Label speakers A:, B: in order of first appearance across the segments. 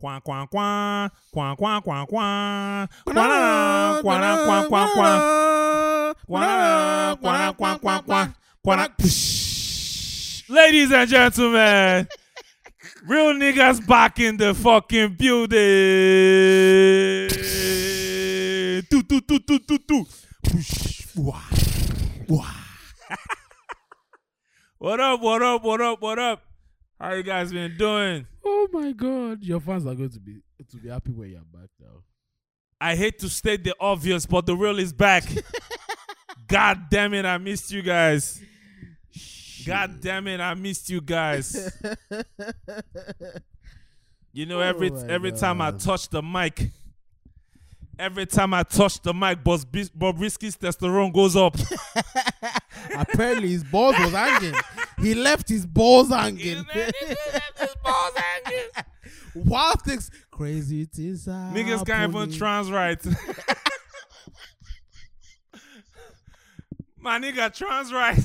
A: quack, quack, quack, quack, quack, quack. Quack, quack, quack, quack, quack. Quack, quack, quack, quack, quack. Quack. Psh. Ladies and gentlemen, real niggas back in the fucking building. Doo, doo, doo, doo, doo, doo. Psh. Wah. Wah. What up, what up, what up, what up? How you guys been doing?
B: Oh my god, your fans are going to be to be happy when you're back now.
A: I hate to state the obvious, but the real is back. God damn it, I missed you guys. God damn it, I missed you guys. You know, every
B: Oh my
A: every time I
B: God.
A: touch the mic, every time I touch the mic, Bob, Bob Risky's testosterone goes up.
B: Apparently his balls was hanging. He left his balls hanging. Wild things, crazy things. are
A: Niggas can't even
B: happening.
A: trans right. My nigga, trans right.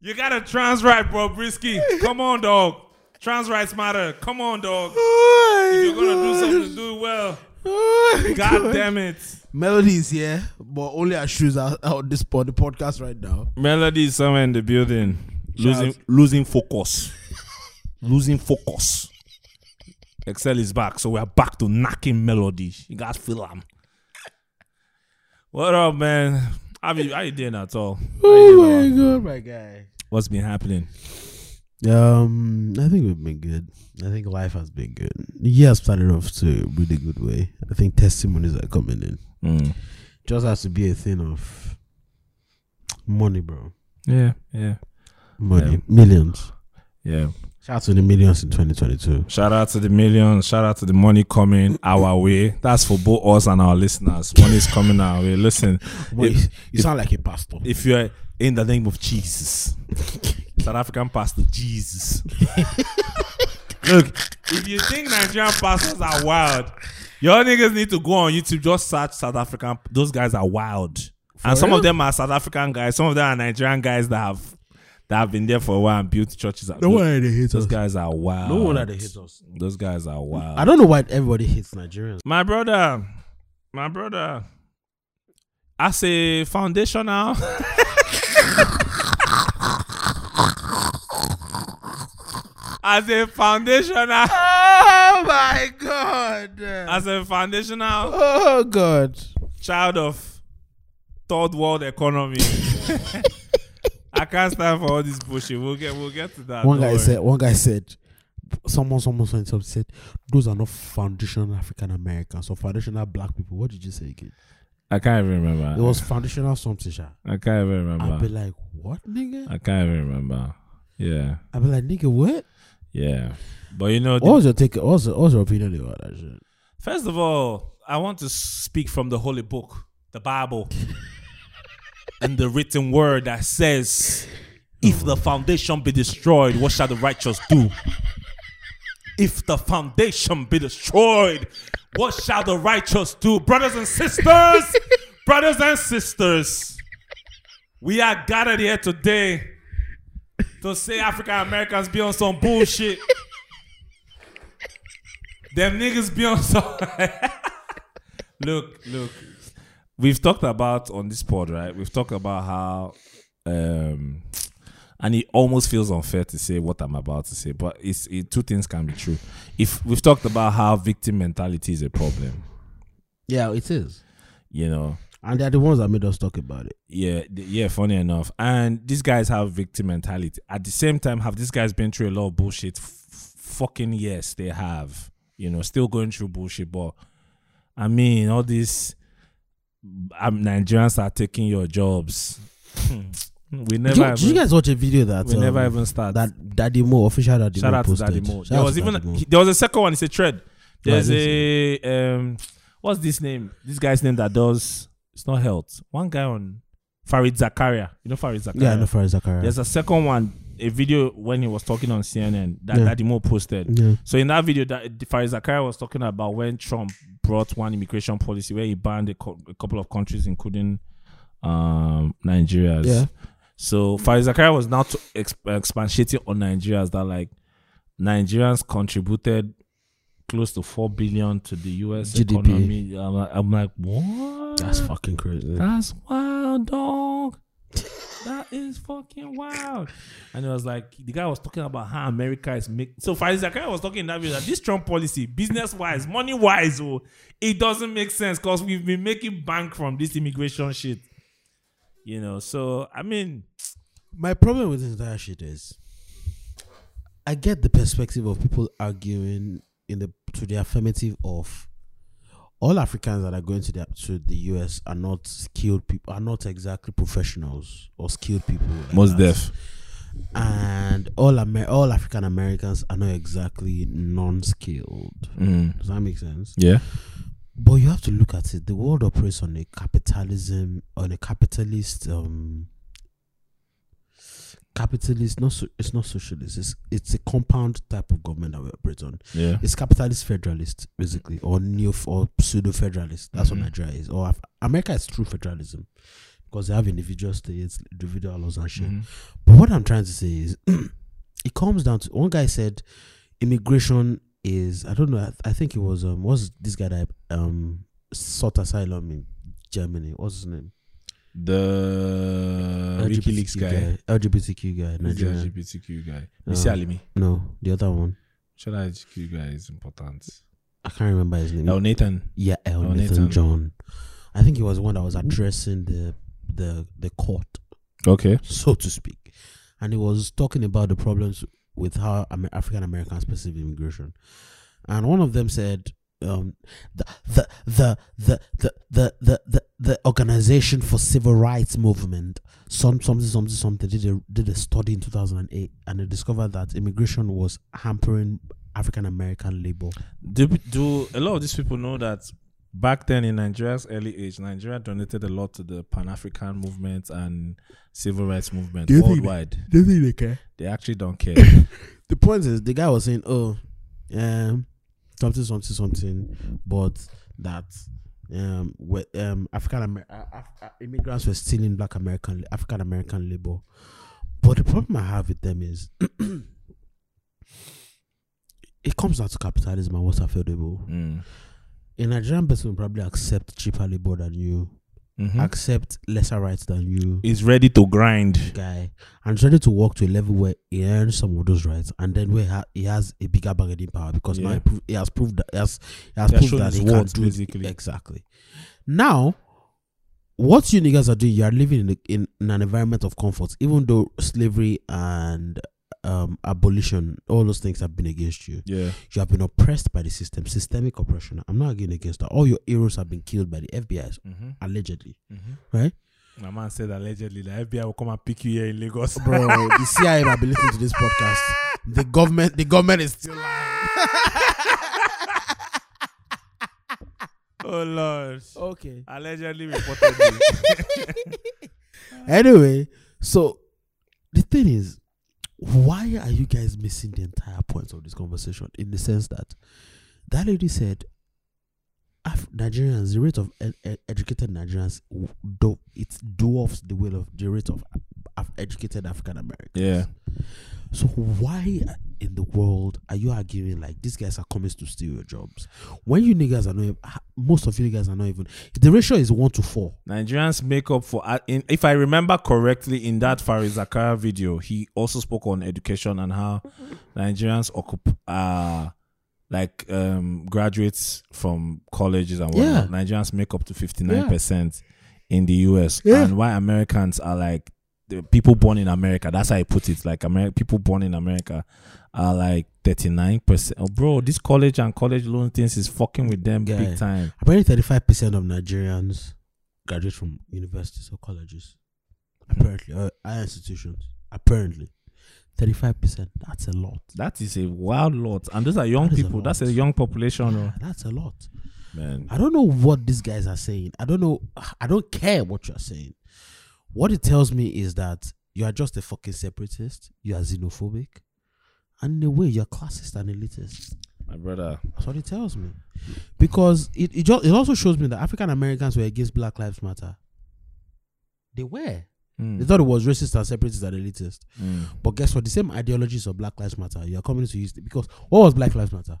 A: you gotta trans right, bro, Brisky. Come on, dog. Trans rights matter. Come on, dog.
B: Oh my
A: If you're gonna do
B: gosh.
A: something, do it well.
B: Oh my
A: God damn it.
B: Melodies here, but only our shoes are out this pod, the podcast right now.
A: Melody is somewhere in the building. Losing
B: Shout.
A: losing focus. losing focus. Excel is back, so we're back to knocking melody. You guys feel am. What up, man? How you, how you doing at all? How you doing,
B: Oh
A: man?
B: my god, my guy.
A: What's been happening?
B: Um, I think we've been good. I think life has been good. The year has started off to a really good way. I think testimonies are coming in.
A: Mm.
B: Just has to be a thing of money, bro.
A: Yeah, yeah,
B: Money,
A: Yeah.
B: millions.
A: yeah.
B: Shout out to the millions in 2022.
A: Shout out to the millions. Shout out to the money coming our way. That's for both us and our listeners. Money's coming our way. Listen,
B: Boy,
A: if-
B: you, you sound like a pastor.
A: if you're in the name of Jesus, South African pastor Jesus. Look, if you think Nigerian pastors are wild, your niggas need to go on YouTube. Just search South African. Those guys are wild, and some
B: real?
A: of them are South African guys. Some of them are Nigerian guys that have that have been there for a while and built churches.
B: no
A: those,
B: wonder they hate
A: those
B: us.
A: guys are wild.
B: No wonder they hate us.
A: Those guys are wild.
B: I don't know why everybody hates Nigerians.
A: My brother, my brother, I say foundational. As a foundational,
B: Oh my god.
A: as a foundational
B: Oh god.
A: child of third world economy, I can't stand for all this bullshit. We'll get, we'll get to that.
B: one
A: don't
B: guy
A: worry.
B: said one guy said someone someone said something said those are not foundational african americans or foundational black people what did you say again
A: I can't even
B: it
A: remember.
B: was foundational something sha.
A: I can't even
B: i'd be
A: remember.
B: like what nigga
A: I can't even remember. Yeah,
B: i'd be like nigga what
A: yeah. But you know, the
B: what was your take what was, what was your opinion about that shit
A: First of all, I want to speak from the holy book, the Bible, and the written word that says, If the foundation be destroyed, what shall the righteous do? If the foundation be destroyed, what shall the righteous do? Brothers and sisters, brothers and sisters, we are gathered here today to say African Americans be on some bullshit. Them niggas be on some. look, look. We've talked about on this pod, right? We've talked about how, um, and it almost feels unfair to say what I'm about to say, but it's it, two things can be true. If we've talked about how victim mentality is a problem,
B: yeah it is
A: you know,
B: and they're the ones that made us talk about it
A: yeah, th- yeah, funny enough. And these guys have victim mentality. At the same time, have these guys been through a lot of bullshit? F- fucking yes, they have. You know, still going through bullshit. But I mean, all these um, Nigerians are taking your jobs. we
B: did you,
A: never,
B: did you
A: even,
B: guys watch a video that
A: we never
B: um,
A: even start.
B: that daddy mo official daddy
A: Shout
B: mo
A: out to
B: posted.
A: Daddy Mo.
B: Shout
A: There
B: out
A: was
B: to
A: even
B: Daddy Mo.
A: he- there was a second one. It's a thread. There's
B: Right,
A: a um, what's this name? This guy's name that does it's not health. One guy on Farid Zakaria. You know Farid Zakaria.
B: yeah no for zakaria
A: There's a second one, a video when he was talking on CNN that
B: Yeah.
A: Daddy Mo posted.
B: yeah
A: So in that video, that Farid Zakaria was talking about when Trump brought one immigration policy where he banned a, co- a couple of countries, including um, Nigeria.
B: yeah
A: So Farid Zakaria was now to exp- expatiating on Nigerians that like Nigerians contributed close to four billion to the U.S.
B: GDP.
A: economy. I'm like, I'm like, what?
B: That's fucking crazy.
A: That's wild, dog. that is fucking wild. And it was like the guy was talking about how America is make. So for instance, the guy was talking in that video that this Trump policy, business wise, money wise, oh, it doesn't make sense because we've been making bank from this immigration shit. You know, so I mean,
B: My problem with this entire shit is, I get the perspective of people arguing in the to the affirmative of all Africans that are going to the to the US are not skilled people, are not exactly professionals or skilled people.
A: uh,
C: Most
B: deaf.
C: deaf.
B: and all Amer- all African Americans are not exactly non-skilled.
C: Mm.
B: Does that make sense?
C: Yeah.
B: But you have to look at it. The world operates on a capitalism, on a capitalist, um, capitalist. Not so, it's not socialist. It's it's a compound type of government that we operate on.
C: Yeah.
B: It's capitalist federalist, basically, or neo or pseudo federalist. That's
C: Mhm.
B: what Nigeria is. Or Af- America is true federalism because they have individual states, individual laws and shit.
C: Mm-hmm.
B: But what I'm trying to say is, it comes down to one guy said, immigration is I don't know. I, I think it was um was this guy that um sought asylum in Germany. What's his name?
C: The Uh, WikiLeaks guy.
B: LGBTQ guy.
C: Who's the
B: Nigerian.
C: LGBTQ guy.
B: Uh,
C: Missy Alimi.
B: No, the other one.
C: Should I LGBTQ guy is important.
B: I can't remember his name.
C: Oh, Nathan.
B: yeah, L.
C: Oh,
B: Nathan,
C: Nathan.
B: John. I think he was the one that was addressing the the the court,
C: Okay.
B: so to speak, and he was talking about the problems with how Amer- African Americans perceive immigration. and one of them said um the the the the the the the, the, the organization for civil rights movement some something something something did a did a study in 2008 and they discovered that immigration was hampering african american labor
A: do, do a lot of these people know that back then in Nigeria's early age, Nigeria donated a lot to the Pan African movement and civil rights movement
B: Do you think they-
A: worldwide.
B: they think they care
A: They actually don't care.
B: the point is the guy was saying oh um something something something but that um where, um african Amer- uh, Af- uh, immigrants were stealing black american african american labor but the problem i have with them is it comes down to capitalism and what's affordable
C: Mm.
B: a nigerian person will probably accept cheaper labor than you
C: Mm-hmm. Hmm?
A: Mhm.
B: accept lesser rights than you
A: Is ready to grind.
B: guy and ready to work to a level where he earns some of those rights and then where ha- he has a bigger bargaining power because now
A: Yeah.
B: he, prov- he has proved that he has, he has
A: He has
B: proved
A: shown
B: that
A: his
B: he can
A: worth,
B: do
A: basically.
B: exactly now what you niggas are doing you are living in, the, in, in an environment of comfort even though slavery and um, abolition all those things have been against you
C: Yeah.
B: you have been oppressed by the system systemic oppression i'm not arguing against that all your heroes have been killed by the fbi
A: Mm-hmm.
B: allegedly
A: Mm-hmm.
B: Right?
A: My man said allegedly the FBI will come and pick you here in Lagos.
B: bro the cia might be listening to this podcast the government the government is still
A: oh lord.
B: okay
A: Allegedly reported. this.
B: anyway so the thing is why are you guys missing the entire point of this conversation in the sense that that lady said Af- Nigerians, the rate of ed- ed- educated Nigerians, w- do- it dwarfs the will of the rate of Af- educated African Americans.
C: Yeah.
B: So why in the world are you arguing like these guys are coming to steal your jobs when you niggas are not? ev- ha- Most of you niggas are not even. The ratio is one to four.
A: Nigerians make up for, uh, in, if I remember correctly, in that Faris Zakaria video, he also spoke on education and how Nigerians occup- uh, like um, graduates from colleges and whatnot. Nigerians make up to 59% in the US.
B: Yeah.
A: And why Americans are like, the people born in America, that's how I put it. Like, Amer- people born in America are like 39%. Oh, bro, this college and college loan things is fucking with them
B: Yeah.
A: big time.
B: Apparently, thirty-five percent of Nigerians graduate from universities or colleges. Apparently, or higher institutions. Apparently, thirty-five percent. That's a lot.
A: That is a wild lot, and those are young
B: That is a
A: people.
B: lot.
A: That's a young population, oh.
B: That's a lot.
A: man.
B: I don't know what these guys are saying. I don't know. I don't care what you're saying. What it tells me is that you are just a fucking separatist. You are xenophobic. And in a way, you're classist and elitist.
C: My brother.
B: That's what it tells me. Because it, it, just, it also shows me that African Americans were against Black Lives Matter. They were.
C: Mm.
A: Hmm.
B: They thought it was racist and separatist and elitist.
C: Mm.
B: But guess what? The same ideologies of Black Lives Matter, you're coming to use it because what was Black Lives Matter?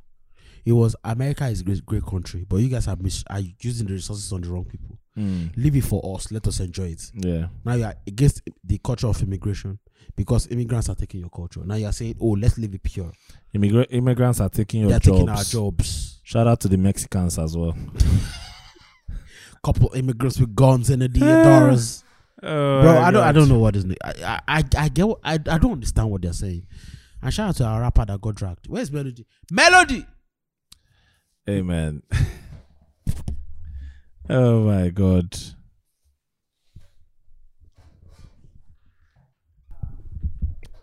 B: It was America is a great, great country, but you guys are, mis- are using the resources on the wrong
A: Hmm.
B: people.
C: Mm.
B: Leave it for us. Let us enjoy it.
C: Yeah.
B: Now you are against the culture of immigration because immigrants are taking your culture. Now you are saying, oh, let's leave it pure.
C: Immigra- immigrants are taking your
B: they are
C: jobs.
B: taking our jobs.
C: Shout out to the Mexicans as well.
B: Couple immigrants with guns and the dollars.
A: Oh
B: Bro, I don't, I don't know what is. ne- I, I, I, I get. What, I, I don't understand what they're saying. And shout out to our rapper that got dragged. Where's Melody? Melody.
C: Hey man. oh my god.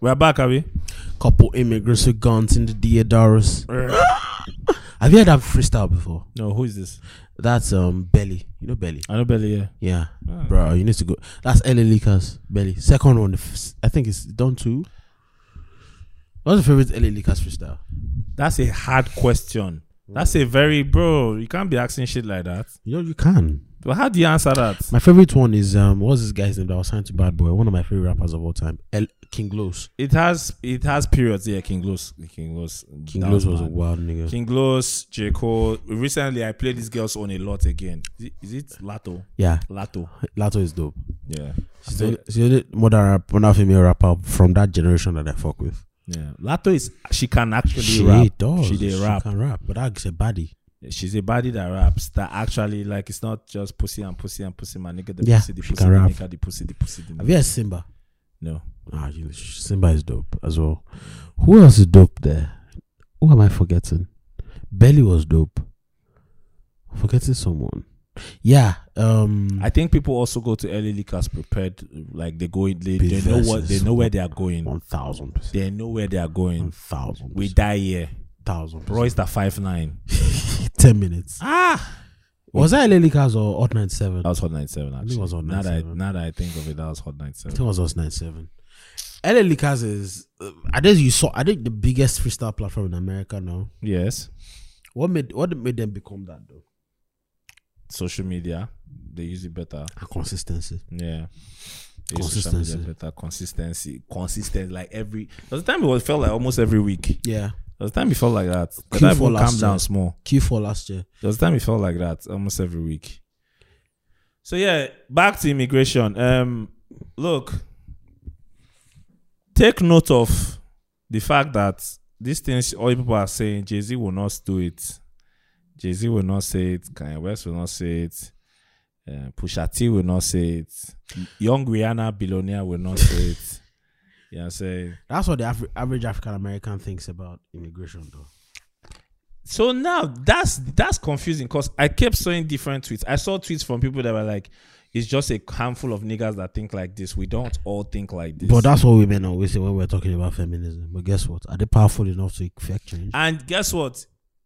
A: We're back, are we?
B: Couple immigrants with guns in the Diodoras. Have you heard that freestyle before?
C: No, who is this?
B: That's um Belly. You know Belly.
C: I know Belly. Yeah.
B: Yeah, bro, you need to go. That's LA Lakers Belly. Second one, the f- I think it's done two. What's your favorite LA Lakers freestyle?
A: That's a hard question. That's a very bro. You can't be asking shit like that.
B: You know you can.
A: But how do you answer that?
B: My favorite one is um, what's this guy's name that was signed to Bad Boy? One of my favorite rappers of all time, L- King Los.
A: It has it has periods. Yeah, King Los.
C: King Los.
B: King
C: that
B: Los was a
C: bad.
B: wild nigga.
A: King Los, J. Cole. Recently, I played this girl's on a lot again. Is it, is it Lato?
B: yeah,
A: Lato.
B: Lato is dope.
C: Yeah.
B: She's the, she's the only modern rap, modern female rapper from that generation that I fuck with.
C: Yeah.
A: Lato is she can actually
B: She
A: rap.
B: does.
A: She did rap.
B: can rap, but that's a baddie.
A: She's a body that raps. That actually like it's not just pussy and pussy and pussy man. Nigga the
B: Yeah,
A: pussy, the
B: she
A: pussy,
B: can
A: the
B: rap.
A: nigga, the pussy, the pussy, the
B: Have you heard Simba?
C: No.
B: Ah, you- Simba is dope as well. Who else is dope there? Who am I forgetting? Belly was dope. I'm forgetting someone. Yeah. Um.
A: I think people also go to LA Lakers prepared, like they go in, they,
B: Big
A: they know what they
B: verses.
A: know where they are going.
B: one thousand percent.
A: They know where they are
B: One
A: going.
B: thousand.
A: We die here.
B: thousand. Bro,
A: Royce the five nine.
B: ten minutes.
A: Ah,
B: Was that LA Lakers or Hot 97?
C: That was Hot 97 actually.
B: it was Hot
C: now that I,
B: 97.
C: now that I think of it, that was Hot
B: I
C: 97.
B: think it was Hot 97. LA Lakers is, uh, I think you saw, I think the biggest freestyle platform in America now.
C: Yes.
B: What made what made them become that though?
C: Social media. They use it better.
B: And consistency.
C: Yeah. They use social media
B: Consistency.
C: Better consistency, consistent. Like every, there was a time it was felt like almost every week. There
B: Yeah.
C: was a time it felt like that. The
B: Q4
C: time people
B: last
C: calm down
B: year.
C: small.
B: Q4 last year.
C: There was a time it felt like that almost every week.
A: so yeah, back to immigration. Um, look, take note of the fact that these things all people are saying. Jay Z will not do it. Jay Z will not say it. Kanye West will not say it. Uh, Pusha T will not say it. Young Rihanna billionaire will not say it. You know what I'm saying?
B: That's what the Afri- average African American thinks about immigration though.
A: So now that's that's confusing because I kept seeing different tweets. I saw tweets from people that were like, "It's just a handful of niggas that think like this. We don't all think like this."
B: But that's what women always say when we're talking about feminism. But guess what? Are they powerful enough to effect change?
A: and guess what?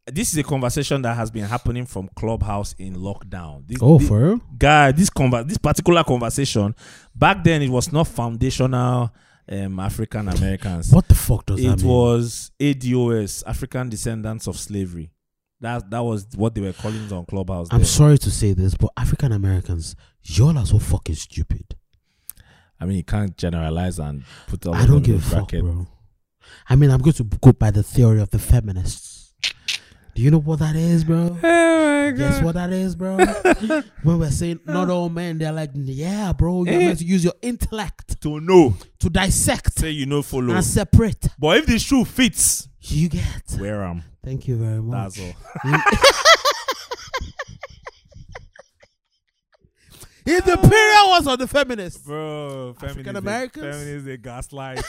A: This is a conversation that has been happening from Clubhouse in lockdown. This,
B: Oh,
A: this-
B: for real?
A: guy, this conver- this particular conversation back then it was not foundational um, African Americans.
B: What the fuck does that
A: It
B: mean?
A: was ADOS, African Descendants of Slavery. That that was what they were calling it on Clubhouse.
B: I'm
A: there.
B: sorry to say this, but African Americans, y'all are so fucking stupid.
C: I mean, you can't generalize and put all
B: I
C: of
B: don't
C: them in
B: give a
C: the
B: fuck,
C: bracket.
B: bro. I mean, I'm going to go by the theory of the feminists. Do you know what that is, bro?
A: Oh my
B: Guess what that is, bro? when we're saying not all men, they're like, yeah, bro, you're
A: Eh.
B: meant to use your intellect
A: To know,
B: to dissect
A: say you know, follow.
B: and separate.
A: but if the shoe fits,
B: You get.
A: wear them.
B: Thank you very much.
A: That's all.
B: If the period was on the feminists,
A: Bro,
B: African Americans?
A: They, feminists, they gaslight.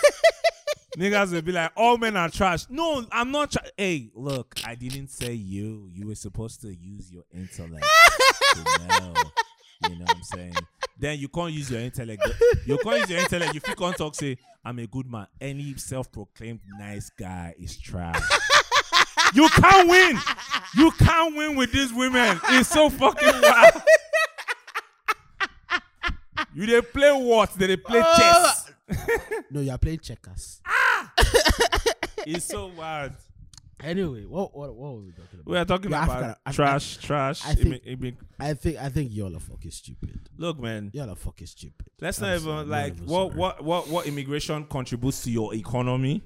A: Niggas will be like, all men are trash. No, I'm not trash. Hey, look, I didn't say you. You were supposed to use your intellect to know. You know what I'm saying? Then you can't use your intellect. You can't use your intellect. You can't talk, say, I'm a good man. Any self proclaimed nice guy is trash. you can't win. You can't win with these women. It's so fucking wild. You they play what? They, they play chess.
B: no, you're playing checkers.
A: It's so wild.
B: Anyway, what what what were we talking about?
A: We are talking
B: Yeah,
A: about
B: Africa- I-
A: trash, trash.
B: I
A: It
B: think-
A: may- it may-
B: I think I think y'all are fucking stupid.
A: look, man.
B: Y'all are fucking stupid.
A: Let's
B: I'm
A: not
B: sorry,
A: even
B: I'm
A: like
B: even
A: what
B: sorry.
A: what what what immigration contributes to your economy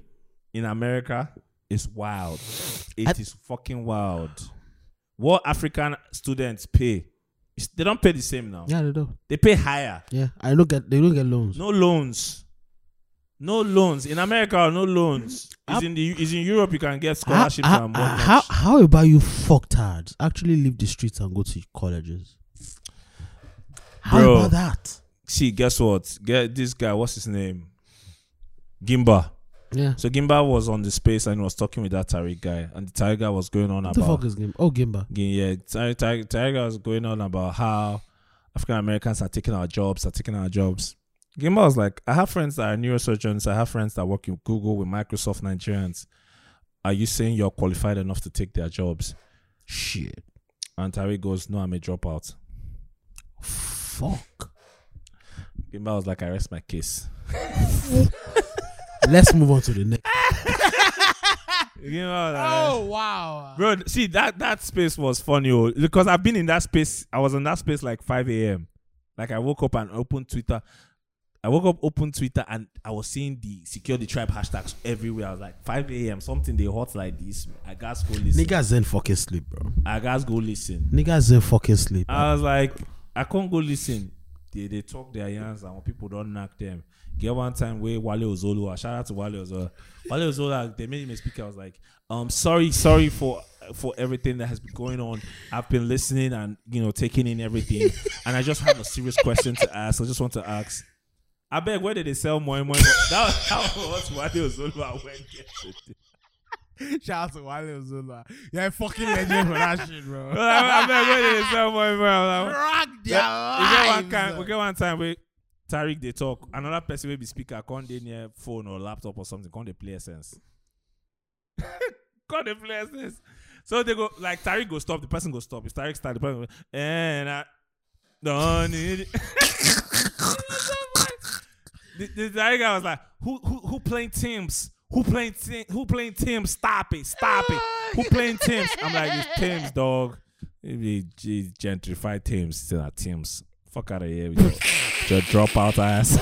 A: in America is wild. It is
B: I-
A: fucking wild. What African students pay, it's- they don't pay the same now.
B: Yeah, they do.
A: They pay higher.
B: Yeah, I don't get they don't get loans.
A: No loans. No loans in America. No loans. Is in the is in Europe. You can get
B: How,
A: scholarships
B: how,
A: and whatnot.
B: how, how about you fucktards actually leave the streets and go to colleges? How
A: Bro.
B: about that?
A: See, guess what? Get this guy. What's his name? Gimba.
B: Yeah.
A: So Gimba was on the space and he was talking with that Tariq guy, and the Tariq guy was going on
B: What the
A: about
B: fuck is Gimba? Oh, Gimba.
A: yeah, Tariq, Tariq, Tariq was going on about how African Americans are taking our jobs, are taking our jobs. Gimba was like, I have friends that are neurosurgeons, I have friends that work in Google with Microsoft Nigerians. Are you saying you're qualified enough to take their jobs?
B: Shit.
A: And Tariq goes, No, I'm a dropout.
B: Fuck.
A: Gimba was like, I rest my case.
B: Let's move on to the next.
A: Gimba was like,
B: Oh. wow.
A: Oh, Bro, see that that space was funny oh, because I've been in that space. I was in that space like 5 a.m. Like I woke up and opened Twitter. I woke up, opened Twitter, and I was seeing the secure the tribe hashtags everywhere. I was like 5 a.m. Something they hot like this. I guess go listen.
B: Niggas then fucking sleep, bro.
A: I guess go listen.
B: Niggas then fucking sleep.
A: I was like, I can't go listen. They they talk their yarns and when people don't knock them. Get one time where Wale Ozolua. Shout out to Wale Ozola. Wale Ozola, they made him a speaker. I was like, um, sorry, sorry for for everything that has been going on. I've been listening and you know taking in everything, and I just have a serious question to ask. I just want to ask. I beg, where did they sell moi moi? That, was- that was what Wale Ozolua went yesterday.
B: Shout out to Wale Ozula. You're a fucking legend for that shit, bro.
A: I beg, where did they sell moi moi? I was like,
B: Rock their
A: we get one time we get one time wey tariq dey talk another person wey be speaker come dey near phone or laptop or something come dey play essence come dey play essence so they go like tariq go stop the person go stop if tariq start the person go and i don't need it the, the tariq guy was like who who who playing teams who playing team who playing teams stop it stop it who playing teams i'm like it's teams dog Maybe g- gentrified teams still are teams. "Ah, Fuck out of here with your, with your dropout ass.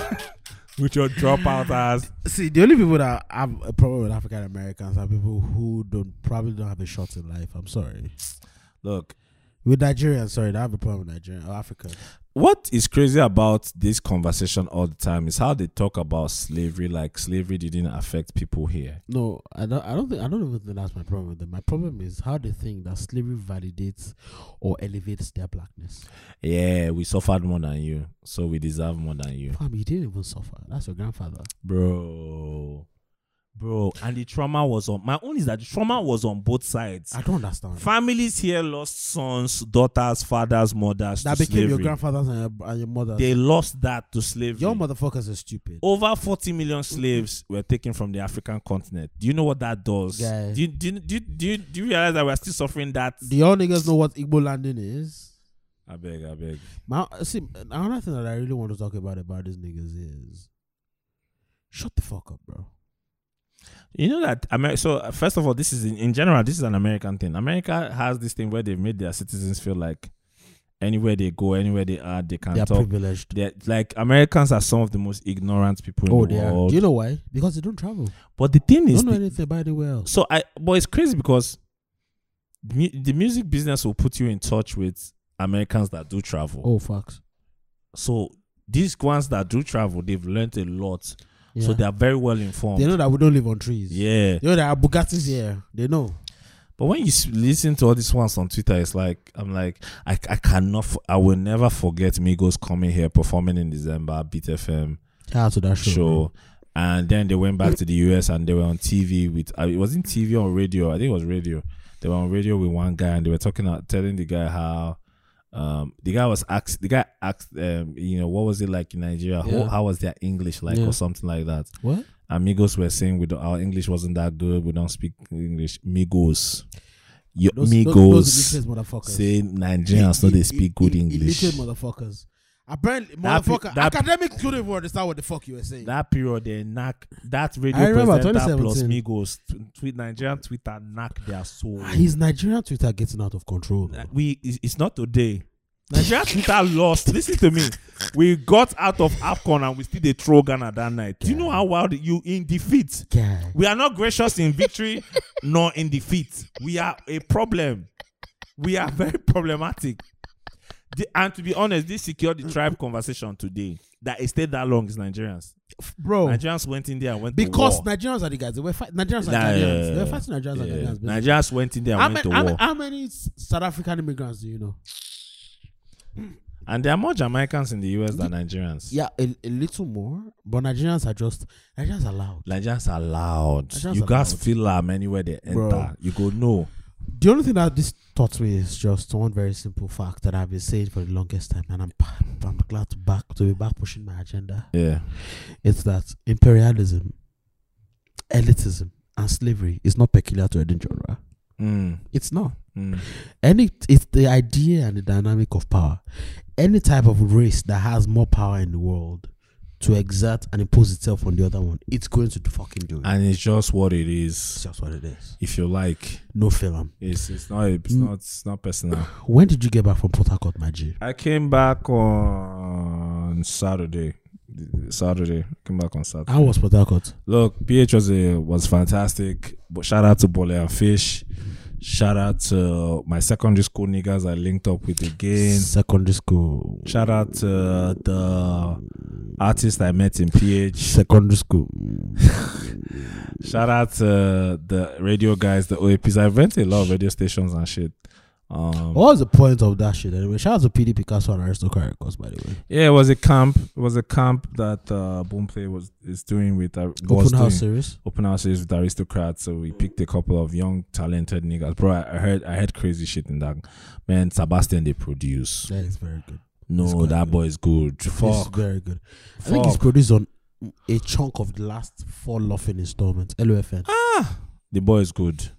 A: with your dropout ass.
B: See, the only people that have a problem with African Americans are people who don't probably don't have a shot in life. I'm sorry.
A: Look,
B: With Nigerians, sorry, that have a problem with Nigerian or Africa.
A: what is crazy about this conversation all the time is how they talk about slavery like slavery didn't affect people here.
B: No, I don't. I don't think. I don't even think that's my problem with them. My problem is how they think that slavery validates or elevates their blackness.
A: Yeah, we suffered more than you, so we deserve more than you.
B: Fam, you didn't even suffer. That's your grandfather.
A: Bro. Bro, and the trauma was on my own is that the trauma was on both sides.
B: I don't understand.
A: Families here lost sons, daughters, fathers, mothers.
B: that
A: to
B: became your
A: slavery.
B: grandfathers and your, and your mother.
A: they lost that to slavery.
B: Your motherfuckers are stupid.
A: Over 40 million slaves were taken from the African continent. Do you know what that does?
B: Guys.
A: Do, you, do, you, do, you, do, you, do you realize that we're still suffering that?
B: Do y'all niggas know what Igbo landing is?
A: I beg, I beg.
B: My see another thing that I really want to talk about about these niggas is shut the fuck up, bro.
A: You know that Amer- so uh, first of all, this is in, in general, this is an American thing. America has this thing where they've made their citizens feel like anywhere they go, anywhere they are, they can
B: They are
A: talk.
B: privileged.
A: They're, like Americans are some of the most ignorant people in
B: Oh,
A: the
B: they are.
A: world.
B: Do you know why? Because they don't travel.
A: But the thing
B: They
A: is,
B: don't know
A: the-
B: anything about anywhere else.
A: So I, but it's crazy because the, mu- the music business will put you in touch with Americans that do travel.
B: Oh, facts.
A: So these ones that do travel, they've learned a lot,
B: Yeah.
A: so they are very well
B: They
A: informed.
B: know that we don't live on trees.
A: yeah,
B: They know that our Bugatti's here. They know.
A: but when you s- listen to all these ones on Twitter, it's like I'm like I, I cannot, f- I will never forget Migos coming here performing in December, Beat FM
B: Shout out to that show. man.
A: show, and then they went back to the US and they were on TV with uh, it wasn't TV or radio, I think it was radio. They were on radio with one guy and they were talking, uh, telling the guy how um the guy was asked the guy asked um you know what was it like in Nigeria
B: Yeah.
A: how, how was their English like
B: Yeah.
A: or something like that.
B: What?
A: Amigos were saying we don't, our English wasn't that good. We don't speak English. Migos, Yo,
B: Those,
A: Migos
B: those, those illiterate motherfuckers.
A: say Nigerians no they speak good
B: Ill- ill-
A: English.
B: Illiterate motherfuckers.
D: Apparently,
A: That pe-
D: motherfucker,
A: that pe-
D: academics couldn't even understand what the fuck you were saying.
A: That period, they knack that radio
B: I remember
A: presenter plus
B: 2017.
A: Migos t- tweet Nigerian Twitter knack their soul.
B: Ah, His Nigerian Twitter getting out of control. though.
A: we it's it's not today. Nigeria Twitter lost. Listen to me. We got out of AFCON and we still they throw Ghana that night. Do you know how wild you in defeat?
B: Guy.
A: We are not gracious in victory nor in defeat. We are a problem. We are very problematic. The- and to be honest, this secured the tribe conversation today that it stayed that long is Nigerians.
B: Bro.
A: Nigerians went in there and went
D: because
A: to war.
D: Nigerians are the guys. They were fight- Nigerians are
A: Nah,
D: Ghanaians.
A: yeah,
D: They were
A: yeah,
D: fighting Nigerians
A: Yeah.
D: and Ghanaians. basically.
A: Nigerians went in there and
D: How,
A: went
D: many,
A: to
D: how,
A: war.
D: many, how many S- South African immigrants do you know?
A: and there are more Jamaicans in the US than Nigerians.
B: Yeah, a, a little more, but Nigerians are just Nigerians are loud.
C: Nigerians are loud.
B: Nigerians
C: you
B: are
C: guys
B: loud.
C: feel am anywhere they enter.
B: Bro.
C: You go no.
B: The only thing that this taught me is just one very simple fact that I've been saying for the longest time, and I'm I'm glad to back to be back pushing my agenda.
C: Yeah.
B: It's that imperialism, elitism, and slavery is not peculiar to any genre.
C: Mm.
B: It's not.
C: Mm.
B: Any it's the idea and the dynamic of power. Any type of race that has more power in the world to exert and impose itself on the other one, it's going to fucking do it.
C: And it's just what it
B: It's
C: is.
B: just what it is.
C: If you like,
B: No film.
C: it's it's not it's
B: Mm.
C: not it's not personal.
B: When did you get back from Port Harcourt, my G?
C: I came back on Saturday. Saturday. Came back on Saturday.
B: How was Port Harcourt?
C: Look, PH was a, was fantastic. But shout out to Bole and Fish. Shout out to my secondary school niggas I linked up with again.
B: Secondary school.
C: Shout out to the artist I met in PH.
B: Secondary school.
C: Shout out to the radio guys, the OAPs. I've rented a lot of radio stations and shit. Um,
B: What was the point of that shit anyway? Shout out to PD Picasso and Aristo Caracos, by the way.
C: Yeah, it was a camp. It was a camp that uh, Boomplay was is doing with uh, was
B: Open house
C: doing.
B: series.
C: open houses with aristocrats. So we picked a couple of young talented niggas. Bro, I, I heard I heard crazy shit in that. Man, Sebastian they produce.
B: That is very good. It's
C: No,
B: quite
C: that
B: good.
C: boy is good.
B: It's
C: Fuck.
B: very good. I think it's
C: Fuck.
B: produced on a chunk of the last four Laughing installments. LOFN.
C: Ah! The boy is good.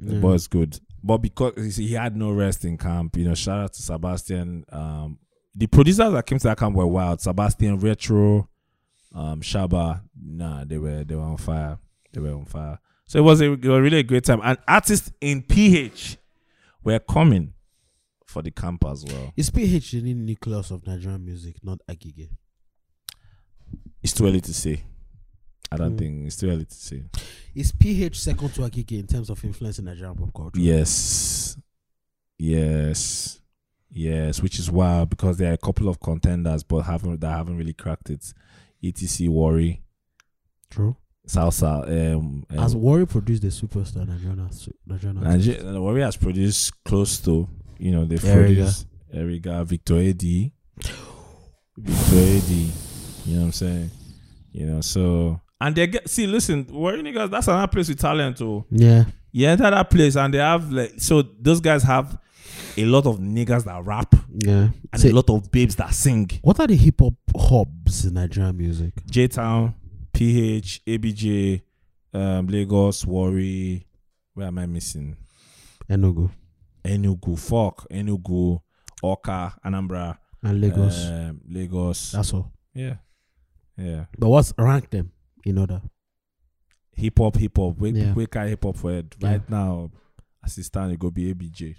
C: The
B: Yeah.
C: boy is good. But because you see, he had no rest in camp, you know, shout out to Sebastian. Um, the producers that came to that camp were wild. Sebastian Retro, um, Shaba. Nah, they were they were on fire. They were on fire. So it was a, it was really a great time. And artists in PH were coming for the camp as well.
B: Is PH the new nucleus of Nigerian music, not Agige?
C: It's too early to say. I don't
B: Mm.
C: think it's too early to say.
B: Is PH second to Agige in terms of influence in Nigerian pop culture?
C: Yes. Yes. Yes, which is wild because there are a couple of contenders but haven't that haven't really cracked it. ETC Worry,
B: True.
C: Salsa, um, um
B: Has Warrior produced the superstar Nigerian artist- Nigerian artist?
C: Niger- uh, Worry has produced close to you know they
B: Eriga.
C: produced Eriga, Victor Eddie, Victor Eddie. You know what I'm saying? You know so and they get see listen Worry niggas that's another place with talent too.
B: Yeah.
C: You enter that place and they have like so those guys have a lot of niggas that rap
B: Yeah.
C: and
B: Say,
C: a lot of babes that sing.
B: what are the hip hop hubs in Nigerian music?
C: J Town, PH, ABJ, um, Lagos, Warri. Where am I missing?
B: Enugu
C: Enugu, fuck, Enugu, Oka, Anambra,
B: and Lagos. Ah.
C: um, Lagos.
B: That's all.
C: Yeah, yeah.
B: But what's rank them in order?
C: Hip hop, hip hop. Wake,
B: Yeah.
C: wake up, hip hop for it
B: Yeah.
C: right now. As it stand, it go be ABJ.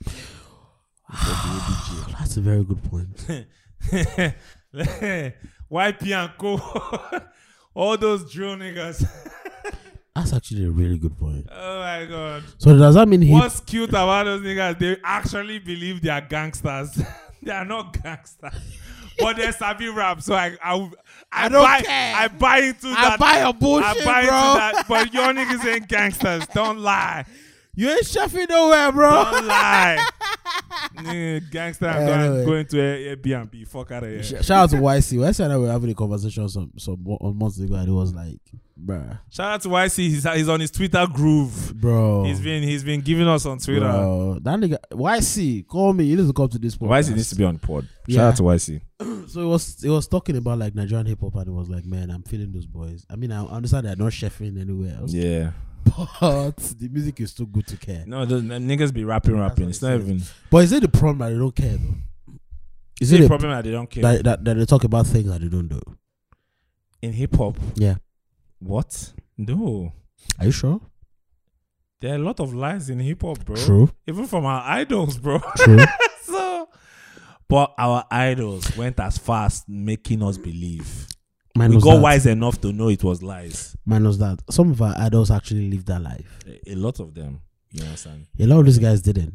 C: It
B: That's a very good point.
A: YP and Co. All those drill niggas.
B: That's actually a really good point.
A: oh my god.
B: So does that mean hip
A: What's cute about those niggas? They actually believe they are gangsters. they are not gangsters. But they sabi rap, so I I, I,
D: don't
A: buy
D: care.
A: I buy into that.
D: your
A: I
D: bullshit,
A: buy into that. But your niggas ain't gangsters. Don't lie.
D: You ain't chefing nowhere, bro.
A: Don't lie. Nigga, gangster, I'm
B: Anyway.
A: going, going to a- Airbnb. Fuck out of here.
B: Sh- Shout out to YC. YC and I were having a conversation some some mo- on months ago, and it was like, bruh,
A: Shout out to YC. He's, he's on his Twitter groove.
B: bro,
A: He's been he's been giving us on Twitter.
B: bro, that nigga YC, call me. You need to come to this point.
C: YC needs to be on the pod.
B: Oh, Yeah.
C: Shout out to YC.
B: So it was it was talking about like Nigerian hip hop, and it was like, man, I'm feeling those boys. I mean, I understand they're not chefing anywhere else,
C: Yeah.
B: but the music is too good to care.
C: No, the, the niggas be rapping, rapping. It's
B: what
C: not
B: it
C: even.
B: But is it the problem that they don't care though? Is
A: The
B: it a,
A: problem that they don't care
B: that, that that they talk about things that they don't do?
A: in hip hop.
B: Yeah.
A: What? No,
B: Are you sure?
A: there are a lot of lies in hip hop, bro.
B: True.
A: Even from our idols, bro.
B: True.
A: so, but our idols went as fast making us believe.
B: Mine
A: we
B: was
A: got
B: that.
A: wise enough to know it was lies.
B: Mine was that. Some of our idols actually lived that life.
A: A a lot of them, you understand.
B: A lot of these guys didn't.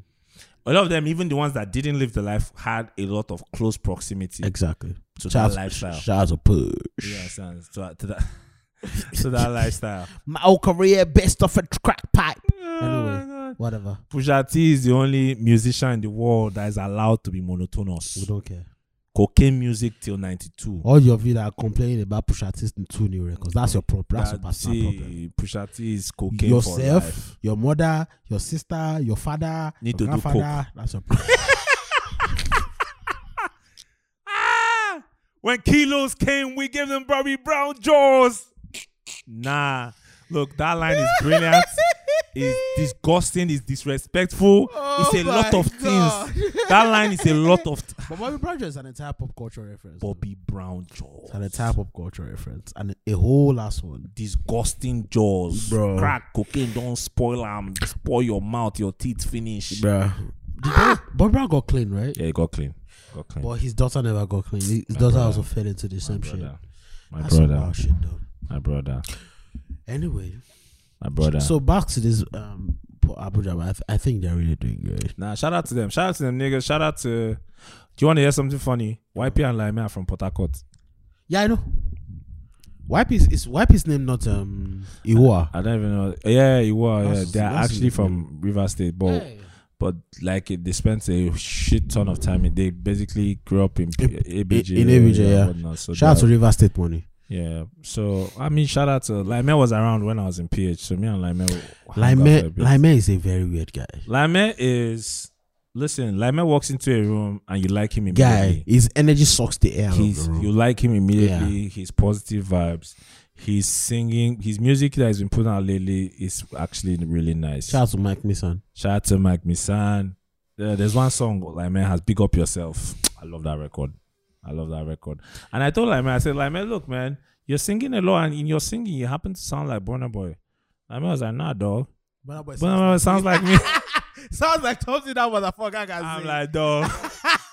A: A lot of them, even the ones that didn't live the life, had a lot of close proximity
B: Exactly.
A: to that
B: Shout
A: lifestyle.
B: out to Push.
A: You understand? To,
C: uh,
A: that- to that, to that lifestyle.
B: My whole career based off a crack pipe.
A: Oh my God.
B: Whatever.
A: Pusha T is the only musician in the world that is allowed to be
B: We
A: monotonous.
B: don't care.
A: Cocaine music till 92.
B: All of you that are complaining about Pusha T's two new records, that's your problem. That's your
A: That-
B: personal problem.
A: see, Pusha T is cocaine for life.
B: Yourself, your mother, your sister, your father,
A: Need
B: your
A: to do coke.
B: grandfather. That's your problem.
A: Ah! When kilos came, we gave them Bobby Brown jaws. Nah. Look, that line is brilliant. it's disgusting. It's disrespectful. it's a lot of things. That line is a lot of. T-
B: but Bobby Brown is an entire pop culture reference.
A: Bobby Brown jaws.
B: It's an entire pop culture reference and a whole last one.
A: Disgusting jaws.
B: Bro.
A: Crack cocaine. Don't spoil them. Spoil your mouth. Your teeth finish.
B: Bruh. Bobby Brown got clean, right?
C: Ah! Yeah, he got clean. Got clean.
B: But his daughter never got clean. His
C: My
B: daughter
C: brother.
B: also fell into the same shit.
C: brother. My
B: That's some
C: brother.
B: wild shit, though.
C: My brother.
B: Anyway,
C: My brother.
B: so back to this um po- Abuja, but I, th- I think they're really doing great.
C: Nah, shout out to them. Shout out to them niggas. Shout out to. Do you want to hear something funny? YP and Lime are from Port Harcourt.
B: Yeah, I know. Wipe is is wipe his name not um Iwa.
C: I don't even know. Yeah, you were. Oh, Yeah,
B: That's-
C: they're
B: that's
C: actually
B: the-
C: from River State, but but like it, they spent a shit ton of time. They basically grew up in P- ABJ.
B: in ABJ,
C: and
B: yeah.
C: whatnot, So
B: Shout out to
C: they're-
B: River State Money.
C: yeah. So I mean, shout out to Lime was around when I was in PH. So me and Lime. hung out for a
B: Lime
C: bit.
B: Lime is a very weird guy.
C: Lime is listen. Lime walks into a room and you like him
B: Guy,
C: immediately.
B: his energy sucks the air out of
C: he's
B: the room.
C: you like him immediately. He's positive vibes. He's singing. His music that he's been putting out lately is actually really nice.
B: Shout out to Mike Mason.
C: Shout out to Mike Misan. Uh, there's one song like man has big up yourself. I love that record. I love that record. And I told like man, I said like man, look man, you're singing a lot, and in your singing you happen to sound like Burna Boy. Like man was like nah dog. Burna Boy sounds like me.
D: Sounds like something that motherfucker can
A: I'm
D: say.
A: like, dog,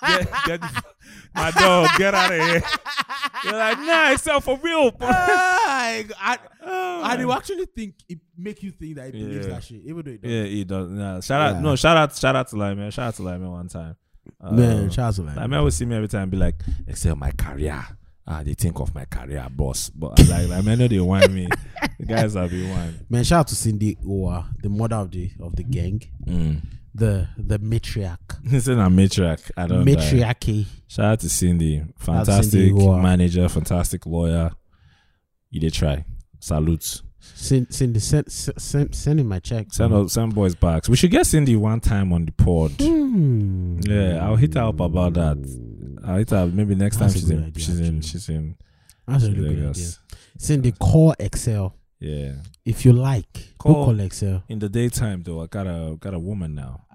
A: get, get the f- my dog, get out of here. You're like, nah, it's not for real. bro."
D: I, I,
A: Oh,
D: I
A: man.
D: do actually think it make you think that it believes
C: Um, Yeah.
D: that shit, even though it doesn't.
C: yeah, he does. Nah, shout out
B: Yeah.
C: no shout out shout out to like man. Shout out to like man one time. Uh,
B: Man, shout out to Lime.
C: Like man would see me every time and be like, except my career. Ah, they think of my career, boss. But I like, like man, know they want me. The guys have been whining.
B: Man, shout out to Cindy Owa, the mother of the of the gang,
C: Mm.
B: the the matriarch,
C: It's in a matriarch. I don't know.
B: matriarchy.
C: Shout out to Cindy.
B: out to Cindy,
C: Fantastic
B: wow.
C: manager, fantastic lawyer. You did try. Salute.
B: Cindy, Cindy send, send send him my check.
C: Send us send boys back. We should get Cindy one time on the pod.
B: Hmm.
C: Yeah, I'll hit her up about that. I'll hit her up maybe next time
B: That's a
C: she's in,
B: good idea,
C: she's in
B: actually.
C: she's in
B: That's a
C: she's in
B: really good idea.
C: Lagos.
B: Cindy, call Excel
C: Yeah.
B: if you like.
C: Call-
B: Call, call Excel.
C: In the daytime though, I got a got a woman now.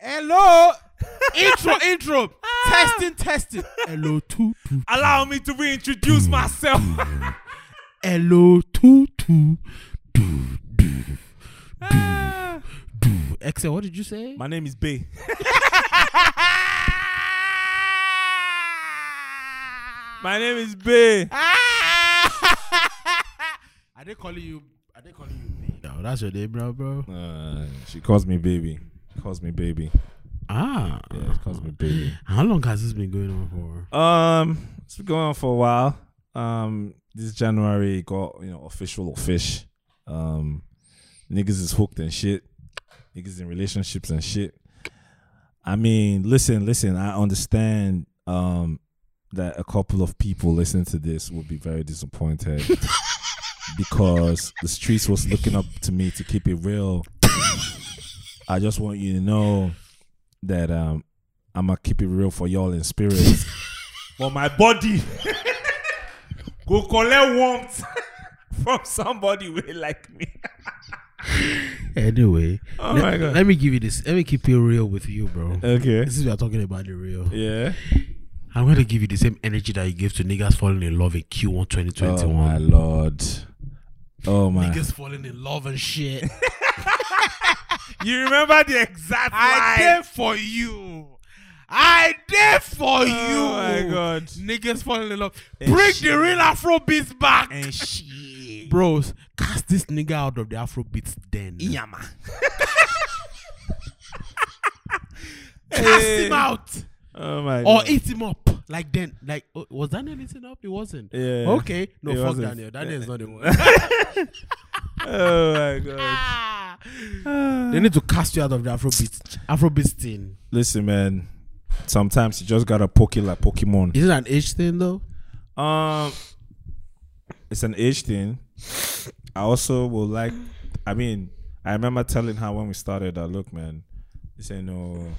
D: Hello, intro, intro,
C: Ah!
D: testing, testing. Hello two, two.
A: Allow me to reintroduce myself.
B: Hello, two two. Excel, what did you say?
A: My name is B. My name is B.
D: Are they calling you? Are they calling you? babe?
B: no, that's your name, bro, bro.
C: Uh, she calls me baby. Calls me baby.
B: Ah,
C: Yeah, she calls me baby.
B: how long has this been going on for?
C: Um, it's been going on for a while. Um, this January it got you know official or fish. Um, niggas is hooked and shit. Niggas in relationships and shit. I mean, listen, listen. I understand um that a couple of people listening to this will be very disappointed because the streets was looking up to me to keep it real. I just want you to know that um I'm gonna keep it real for y'all in spirit.
A: But my body go collect warmth from somebody way like me.
B: Anyway,
C: Oh
B: let,
C: my God. Uh,
B: let me give you this. Let me keep it real with you, bro.
C: Okay.
B: This is we are talking about the real.
C: Yeah.
B: I'm going to give you the same energy that you gave to niggas falling in love in Q1
C: Oh my
B: 2021.
C: lord. Oh my.
B: niggas falling in love and shit.
A: You remember the exact
D: I
A: line.
D: there for you. I there for you.
A: Oh my god.
D: Niggas falling in love. Bring the real Afrobeats back.
A: And shit.
B: Bros, cast this nigga out of the Afrobeats den.
A: Yama.
D: Cast him out
C: Oh my.
B: Or
C: God.
B: eat him up. Like then, like oh, was Daniel eating up? It wasn't.
C: Yeah.
B: Okay. No,
C: It
B: fuck
C: wasn't.
B: Daniel. Daniel is not the one.
C: Oh my god.
B: they need to cast you out of the Afrobeats Afrobeats thing.
C: Listen, man. Sometimes you just gotta poke it like Pokemon.
B: Is it an age thing though?
C: Um, it's an age thing. I also will like. I mean, I remember telling her when we started that look, man. This ain't no,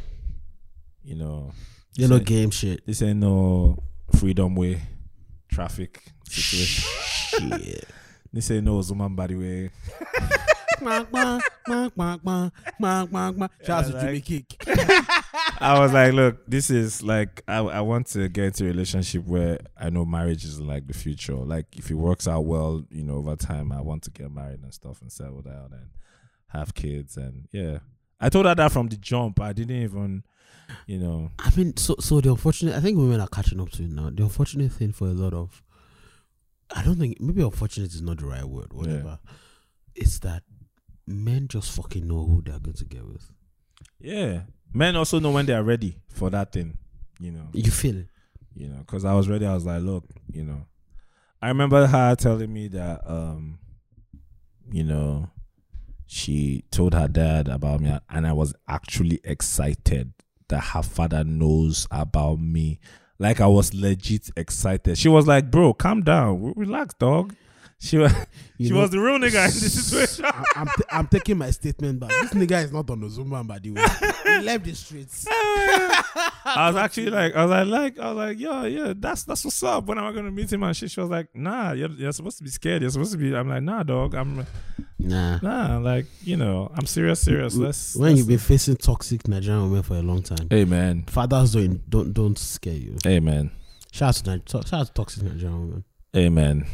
C: you know,
B: You know, game shit.
C: this ain't no freedom way traffic situation.
B: shit.
C: this ain't no Zuman body way.
B: Mark, mark, mark, mark, mark, mark, mark, mark. Shout out to Jimmy Kick.
C: I was like, look, this is like I, I want to get into a relationship where I know marriage is like the future. Like if it works out well, you know, over time I want to get married and stuff and settle down and have kids and yeah. I told her that from the jump. I didn't even you know
B: I mean, so so the unfortunate. I think women are catching up to it now. The unfortunate thing for a lot of, I don't think maybe unfortunate is not the right word. Whatever, it's that men just fucking know who they're going to get with.
C: Yeah. Men also know when they are ready for that thing, you know.
B: You feel it?
C: you know, because I was ready. I was like, look, you know, I remember her telling me that, um, you know, she told her dad about me, and I was actually excited that her father knows about me. Like I was legit excited. She was like, bro, calm down, Re- relax, dog. She was,
B: You
C: she
B: know-
C: was the real nigga in this situation.
B: I, I'm t- I'm taking my statement back. This nigga is not on the Zumba, by the way. He left the streets.
C: I was actually like, I was like, like, I was like, yo, yeah, that's that's what's up. When am I gonna meet him? And she, she was like, nah, you're, you're supposed to be scared. You're supposed to be. I'm like, nah, dog. I'm
B: Nah.
C: nah, like, you know, I'm serious, serious. Let's.
B: When
C: let's
B: you've been facing toxic Nigerian women for a long time,
C: hey man,
B: fathers don't don't don't scare you.
C: hey man,
B: Shout out to, Ni- shout out to toxic Nigerian women.
C: hey man.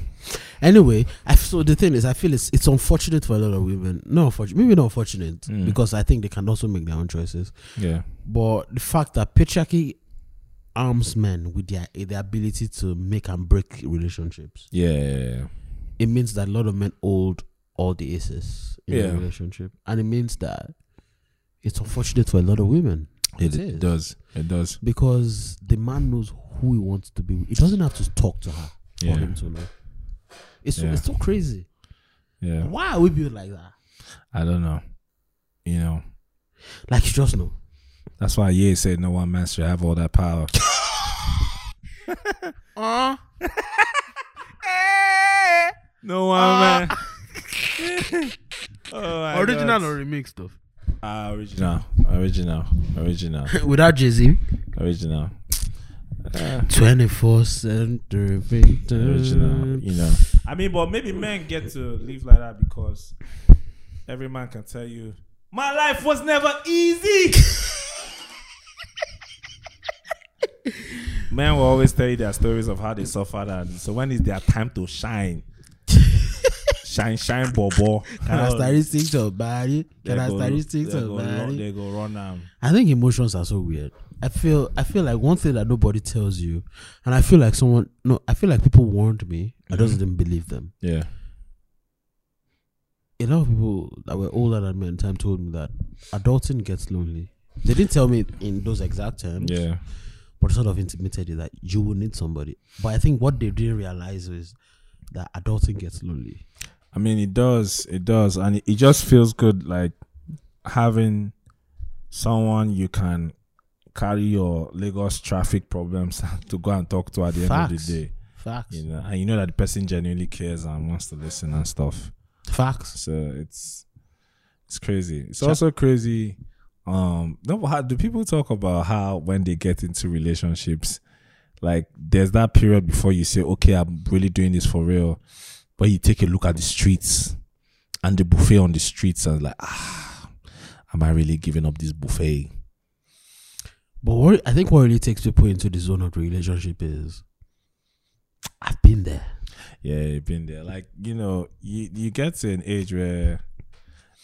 B: Anyway, I, so the thing is, I feel it's it's unfortunate for a lot of women. No, unfortunate, maybe not unfortunate
C: Mm.
B: because I think they can also make their own choices.
C: Yeah,
B: But the fact that patriarchy arms men with their the ability to make and break relationships,
C: yeah, yeah,
B: it means that a lot of men hold all the aces in
C: Yeah.
B: a relationship, and it means that it's unfortunate for a lot of women It is.
C: does, it does.
B: because the man knows who he wants to be with. He doesn't have to talk to her for
C: Yeah.
B: him to know. It's so,
C: Yeah.
B: it's so crazy.
C: Yeah,
B: Why are we built like that?
C: I don't know. You know,
B: Like you just know.
C: that's why Ye said no one man should have all that power.
D: Uh. Eh.
C: no one
D: Ah.
C: man. Ah. oh my
D: Original
C: God.
D: or remix stuff.
C: Ah, original, original, original.
B: Without Jay Z.
C: original. Uh,
B: 24 century.
C: original,
B: Mm.
C: you know. I mean, but maybe men get to live like that because every man can tell you, my life was never easy. men will always tell you their stories of how they suffered, and so when is their time to shine? shine, shine, bobo.
B: Can I statistics of body? Can I statistics
C: they
B: of
C: go, run,
B: body?
C: they go run um, am.
B: I think emotions are so weird. I feel I feel like one thing that nobody tells you, and I feel like someone no, I feel like people warned me. I
C: Mm-hmm.
B: just didn't believe them.
C: Yeah.
B: A lot of people that were older than me in time told me that adulting gets lonely. They didn't tell me in those exact terms.
C: Yeah.
B: but sort of intimated you that you will need somebody. But I think what they didn't realize is that adulting gets lonely.
C: I mean, it does. It does, and it, it just feels good, like having someone you can carry your Lagos traffic problems to go and talk to at the end of
B: Facts.
C: the day.
B: Facts.
C: You know, and you know that the person genuinely cares and wants to listen and stuff.
B: Facts.
C: So it's it's crazy. It's also crazy. Um, no, how, do people talk about how when they get into relationships, like there's that period before you say, okay, I'm really doing this for real, but you take a look at the streets and the buffet on the streets and like ah am i really giving up this buffet
B: But what I think what really takes people into the zone of the relationship is I've been there.
C: yeah you've been there like you know you, you get to an age where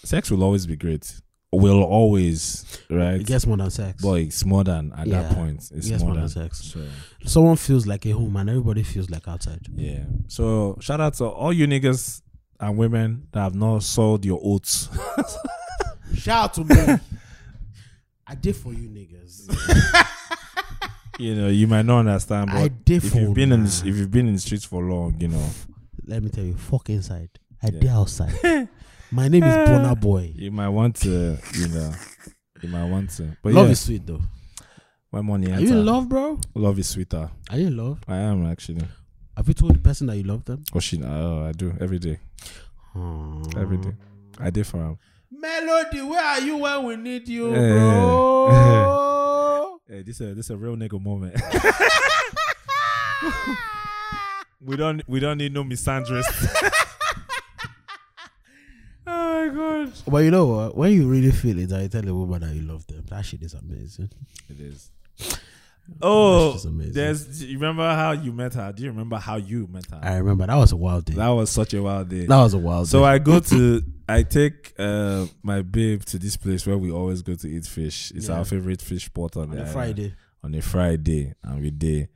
C: sex will always be great will always right
B: It gets more than sex.
C: but it's more than at
B: Yeah.
C: that point it's
B: Yes,
C: more
B: man,
C: than
B: sex.
C: so
B: Someone feels like a home and everybody feels like outside.
C: yeah so shout out to all you niggas and women that have not sold your oats
B: Shout out to me.
D: I did for you niggas.
C: you know you might not understand
B: I
C: but
B: did
C: if
B: for
C: you've been in
B: man.
C: if you've been in the streets for long you know
B: Let me tell you, fuck inside. I
C: Yeah.
B: did outside. My name is Bonner Boy.
C: you might want to you know you might want to but
B: love
C: yeah,
B: is sweet though.
C: my money
B: Are you in love, bro?
C: love is sweeter
B: Are you in love?
C: i am actually
B: Have you told the person that you love them?
C: oh she oh, i do every day every day i did for him
D: Melody, where are you when we need you,
C: Yeah.
D: bro?
C: hey, this is this a real nigga moment we don't we don't need no misandrist
D: oh my god.
B: But you know what? When you really feel it, I tell a woman that you love them. That shit is amazing.
C: it is
B: That's
C: oh
B: just amazing.
C: there's you remember how you met her do you remember how you met her
B: I remember that was a wild day. That,
C: that was such a wild day
B: was a wild
C: So
B: day.
C: I go to I take uh, my babe to this place where we always go to eat fish. It's
B: Yeah.
C: our favorite fish spot on,
B: on
C: the
B: a
C: island.
B: Friday.
C: On a Friday, and we day.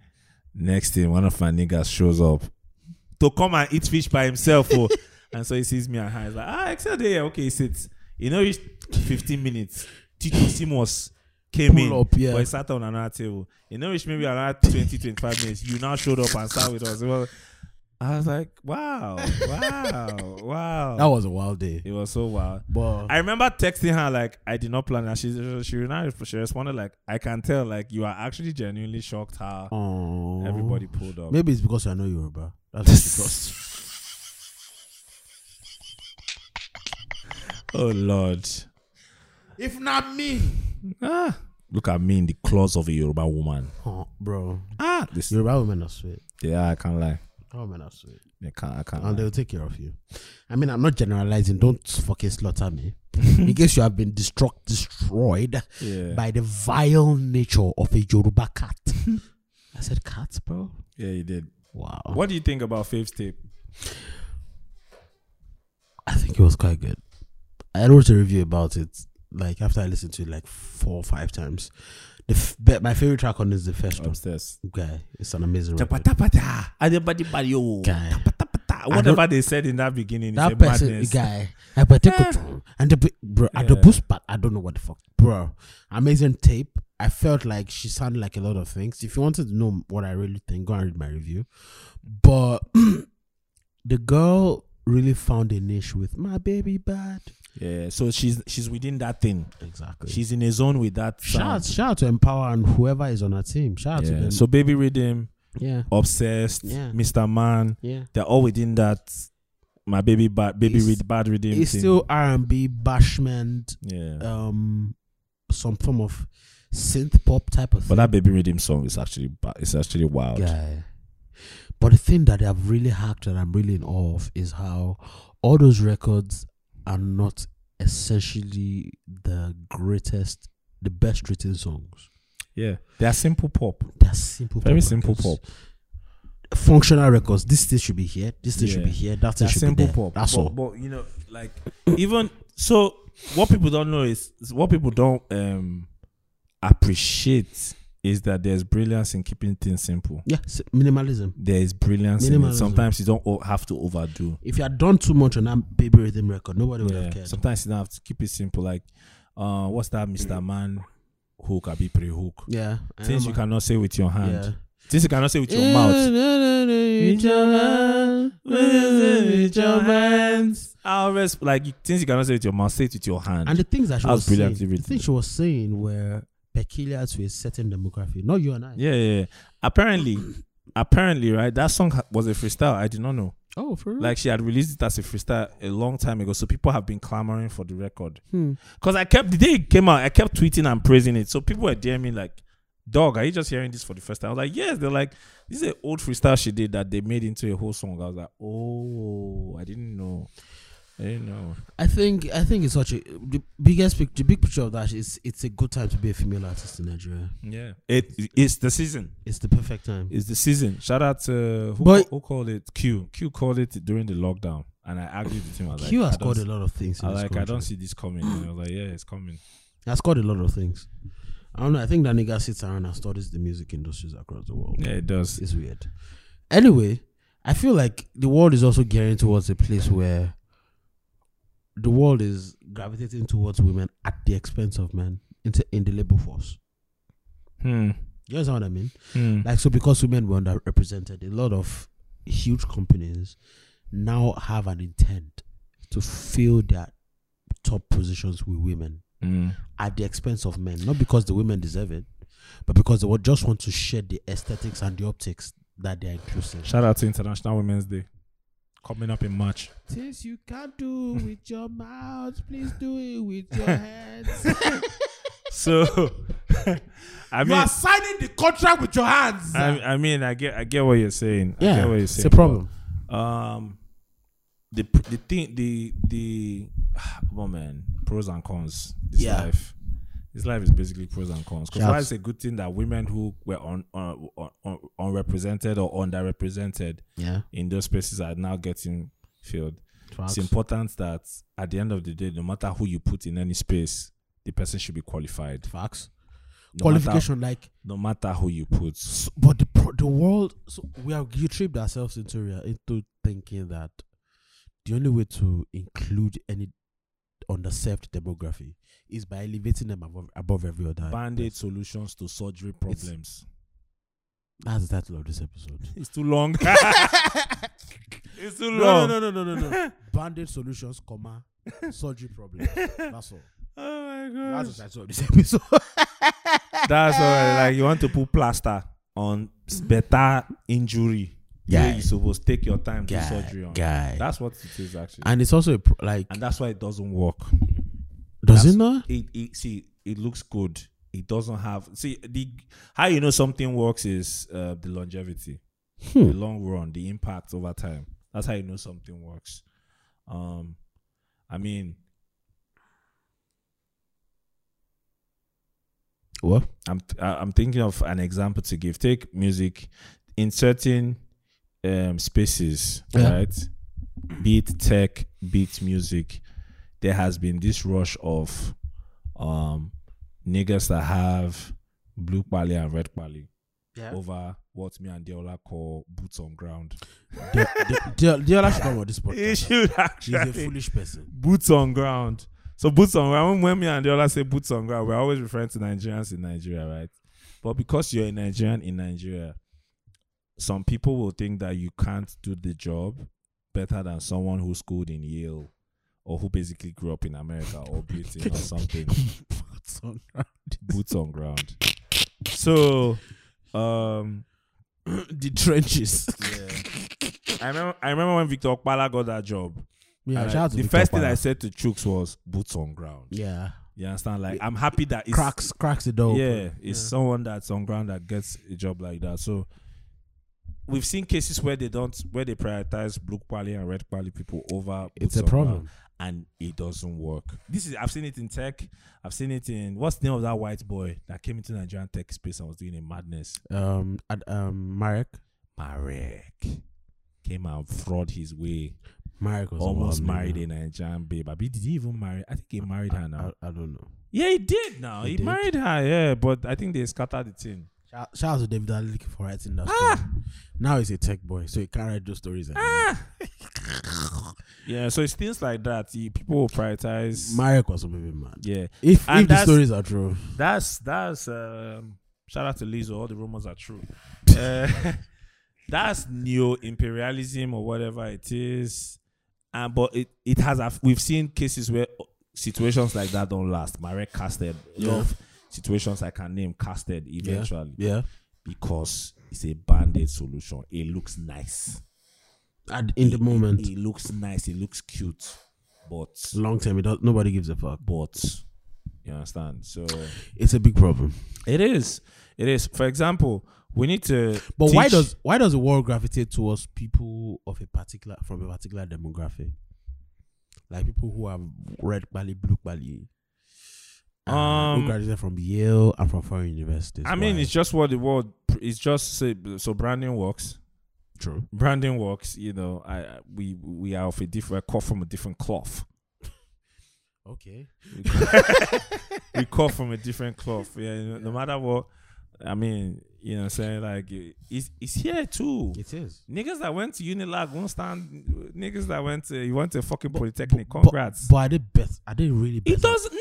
C: Next thing, one of my niggas shows up,
A: to come and eat fish by himself. Oh.
C: and so he sees me and her. He's like, "Ah, Excel day, okay, he sits." You know, it's fifteen minutes. Tito Simos came
B: Pull
C: in,
B: up, yeah.
C: but he sat on another table. You know, it's maybe around 20, 25 minutes. You now showed up and sat with us. It was- I was like, "Wow, wow, wow!"
B: That was a wild day.
C: it was so wild.
B: But
C: I remember texting her like I did not plan that. She she now she responded like I can tell like you are actually genuinely shocked how
B: Aw.
C: everybody pulled up.
B: um, Maybe it's because I know Yoruba. That's what it was.
C: Oh lord!
D: If not me,
C: Ah, look at me in the claws of a Yoruba woman.
B: Aw, bro.
C: Ah, this
B: Yoruba women are sweet.
C: yeah I can't lie.
B: Yoruba women are sweet.
C: I can't. I can't.
B: And
C: lie.
B: they'll take care of you. I mean, I'm not generalizing. Don't fucking slaughter me. in case you have been destruct, destroyed
C: Yeah,
B: by the vile nature of a Yoruba cat. I said, cat, bro?
C: yeah, you did.
B: Wow.
C: What do you think about Faith's tape?
B: I think it was quite good. I wrote a review about it. Like after I listened to it like four or five times, the f- but my favorite track on it is the first one.
C: Upstairs.
B: Guy, it's an amazing record.
A: Tapatapata, adebadi bayo.
C: oh.
B: Guy,
A: Tapatapata.
C: Whatever they said in that beginning,
B: that
C: it's a
B: person,
C: madness.
B: guy, I particular and the bi- bro at the
C: Yeah.
B: boost part, I don't know what the fuck, bro. Amazing tape. I felt like she sounded like a lot of things. If you wanted to know what I really think, go and read my review. But the girl really found a niche with my baby bad.
C: Yeah, so she's she's within that thing.
B: Exactly.
C: She's in a zone with that.
B: Shout out,
C: sound.
B: shout out to Empower and whoever is on our team. Shout out to
C: Yeah.
B: them.
C: So baby rhythm,
B: yeah,
C: obsessed,
B: Yeah.
C: Mr. Man.
B: yeah.
C: they're all within that my baby bad baby
B: It's-
C: read bad redeem
B: It's
C: thing.
B: still R and B bashment,
C: yeah
B: um, some form of synth pop type of
C: but
B: thing.
C: that baby redeem song is actually ba- it's actually wild
B: guy. But the thing that I've really hacked and I'm really in awe of is how all those records are not essentially the greatest, the best written songs.
C: yeah they are simple pop
B: They're simple,
C: very
B: pop
C: simple
B: records.
C: pop
B: Functional records. This thing should be here. This thing should
C: Yeah.
B: be here. That
C: they
B: thing
C: are
B: should be
C: simple
B: there.
C: pop
B: That's
C: but,
B: all.
C: but you know like even so what people don't know is is what people don't um appreciate is that there's brilliance in keeping things simple
B: Yeah, s- minimalism.
C: there is brilliance in it
B: Minimalism.
C: sometimes you don't o- have to overdo
B: If you had done too much on that baby rhythm record, nobody would
C: Yeah.
B: have cared.
C: sometimes you don't have to keep it simple like uh what's that mr man hook i be pre hook
B: yeah,
C: things you cannot say with your hand
B: yeah.
C: things you cannot say with your mouth
B: With your mouth. With your hands.
C: I'll rest like you- things you cannot say with your mouth say it with your hand
B: And the things that she
C: That was
B: was, saying,
C: brilliantly
B: the
C: written.
B: things she was saying were peculiar to a certain demographic, not you and I.
C: yeah, yeah yeah. apparently apparently right that song ha- was a freestyle I did not know
B: Oh, for real.
C: like she had released it as a freestyle a long time ago so people have been clamoring for the record
B: Hmm.
C: because I kept the day it came out I kept tweeting and praising it so people were DMing me like dog are you just hearing this for the first time I was like yes they're like this is an old freestyle she did that they made into a whole song I was like oh I didn't know I
A: You know.
B: I think I think it's such a the biggest pic, the big picture of that is it's a good time to be a female artist in Nigeria.
A: Yeah.
E: It, it's the season.
B: It's the perfect time.
A: It's the season. Shout out to who,
B: But-
A: who called it Q. Q called it during the lockdown, and I argued with him. I was like,
B: Q has
A: I don't
B: scored a
A: see-
B: lot of things. In
A: I
B: this
A: like. I
B: country.
A: don't see this coming. And I was like, yeah, it's coming.
B: Has scored a lot of things. I don't know. I think that nigga sits around and studies the music industries across the world.
A: Yeah, it does.
B: It's weird. Anyway, I feel like the world is also gearing towards a place where the world is gravitating towards women at the expense of men in, in the labor force.
A: Hmm.
B: You understand what I mean?
A: Hmm.
B: Like, so because women were underrepresented, a lot of huge companies now have an intent to fill their top positions with women
A: Hmm.
B: at the expense of men, not because the women deserve it, but because they would just want to share the aesthetics and the optics that they're inclusive.
A: Shout out to International Women's Day coming up in March.
B: Things you can't do with your mouth, please do it with your hands.
A: So, I
F: You
A: mean,
F: are signing the contract with your hands.
A: I, I mean, I get, I get what you're saying. I
B: yeah,
A: get what you're
B: it's
A: saying.
B: a problem.
A: Um, the pr- the thing, the the oh man, pros and cons. This
B: Yeah.
A: life, this life is basically pros and cons. Because
B: Shouts.
A: why it's a good thing that women who were on, on, on, on unrepresented or underrepresented
B: Yeah,
A: in those spaces are now getting filled. It's
B: facts.
A: important that at the end of the day, no matter who you put in any space, the person should be qualified.
B: Facts.
A: No matter-
B: Qualification, like,
A: no matter who you put.
B: s- but the pro- the world, so we have you tripped ourselves into rea- into thinking that the only way to include any underserved demography is by elevating them above above every other.
A: Band-aid solutions to surgery problems.
B: That's the title of this episode.
A: It's, too long. it's too
B: No,
A: long.
B: no, no, no, no, no, no. Band-aid solutions, comma, surgery problem. That's all.
A: Oh my god.
B: That's the title of this episode.
A: That's all right. Like you want to put plaster on s- better injury.
B: Guy.
A: Yeah. You supposed to take your time to surgery
B: guy,
A: on.
B: guy.
A: That's what it is actually.
B: and it's also a pro- like,
A: And that's why it doesn't work.
B: does
A: that's-
B: it not?
A: It, it see it looks good. It doesn't have see the how you know something works is uh, the longevity.
B: Hmm.
A: the long run, the impact over time. That's how you know something works. Um, I mean,
B: What?
A: I'm I- I'm thinking of an example to give. Take music in certain um, spaces,
B: Yeah.
A: right? Beat tech, beat music. There has been this rush of um, niggas that have blue pali and red pali
B: Yeah.
A: over what me and Deola call boots on ground.
B: The, the, the, the other should come on this
A: It
B: podcast.
A: should
B: He's a
A: actually
B: foolish person.
A: boots on ground. So boots on ground. When- When me and the other say boots on ground, we're always referring to Nigerians in Nigeria, right? But because you're a Nigerian in Nigeria, some people will think that you can't do the job better than someone who schooled in Yale or who basically grew up in America or Britain or something. Boots on ground. So, um,
B: the trenches.
A: I remember. I remember when Victor Okpala got that job.
B: Yeah,
A: and I-
B: shout out to
A: the
B: Victor
A: first thing
B: Okpala.
A: I said to Chooks was boots on ground.
B: Yeah,
A: You understand? Like I'm happy that it's
B: cracks cracks the door.
A: Yeah,
B: open.
A: it's someone that's on ground that gets a job like that. So we've seen cases where they don't where they prioritize blue quality and red quality people over
B: It's
A: boots
B: a
A: on ground,
B: problem.
A: and it doesn't work. This is I've seen it in tech. I've seen it in what's the name of that white boy that came into Nigerian tech space and was doing a madness?
B: Um, and, um, Marek,
A: Marek came and fraud his way.
B: Marek was a
A: Almost
B: wild
A: married a
B: nigga.
A: Nigerian babe. I mean, did he even marry? I think he married her now.
B: I, I don't know.
A: Yeah, he did now.
B: He
A: He,
B: did?
A: married her, yeah, but I think they scattered the thing.
B: Shout, shout out to David Alec for writing that story. Now he's a tech boy, so he can't write those stories. anymore.
A: Yeah, so it's things like that. The people will prioritize.
B: Marek was a baby man.
A: yeah,
B: If,
A: And
B: if the
A: that's-
B: stories are true,
A: that's that's. Um, shout out to Lizzo. All the rumors are true. uh, that's neo imperialism or whatever it is. And but it it has. aff- We've seen cases where situations like that don't last. Marek casted. A lot of situations I can name casted eventually
B: yeah,
A: because it's a band-aid solution. It looks nice.
B: at, in the moment,
A: It, it looks nice. It looks cute, but
B: long term, it does, nobody gives a fuck.
A: but you understand. So
B: It's a big problem.
A: it is, it is. For example, we need to.
B: But why
A: teach-
B: does why does the world gravitate towards people of a particular from a particular demographic? like people who have read Bali, Blue Bali, um,
A: Um,
B: who graduated from Yale and from foreign universities.
A: I mean,
B: Why?
A: it's just what the world. It's just say- so branding works.
B: true.
A: Branding works. You know, I I- we we are of a different cut from a different cloth.
B: Okay.
A: we cut from a different cloth. Yeah, you know, no matter what. I mean, you know, what I'm saying like it's it's here too.
B: It is.
A: Niggas that went to Unilag won't stand. Niggas that went to you went to fucking polytechnic.
B: But-
A: Congrats.
B: But, are they best? Are they really
A: It
B: best?
A: doesn't.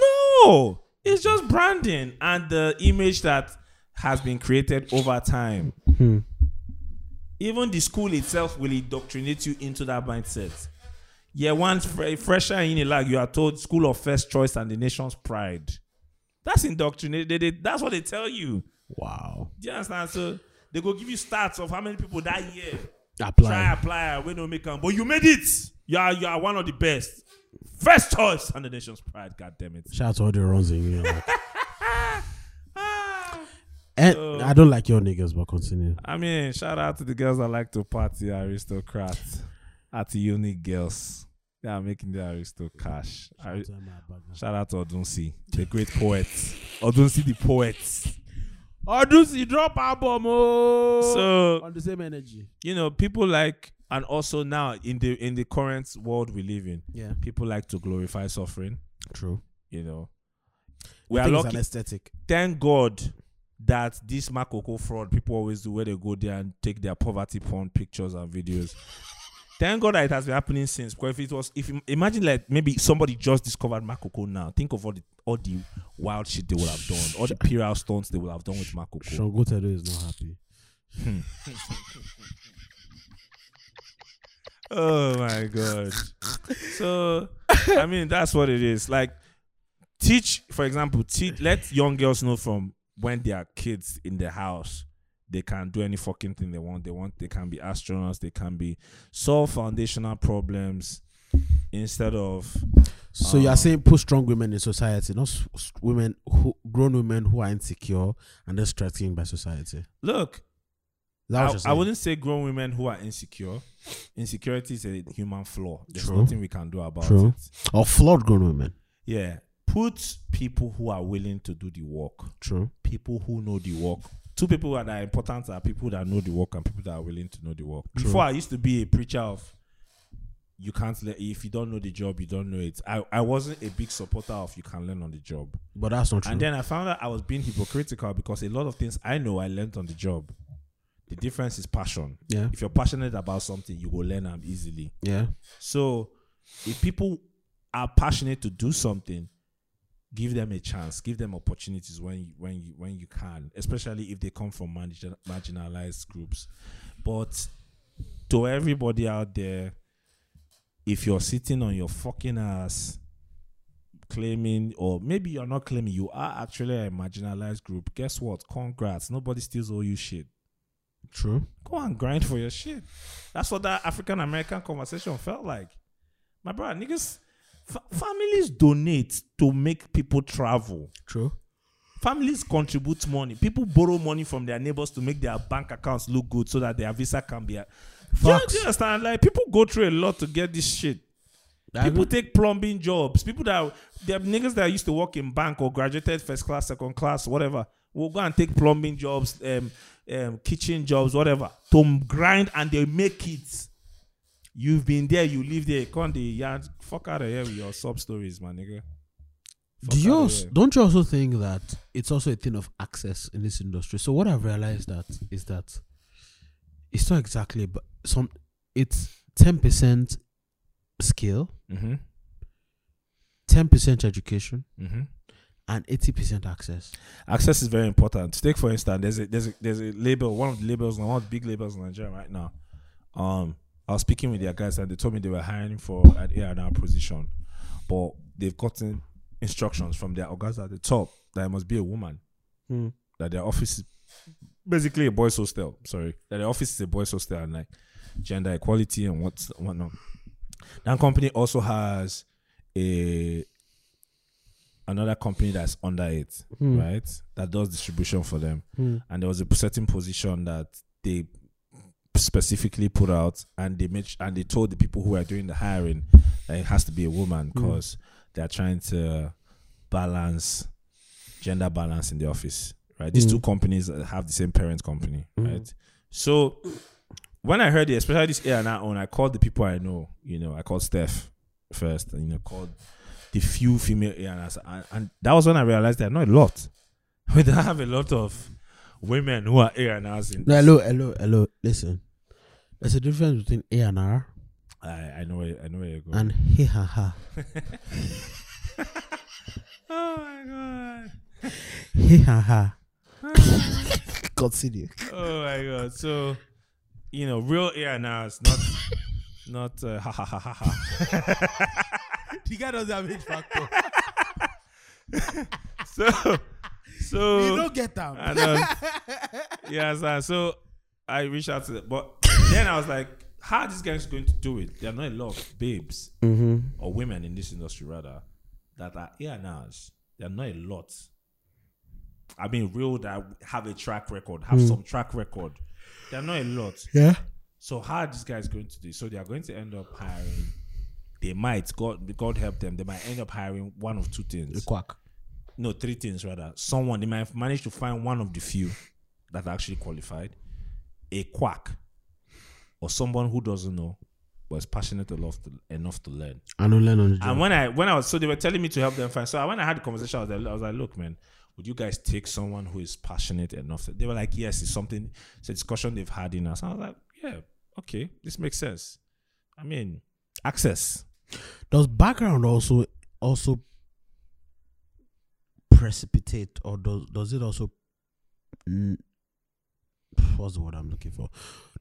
A: No, it's just branding and the image that has been created over time.
B: Hmm.
A: Even the school itself will indoctrinate you into that mindset. Yeah, once fre- fresher in a lag, you are told school of first choice and the nation's pride. That's indoctrinated. That's what they tell you.
B: Wow.
A: Do you understand? So they go give you stats of how many people that year try
B: Apply.
A: apply we no make am but you made it. You are you are one of the best. First choice and the nation's pride. God damn it.
B: Shout out to all the runs in Yale.
A: Ah.
B: and I don't like your niggas, but continue.
A: I mean, shout out to the girls that like to party, aristocrats, at unique girls. They are making the aristo cash. Ari- shout out to Odunsi, the great poet. Odunsi, the poet.
D: Oh, dudes, you drop album, oh.
A: So
B: On the same energy.
A: you know, people like, and also now in the in the current world we live in,
B: Yeah.
A: people like to glorify suffering.
B: True.
A: You know, we
B: I
A: are
B: think it's
A: lucky.
B: an aesthetic.
A: thank God that this Makoko fraud people always do where they go there and take their poverty porn pictures and videos. thank God that it has been happening since. Because if it was, if imagine like maybe somebody just discovered Makoko now, think of all the all the wild shit they will have done, all the piral stunts they will have done with Makoko.
B: Shango Tedo is not happy.
A: Oh my God! So I mean, that's what it is. Like teach, for example, teach. Let young girls know from when they are kids in the house, they can do any fucking thing they want. They want. They can be astronauts. They can be solve foundational problems instead of
B: So you
A: Um,
B: are saying put strong women in society, not s- s- women who grown women who are insecure and they're threatened by society.
A: look.
B: That
A: I,
B: was
A: I wouldn't say grown women who are insecure. Insecurity is a human flaw. There's
B: True.
A: nothing we can do about
B: True.
A: it.
B: or flawed grown women.
A: Yeah. Put people who are willing to do the work.
B: True.
A: people who know the work. Two people that are important are people that know the work and people that are willing to know the work.
B: True.
A: Before I used to be a preacher of you can't let if you don't know the job, you don't know it. I, I wasn't a big supporter of you can learn on the job.
B: But that's not true.
A: And then I found out I was being hypocritical because a lot of things I know I learned on the job. The difference is passion.
B: yeah.
A: If you're passionate about something, you will learn them easily.
B: Yeah.
A: So if people are passionate to do something, give them a chance, give them opportunities when you, when you, when you can, especially if they come from margin- marginalized groups. But to everybody out there, if you're sitting on your fucking ass claiming or maybe you're not claiming you are actually a marginalized group guess what congrats nobody steals all you shit
B: True.
A: go and grind for your shit. That's what that African American conversation felt like. My brother, niggas, fa- families donate to make people travel.
B: True.
A: Families contribute money. People borrow money from their neighbors to make their bank accounts look good so that their visa can be. A- Do you- do
B: Facts.
A: you understand? Like people go through a lot to get this shit.
B: I
A: People
B: agree.
A: take plumbing jobs. People that they are niggas that used to work in bank or graduated first class, second class, whatever, will go and take plumbing jobs, um, um, kitchen jobs, whatever, to grind and they make it. You've been there, you live there. Come the yard, fuck out of here with your sub stories, my nigga. Fuck
B: Do you
A: outta
B: also,
A: here.
B: don't you also think that it's also a thing of access in this industry? So what I've realized that is that it's not exactly but some it's ten percent skill,
A: Mhm,
B: ten percent education,
A: mhm.
B: and eighty percent access.
A: Access is very important. Take for instance, there's a there's a there's a label, one of the labels, one of the big labels in Nigeria right now. Um, I was speaking with their guys and they told me they were hiring for an A and R position, but they've gotten instructions from their organs at the top that it must be a woman.
B: Hmm.
A: That their office is basically a boys' hostel. Sorry, that their office is a boys' hostel and like gender equality and what's whatnot. That company also has a another company that's under it,
B: Hmm.
A: right? That does distribution for them
B: Hmm.
A: and there was a certain position that they specifically put out, and they made, and they told the people who are doing the hiring that it has to be a woman because they're trying to balance gender balance in the office. Right, these two companies have the same parent company. Right, so when I heard it, especially this A and R on, I called the people I know. You know, I called Steph first. You know, called the few female A and R's, and, and that was when I realized there are not a lot. We don't have a lot of women who are A and R's in.
B: No, hello, hello, hello. Listen, there's a difference between A and R
A: I, I know where I know where you're going.
B: and he ha ha.
A: oh my
B: He ha ha. Continue.
A: god! Oh my god! So, you know, real A and R's, not not uh, ha ha ha ha ha.
G: The guy doesn't have H factor.
A: So, so
G: You don't get them.
A: And um, yeah, so, so I reached out to them. But then I was like, how are these guys going to do it? There are not a lot of babes or women in this industry, rather, that are here now. There are not a lot. I mean, real that have a track record, have some track record. There are not a lot.
B: Yeah.
A: So how are these guys going to do? So they are going to end up hiring. They might God God help them. They might end up hiring one of two things
B: Quack.
A: no three things rather someone they might have managed to find one of the few that are actually qualified a quack or someone who doesn't know but is passionate enough to, enough to learn
B: I don't learn on the
A: and
B: job.
A: when i when i was so they were telling me to help them find so I- when i had the conversation I was, like, I was like look man would you guys take someone who is passionate enough to-" they were like yes it's something it's a discussion they've had in us i was like yeah okay this makes sense i mean access
B: Does background also also precipitate or does does it also mm, what's the word I'm looking for?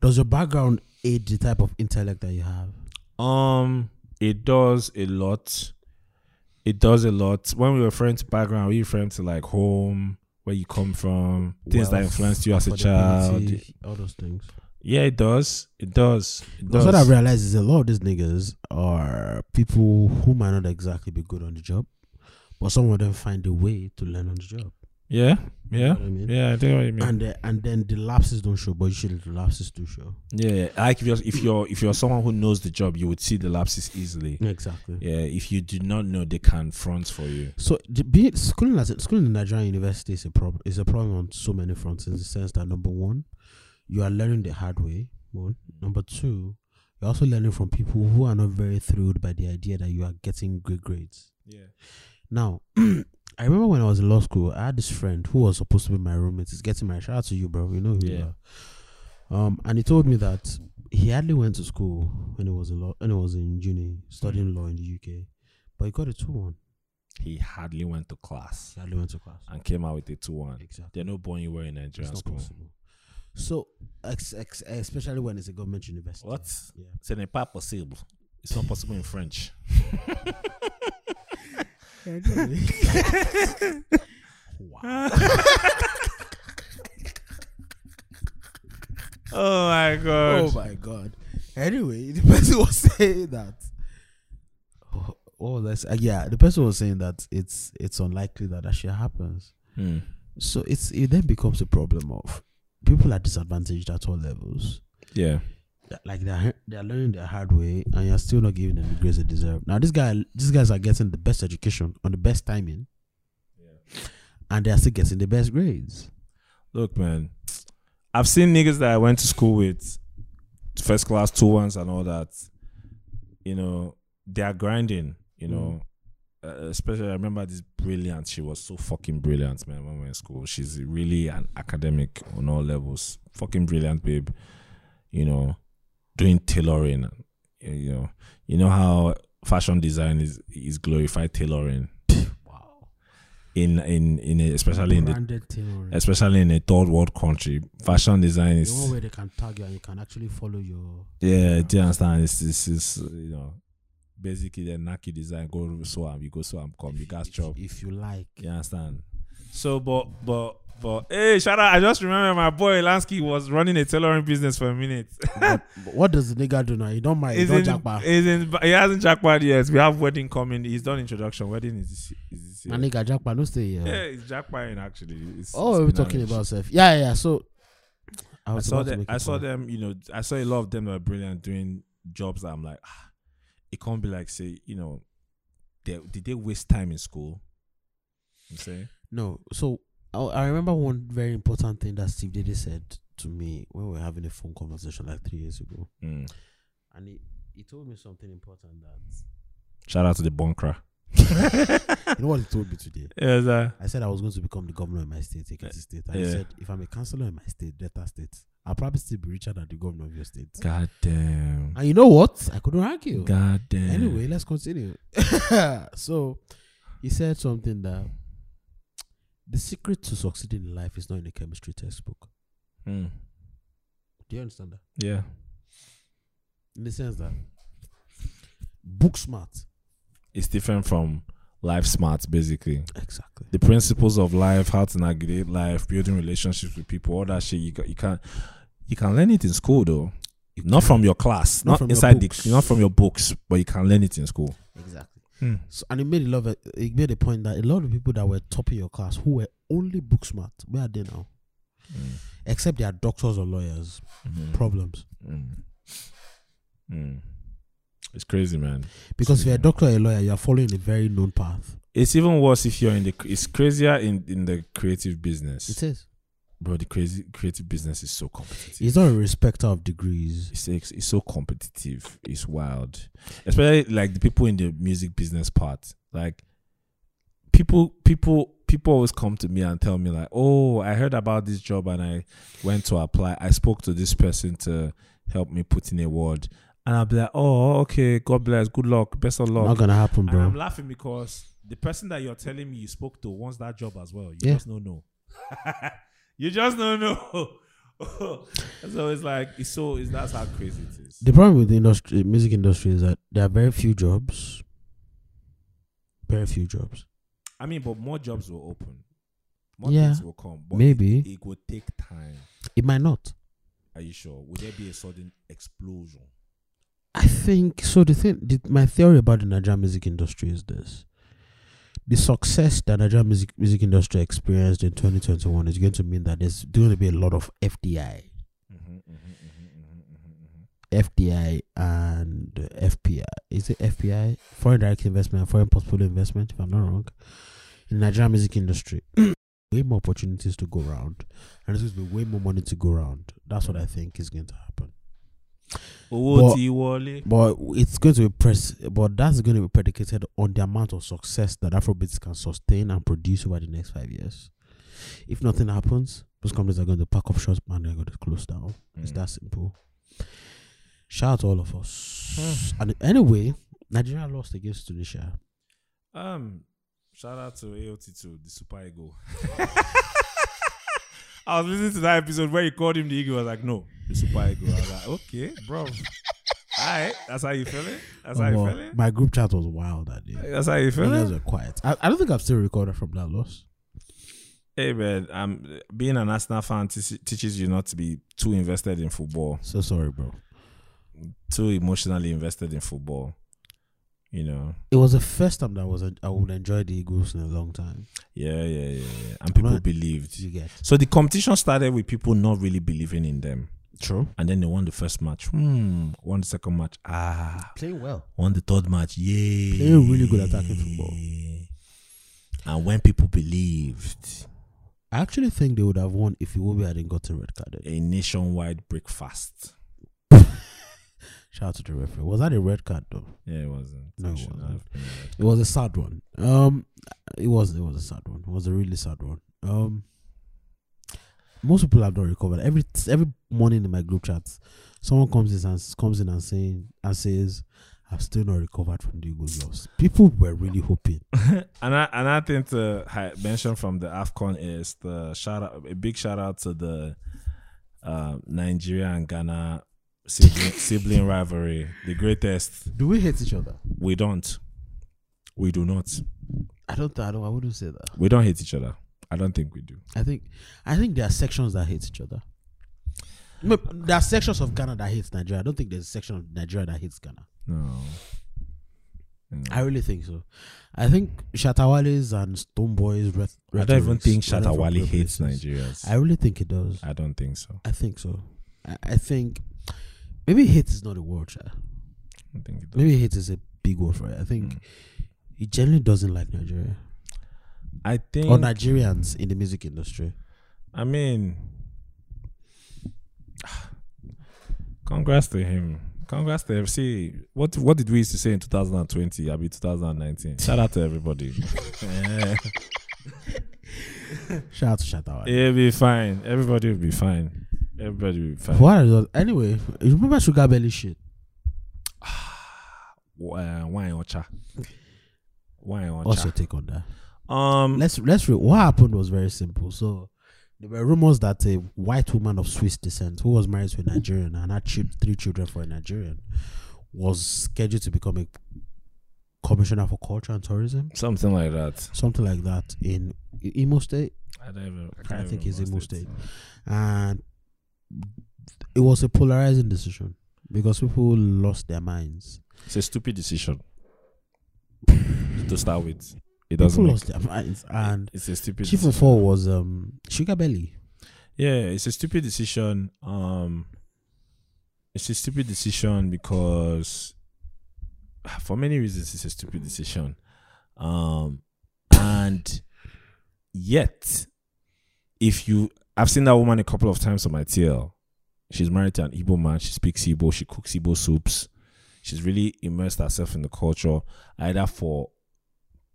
B: Does your background aid the type of intellect that you have?
A: Um, it does a lot. It does a lot. When we were referring to background, we referring to like home, where you come from, things that
B: Wealth,
A: influenced you as a child.
B: affordability, all those things.
A: Yeah, it does. It does. It does.
B: That's what I realized is a lot of these niggas are people who might not exactly be good on the job, but some of them find a way to learn on the job.
A: yeah, yeah,
B: You know what I mean?
A: yeah. I think what you mean.
B: And uh, and then the lapses don't show, but usually the lapses do show.
A: yeah, like if you're if you're if you're someone who knows the job, you would see the lapses easily.
B: Exactly.
A: Yeah, if you do not know, they can front for you.
B: So the, be, schooling as schooling in Nigerian university is a problem. Is a problem on so many fronts. In the sense that number one, you are learning the hard way. One. Number two, you're also learning from people who are not very thrilled by the idea that you are getting good grades.
A: Yeah.
B: Now, I remember when I was in law school, I had this friend who was supposed to be my roommate. He's getting my shout out to you, bro. You know who
A: Yeah.
B: you are. Um, and he told me that he hardly went to school when he was in law when he was in uni studying law in the UK, but he got a two one.
A: He hardly went to class
B: He hardly went to class.
A: and came out with a two one.
B: Exactly.
A: They're not born you were in
B: It's
A: Nigerian
B: not
A: school.
B: possible. So, ex- ex- especially when it's a government university.
A: What?
B: Yeah.
A: Ce n'est pas possible. It's not possible in French.
B: Wow.
H: Oh my god.
B: oh my god. Anyway, the person was saying that. Oh, oh that's uh, yeah. The person was saying that it's it's unlikely that that shit happens.
A: Hmm.
B: So it's it then becomes a problem of people are disadvantaged at all levels.
A: Yeah.
B: That- Like they're they're learning the hard way, and you're still not giving them the grades they deserve. Now this guy, these guys are getting the best education on the best timing, and they are still getting the best grades.
A: Look, man, I've seen niggas that I went to school with, first class, two ones, and all that. You know, they are grinding. You know, uh, especially I remember this brilliant. She was so fucking brilliant, man. When we were in school, she's really an academic on all levels. Fucking brilliant, babe. You know, doing tailoring. You know, you know how fashion design is is glorified tailoring.
B: Wow.
A: In in in a, especially in the
B: Branded theory.
A: Mm. especially in a third world country. Fashion design
B: The one
A: is
B: where they can tag you and you can actually follow your.
A: yeah, do you understand? It's it's, it's you know basically the Naki design. Go so am you go so am come you gas chop.
B: If you like.
A: You understand? So but but but hey, shout out! I just remember my boy Lansky was running a tailoring business for a minute.
B: But what does the nigga do now? You don't mind. You
A: He's
B: don't
A: in,
B: jackpot.
A: he's in, he hasn't jackpot yet. We have wedding coming. He's done introduction. Wedding is this, is this
B: My
A: year.
B: nigga jackpot, don't stay here.
A: Yeah, it's jackpotting actually. It's,
B: oh,
A: it's
B: we're
A: been
B: talking
A: arranged.
B: about self. Yeah, yeah. yeah. So I I
C: I
B: was
C: saw
B: about to
C: them.
B: make a
C: I saw
B: point.
C: them. You know, I saw a lot of them that were brilliant doing jobs. That I'm like, ah, it can't be like say, you know, they, did they waste time in school? You say
B: No, so I, I remember one very important thing that Steve Diddy said to me when we were having a phone conversation like three years ago,
C: Mm.
B: and he, he told me something important that
C: Shout out to the bunker.
B: you know what he told me today.
C: Yes, uh,
B: I said I was going to become the governor in my state, Ekiti State, and
C: yeah.
B: he said if I'm a councillor in my state, Delta State, I'll probably still be richer than the governor of your state.
C: God damn.
B: And you know what? I couldn't argue.
C: God damn.
B: Anyway, let's continue. so he said something that the secret to succeeding in life is not in a chemistry textbook.
C: Mm.
B: Do you understand that?
C: Yeah.
B: in the sense that book smart
C: It's different from life smarts, basically.
B: exactly
C: The principles of life, how to navigate life, building relationships with people, all that shit. You ca- you can you can learn it in school though.
B: You
C: not from your class,
B: Not
C: not,
B: from your
C: inside
B: books.
C: the, not from your books, but you can learn it in school.
B: exactly
C: Hmm.
B: so and it made a lot of it made a point that a lot of people that were top in your class who were only book smart where are they now
C: Hmm.
B: except they are doctors or lawyers
C: Mm-hmm.
B: problems
C: Mm. Mm. It's crazy, man.
B: because if you're a doctor or a lawyer you're following a very known path
C: It's even worse if you're in the. It's crazier in in the creative business,
B: it is
C: bro. The crazy creative business is so competitive.
B: it's not a respecter of degrees
C: It's, it's it's so competitive. It's wild, especially like the people in the music business part. Like people, people, people always come to me and tell me like, "Oh, I heard about this job and I went to apply. I spoke to this person to help me put in a word." And I'll be like, "Oh, okay. God bless. Good luck. Best of luck."
B: not gonna happen
C: And I'm
B: bro
C: laughing because the person that you're telling me you spoke to wants that job as well. You
B: Yeah.
C: just don't know. you just don't know. so it's like it's so it's that's how crazy it is.
B: the problem with the industry music industry is that there are very few jobs very few jobs
C: I mean, but more jobs will open. More
B: Yeah.
C: things will come. But
B: Maybe.
C: it, it will take time.
B: it might not
C: Are you sure? Would there be a sudden explosion?
B: I think so. The thing, the, my theory about the Nigerian music industry is this: the success that Nigerian music music industry experienced in 2021 is going to mean that there's going to be a lot of FDI, Mm-hmm, FDI, and FPI. Is it FPI? Foreign direct investment, and foreign portfolio investment. If I'm not wrong, in Nigerian music industry, way more opportunities to go around, and there's going to be way more money to go around. That's what I think is going to happen. But-
C: Wally.
B: But it's going to be press, but that's going to be predicated on the amount of success that Afrobeats can sustain and produce over the next five years. If nothing happens, those companies are going to pack up shops and they're going to close down. It's that simple. Shout out to all of us. And anyway, Nigeria lost against Tunisia.
C: Um, shout out to AOT to the Super Eagle. I was listening to that episode where he called him the Eagle. I was like, no, the Super Eagle. I was like, okay, bro. All right, that's how you feel it. That's how you
B: Omo,
C: feel it.
B: my group chat was wild that day.
C: That's how you
B: You
C: feel
B: guys
C: it.
B: were quiet. I, I don't think I've still recovered from that loss.
C: Hey man, um, being an Arsenal fan te- teaches you not to be too invested in football,
B: So sorry, bro.
C: too emotionally invested in football. You know,
B: It was the first time that I was I would enjoy the Eagles in a long time.
C: yeah, yeah, yeah, yeah. and people
B: not-
C: believed.
B: You get
C: So the competition started with people not really believing in them.
B: true.
C: and then they won the first match. Hmm. Won the second match. Ah.
B: Playing well.
C: Won the third match. Yay.
B: Playing really good attacking football.
C: And when people believed,
B: I actually think they would have won if Iwobi hadn't gotten red carded.
C: a nationwide breakfast.
B: Shout out to the referee. Was that a red card though?
C: Yeah, it wasn't.
B: No, it
C: It shouldn't
B: wasn't.
C: have been red.
B: It was a sad one. Um, it was it was a sad one. It was a really sad one. Um, most people have not recovered. Every every morning in my group chats, someone comes in and comes in and saying and says, "I've still not recovered from the Eagles loss." People were really hoping.
C: Ano- Another thing to hi- mention from the AFCON is the shout out, a big shout out to the uh, Nigeria and Ghana sibling, sibling rivalry, the greatest.
B: Do we hate each other?
C: We don't. We do not.
B: I don't. I don't. I wouldn't say that.
C: We don't hate each other. I don't think we do.
B: I think I think there are sections that hate each other. No, there are sections of Ghana that hates Nigeria. I don't think there's a section of Nigeria that hates Ghana.
C: No.
B: I really think so. I think Shatawale's and Stone Boy's. Ret-
C: I don't even
B: rhetorics
C: think
B: were from
C: Shatawale
B: real
C: hates
B: places.
C: Nigerians.
B: I really think it does.
C: I don't think so.
B: I think so. I, I think maybe hate is not a word. Sha.
C: I don't think it does.
B: Maybe hate is a big word for it. I
C: Mm.
B: think he generally doesn't like Nigeria
C: I think.
B: or Nigerians in the music industry.
C: I mean, congrats to him. Congrats to him. See, what what did we used to say in 2020? I'll be 2019. Shout out to everybody.
B: Shout out to Shatawale.
C: It'll be fine. Everybody will be fine. Everybody will be fine.
B: What are those? Anyway, you remember Sugar Belly shit?
C: Uh, wine ocha. Wine
B: What's your
C: ocha.
B: take on that?
C: Um,
B: Let's let's read. What happened was very simple. So there were rumors that a white woman of Swiss descent who was married to a Nigerian and had chi- three children for a Nigerian was scheduled to become a commissioner for culture and tourism,
C: something like that.
B: something like that, in I- Imo State.
C: I don't even.
B: I
C: can't
B: think
C: even
B: it's Imo
C: bust it.
B: State, and it was a polarizing decision because people lost their minds.
C: It's a stupid decision to start with. It doesn't.
B: People
C: Make,
B: lost their minds, and
C: it's a stupid.
B: Chief of Four was um Sugar Belly.
C: Yeah, it's a stupid decision. Um, it's a stupid decision because ah, for many reasons it's a stupid decision. Um, and yet, if you, I've seen that woman a couple of times on my tail. She's married to an Igbo man. She speaks Igbo. She cooks Igbo soups. She's really immersed herself in the culture, either for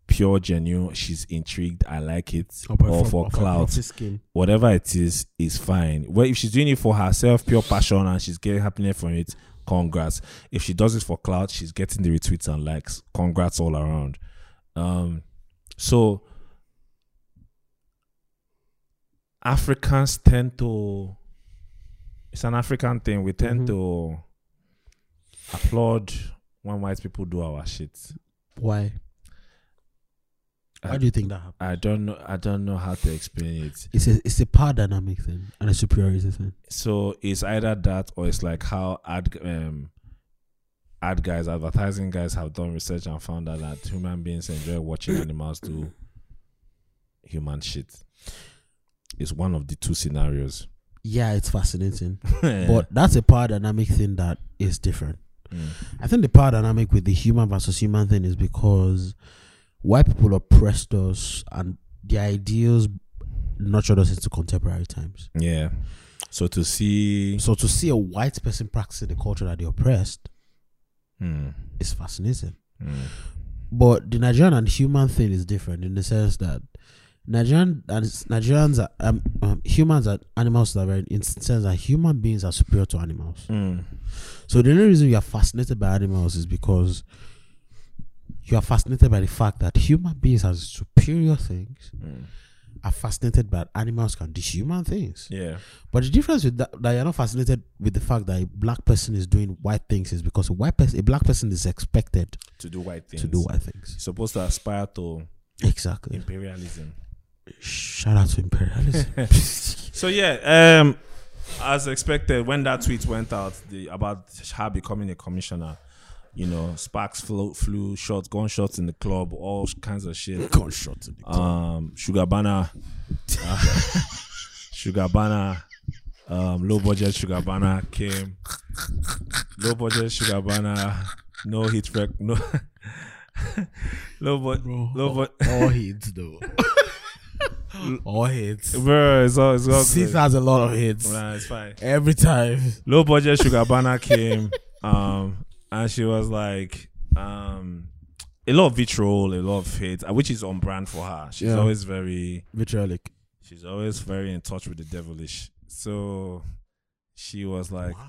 C: pure genuine. She's intrigued. I like it, or for clout
B: Scheme.
C: whatever it is is fine. Well, if she's doing it for herself, pure passion, and she's getting happiness from it, congrats. If she does it for clout, she's getting the retweets and likes. Congrats all around. Um, so Africans tend to. It's an African thing. We tend
B: Mhm.
C: to applaud when white people do our shit.
B: Why?
C: I-
B: Why do you think that happened?
C: I don't know. I don't know how to explain it.
B: It's a it's a power dynamic thing and a superiority thing.
C: so it's either that or it's like how ad um ad guys advertising guys have done research and found out that human beings enjoy watching animals do human shit it's one of the two scenarios
B: Yeah, it's fascinating, but that's a power dynamic thing that is different.
C: Mm.
B: I think the power dynamic with the human versus human thing is because white people oppressed us and their ideals nurtured us into contemporary times.
C: yeah so to see
B: So to see a white person practicing the culture that they oppressed
C: Mm.
B: is fascinating.
C: Mm.
B: But the Nigerian and human thing is different in the sense that Nigerian and Nigerians are um, um, humans are animals that are in the sense that human beings are superior to animals.
C: Mm.
B: So the only reason you are fascinated by animals is because you are fascinated by the fact that human beings are superior things
C: Mm.
B: are fascinated by animals can do human things.
C: yeah
B: But the difference with that, that you're not fascinated with the fact that a black person is doing white things is because a white person a black person is expected
C: to do white things
B: to do white things.
C: supposed to aspire to
B: Exactly.
C: imperialism
B: Shout out to imperialism.
C: So yeah, um, as expected, when that tweet went out the, about her becoming a commissioner, you know, sparks flew, flew, shots, gunshots in the club, all kinds of shit.
B: Gunshot. in the-
C: Um, Sugar Banner, uh, Sugar Banner, um, low budget Sugar Banner came. Low budget Sugar Banner, no hit rec, no. low budget, low budget.
B: All hits though. all hits.
C: Bro, it's all, it's all
B: Sis
C: good.
B: has a lot of hits
C: Nah, it's fine.
B: every time.
C: low budget sugar banner came um and she was like um a lot of vitriol a lot of hate uh, which is on brand for her she's
B: Yeah.
C: always very
B: Vitriolic.
C: she's always very in touch with the devilish so she was like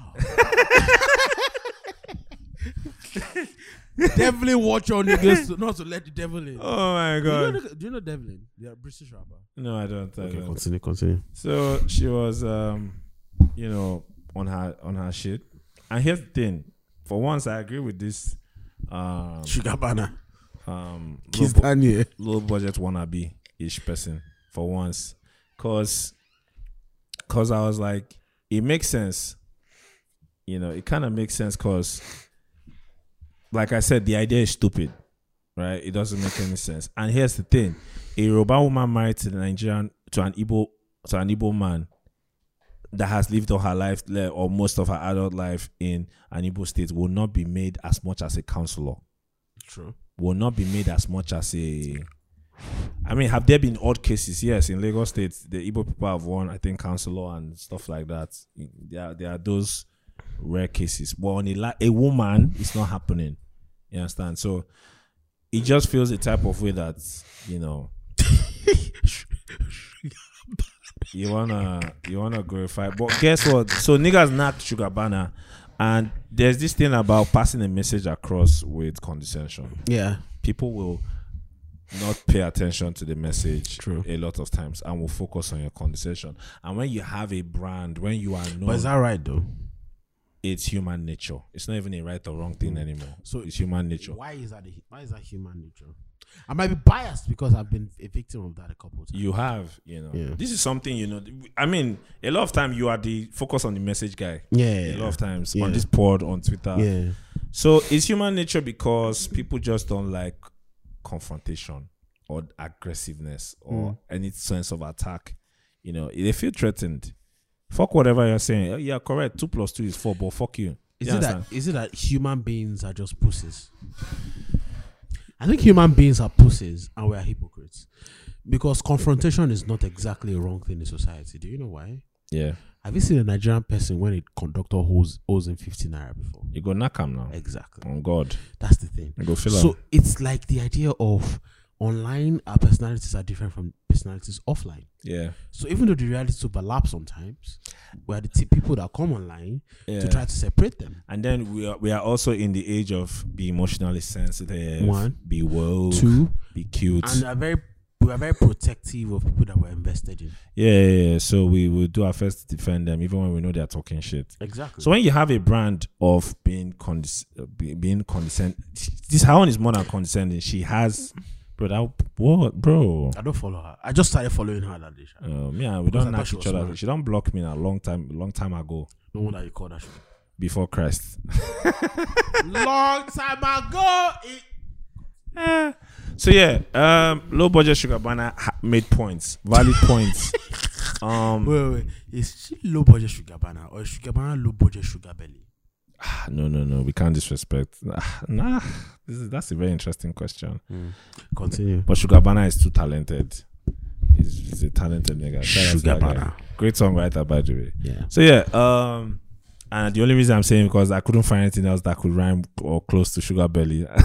D: Definitely watch your niggas to- not to let the devil in.
C: oh my
D: Do you
C: god
D: know the- do you know Devlin? They're a British rapper.
C: no i don't, I
B: Okay,
C: don't.
B: continue, continue.
C: So she was, um, you know, on her on her shit. And here's the thing: for once, I agree with this. Um,
B: Sugar banner.
C: um,
B: Kiss
C: low bu-
B: Daniel.
C: low budget wannabe ish person for once. Cause, cause I was like, it makes sense. You know, it kind of makes sense. Cause, like I said, the idea is stupid.
A: right? It doesn't make any sense. And here's the thing: a Yoruba woman married to the Nigerian to an Igbo to an Igbo man that has lived all her life le- or most of her adult life in an Igbo state will not be made as much as a counselor.
B: True.
A: Will not be made as much as a. I mean, have there been odd cases? Yes, in Lagos State, the Igbo people have won, I think, counselor and stuff like that. There, are- there are those rare cases. But on a, la- a woman, it's not happening. You understand? So it just feels a type of way that, you know, you wanna you wanna glorify. But guess what? So niggas not sugar banner, and there's this thing about passing a message across with condescension.
B: Yeah.
A: People will not pay attention to the message
B: True.
A: a lot of times and will focus on your condescension. And when you have a brand, when you are
B: But
A: known,
B: is that right though?
A: it's human nature. It's not even a right or wrong thing anymore. So
B: So-
A: it's human nature.
B: Why is that? the- Why is that human nature? I might be biased because I've been a victim of that a couple times.
A: You have, you know,
B: Yeah.
A: this is something you know. I mean, a lot of time you are the focus on the message guy.
B: Yeah.
A: A lot of times
B: Yeah.
A: on this pod, on Twitter,
B: Yeah.
A: So it's human nature because people just don't like confrontation or aggressiveness or
B: Mm.
A: any sense of attack. You know, they feel threatened. Fuck whatever you're saying. Oh, Yeah, correct. Two plus two is four, but fuck you.
B: Is
A: You
B: it that?
A: understand?
B: Is it that human beings are just pussies? I think human beings are pussies and we are hypocrites because confrontation is not exactly a wrong thing in society. Do you know why?
A: Yeah,
B: Have you seen a Nigerian person when a conductor holds holds in fifteen naira before?
A: you go knock him now.
B: Exactly.
A: On God,
B: That's the thing.
A: you go feel
B: So it's like the idea of online our personalities are different from personalities offline.
A: yeah,
B: So even though the realities overlap sometimes, we are the t- people that come online
A: yeah.
B: to try to separate them.
A: and then we are we are also in the age of be emotionally sensitive.
B: One.
A: be woke,
B: Two,
A: be cute.
B: and are very we are very protective of people that we're invested in.
A: yeah, yeah, yeah. So we will do our best to defend them, even when we know they are talking shit.
B: Exactly.
A: So when you have a brand of being condes- uh, be- being condescending, this Haon is more than condescending. She has, bro. That, what, bro?
B: I don't follow her. I just started following her that day. Sha.
A: Uh, yeah, we
B: Because
A: don't
B: I thought
A: knock
B: she
A: each
B: was
A: other.
B: smart.
A: She don't block me a long time, long time ago,
B: No wonder you call that shit.
A: before Christ.
B: Long time ago. It-
A: So yeah, um, low budget sugar banner ha- made points, valid points. Um,
B: wait, wait. Is she low budget sugar banana or is sugar banana low budget sugar belly?
A: ah, no, no, no, we can't disrespect. Ah, Nah, this is, that's a very interesting question.
B: Continue.
A: But Sugar Banner is too talented. He's, he's a talented nigga. Shout out to
B: Sugar
A: that guy.
B: Banner.
A: great songwriter by the way.
B: Yeah.
A: So yeah, um, and the only reason I'm saying because I couldn't find anything else that could rhyme or close to Sugar Belly.
B: I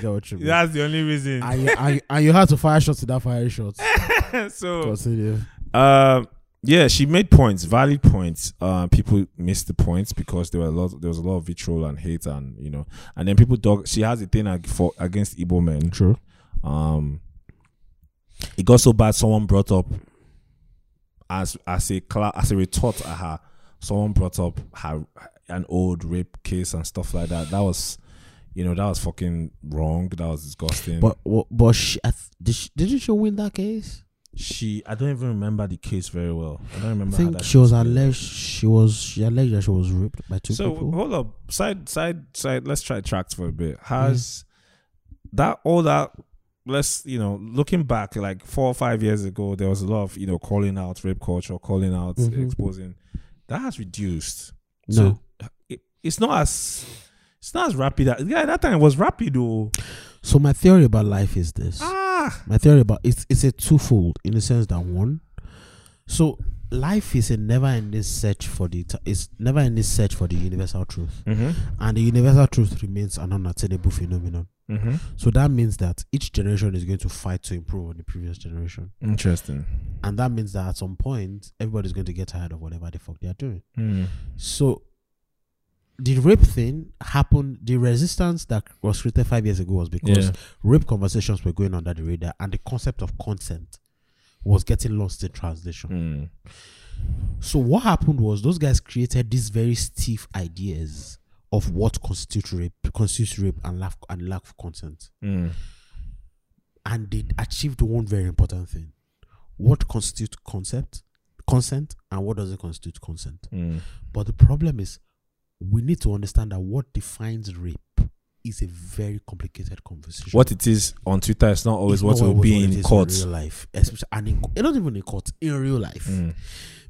B: get what you mean.
A: That's the only reason.
B: and, you, and, you, and you had to fire shots to that fire shot.
A: so
B: Continue.
A: um, yeah, she made points, valid points. Uh, people missed the points because there were a lot. There was a lot of vitriol and hate, and you know, and then people dog. She has a thing ag- for against Igbo men.
B: True.
A: um it got so bad someone brought up as as a cla- as a retort at her someone brought up her an old rape case and stuff like that that was you know that was fucking wrong that was disgusting
B: But but, but she, I th- did she, didn't she win that case?
A: she i don't even remember the case very well i don't
B: I
A: remember how
B: think
A: that
B: she was
A: case went.
B: alleged. She was she alleged that she was raped by two
A: so
B: people.
A: hold up side side side let's try tracks for a bit has that all that let's you know looking back like four or five years ago there was a lot of you know calling out rape culture calling out
B: Mhm.
A: exposing that has reduced
B: No.
A: so it, it's not as it's not as rapid as, yeah that time it was rapid though
B: So my theory about life is this.
A: ah
B: My theory about it's it's a twofold in the sense that one, so life is a never-ending search for the t- it's never-ending search for the universal truth,
A: mm-hmm.
B: and the universal truth remains an unattainable phenomenon.
A: Mm-hmm.
B: So that means that each generation is going to fight to improve on the previous generation,
A: interesting
B: and that means that at some point everybody's going to get tired of whatever the fuck they are doing.
A: mm.
B: So the rape thing happened. The resistance that was created five years ago was because
A: Yeah.
B: rape conversations were going under the radar, and the concept of consent was getting lost in translation.
A: Mm.
B: So what happened was those guys created these very stiff ideas of what constitutes rape, constitutes rape, and lack and lack of consent,
A: Mm.
B: and they achieved one very important thing: what constitutes concept, consent, and what doesn't constitute consent.
A: Mm.
B: But the problem is, we need to understand that what defines rape is a very complicated conversation.
C: What it is on Twitter is not always
B: It's
C: what
B: not
C: will
B: always
C: be
B: what it
C: in
B: is
C: court.
B: real life, especially and in, co- not even in court, in real life,
C: Mm.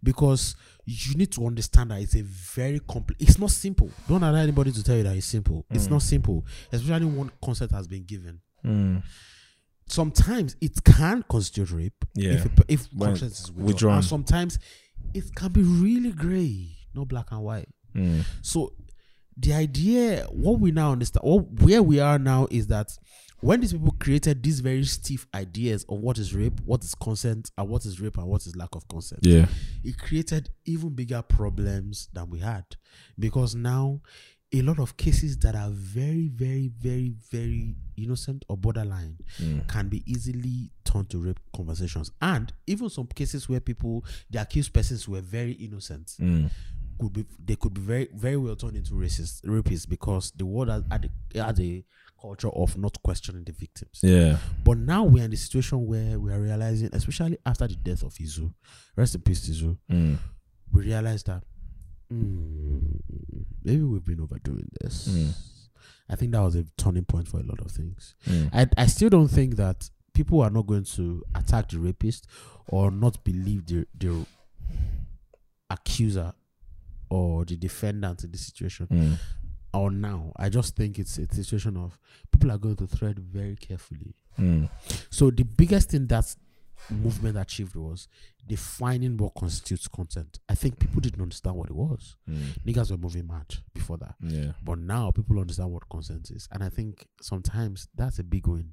B: because you need to understand that it's a very complex. It's not simple. Don't allow anybody to tell you that it's simple. It's
C: Hmm.
B: not simple, especially when consent has been given.
C: Mm.
B: Sometimes it can constitute rape
C: Yeah.
B: if a pe- if
C: When
B: conscience is withdrawn.
C: withdrawn.
B: and sometimes it can be really grey, not black and white.
C: Mm.
B: So the idea, what we now understand, or where we are now, is that when these people created these very stiff ideas of what is rape, what is consent, and what is rape and what is lack of consent,
C: Yeah.
B: it created even bigger problems than we had because now a lot of cases that are very, very, very, very innocent or borderline
C: Mm.
B: can be easily turned to rape conversations, and even some cases where people, the accused persons, were very innocent
C: Mm.
B: could be they could be very very well turned into racist rapists because the world has had a, had a culture of not questioning the victims.
C: Yeah.
B: But now we are in the situation where we are realizing, especially after the death of Izu, rest in peace, Izu.
C: Mm.
B: We realize that mm, maybe we've been overdoing this.
C: Mm.
B: I think that was a turning point for a lot of things.
C: Mm.
B: I I still don't think that people are not going to attack the rapist or not believe the the accuser or the defendant in the situation
C: Mm.
B: or now. I just think it's a situation of people are going to thread very carefully.
C: Mm.
B: So the biggest thing that movement achieved was defining what constitutes content. I think people didn't understand what it was.
C: Mm.
B: Niggas were moving mad before that.
C: Yeah.
B: But now people understand what consent is. And I think sometimes that's a big win.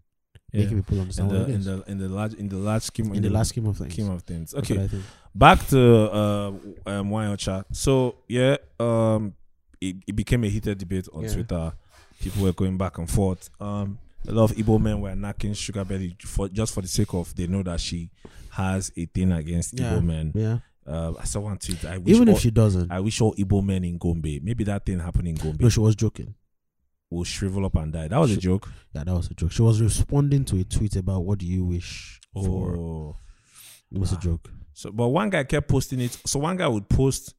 C: Yeah.
B: Making people
C: In
B: understand
C: the
B: what it
C: in
B: is.
C: the in the large in the large scheme
B: in the last scheme of things.
C: scheme of things.
B: That's
C: Okay.
B: what I think.
C: back to uh, um, wine or chat. So yeah, um, it, it became a heated debate on
B: Yeah.
C: Twitter. People were going back and forth. Um, a lot of Igbo men were knocking Sugar Belly for just for the sake of they know that she has a thing against
B: Yeah.
C: Igbo men.
B: Yeah.
C: Uh, I saw one tweet. I wish
B: Even
C: all,
B: if she doesn't.
C: I wish all Igbo men in Gombe. Maybe that thing happened in Gombe.
B: no, she was
A: oh,
B: joking.
C: will shrivel up and die. That was a
B: She-
C: joke.
B: Yeah, that was a joke. She was responding to a tweet about what do you wish for.
C: Oh.
B: It was
C: Ah.
B: a joke.
C: So, but one guy kept posting it. So one guy would post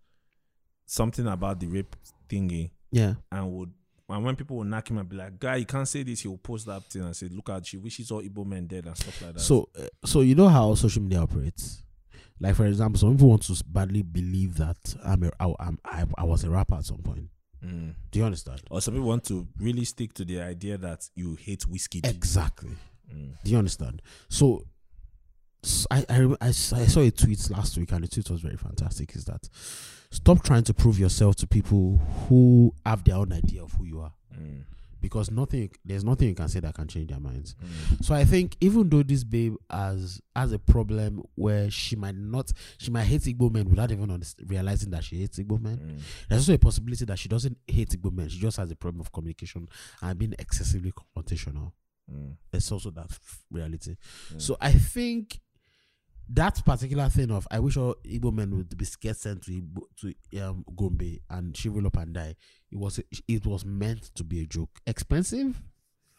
C: something about the rape thingy,
B: Yeah.
C: and would and when people would knock him and be like, "Guy, you can't say this," he will post that thing and say, "Look at she wishes all Igbo men dead and stuff like that."
B: So, uh, so you know how social media operates. Like for example, some people want to s- badly believe that I'm a, I, I'm, I, I was a rapper at some point.
C: Mm.
B: Do you understand?
C: or some people want to really stick to the idea that you hate whiskey.
B: Exactly.
C: Mm.
B: Do you understand? So, s- I I, rem- I s- I saw a tweet last week, and the tweet was very fantastic. Is that stop trying to prove yourself to people who have their own idea of who you are,
C: Mm.
B: because nothing there's nothing you can say that can change their minds.
C: Mm.
B: So I think even though this babe has has a problem where she might not she might hate Igbo men without even underst- realizing that she hates Igbo men,
C: Mm.
B: there's also a possibility that she doesn't hate Igbo men. She just has a problem of communication and being excessively confrontational.
C: Mm.
B: There's also that f- reality.
C: Yeah.
B: So I think that particular thing of I wish all Igbo men would be scared sent to Igbo, to um, Gombe and shrivel up and die. It was it was meant to be a joke. Expensive,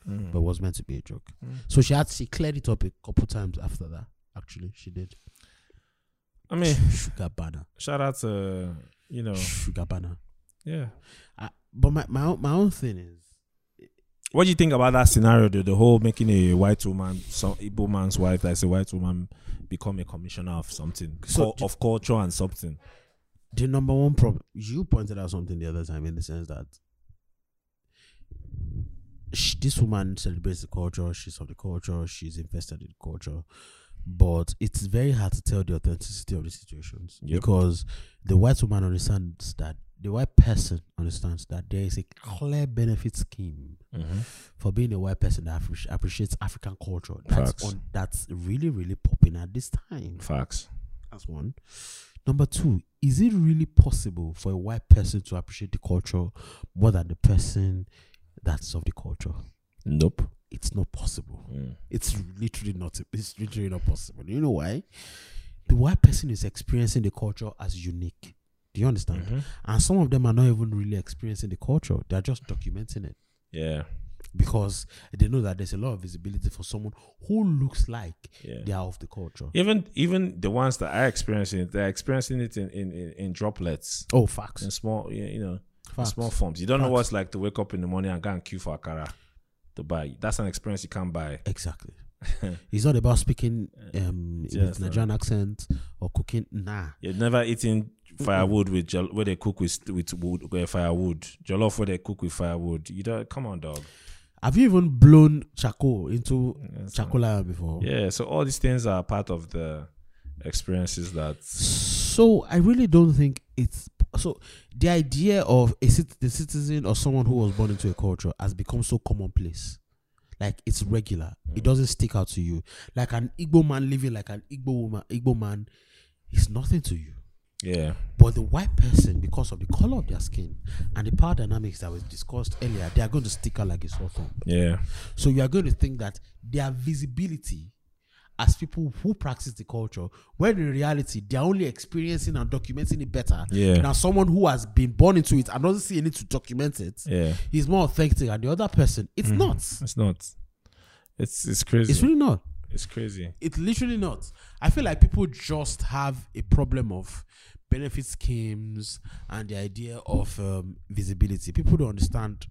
C: Mm.
B: but it was meant to be a joke.
C: Mm.
B: So she had she cleared it up a couple times after that. Actually, she did.
C: I mean,
B: Sugar banner,
C: shout out to you know,
B: sugar banner.
C: Oh. yeah.
B: I, but my my own, my own thing is
C: What do you think about that scenario? Though? The whole making a white woman, some Igbo man's wife, that's a white woman, become a commissioner of something,
B: So
C: cul- of culture and something.
B: the number one problem. You pointed out something the other time in the sense that sh this woman celebrates the culture. She's of the culture. She's invested in culture. But it's very hard to tell the authenticity of the situations
C: Yep.
B: because the white woman understands that the white person understands that there is a clear benefit scheme
C: Mm-hmm.
B: for being a white person that appreci- appreciates African culture. That's
C: Facts.
B: on, that's really really popping at this time.
C: Facts.
B: That's one. Number two, is it really possible for a white person to appreciate the culture more than the person that's of the culture?
C: Nope.
B: It's not possible.
C: Mm.
B: It's literally not. It's literally not possible. You know why? The white person is experiencing the culture as unique. Do you understand?
C: Mhm.
B: And some of them are not even really experiencing the culture. They're just documenting it
C: Yeah.
B: because they know that there's a lot of visibility for someone who looks like
C: Yeah.
B: they are of the culture.
C: Even even the ones that are experiencing it, they're experiencing it in in, in, in droplets,
B: Oh, facts.
C: in small, you you know.
B: Facts.
A: Small forms. You don't know what's like to wake up in the morning and go and queue for akara to buy. That's an experience you can't buy.
B: Exactly. it's not about speaking um,
A: Yes,
B: with Nigerian accent or cooking. Nah.
A: You're never eating firewood with jol- where they cook with with wood, uh, firewood. Jollof where they cook with firewood. You don't. Come on, dog.
B: Have you even blown charcoal into
A: Yes,
B: charcoal iron before?
A: Yeah. So all these things are part of the experiences that.
B: So I really don't think it's so. The idea of a cit- the citizen or someone who was born into a culture has become so commonplace. Like it's regular. It doesn't stick out to you. Like an Igbo man living like an Igbo woman, Igbo man, is nothing to you.
A: Yeah.
B: But the white person, because of the color of their skin and the power dynamics that was discussed earlier, they are going to stick out like a sore thumb.
A: Yeah.
B: So you are going to think that their visibility as people who practice the culture, when in reality they are only experiencing and documenting it better.
A: Yeah.
B: Now someone who has been born into it and doesn't see a need to document it
A: Yeah. Mm.
B: is more authentic and the other person, it's not.
A: It's not. It's it's crazy.
B: It's
A: It's,
B: really not.
A: crazy.
B: It's literally not. I feel like people just have a problem of benefit schemes and the idea of um, visibility. People don't understand.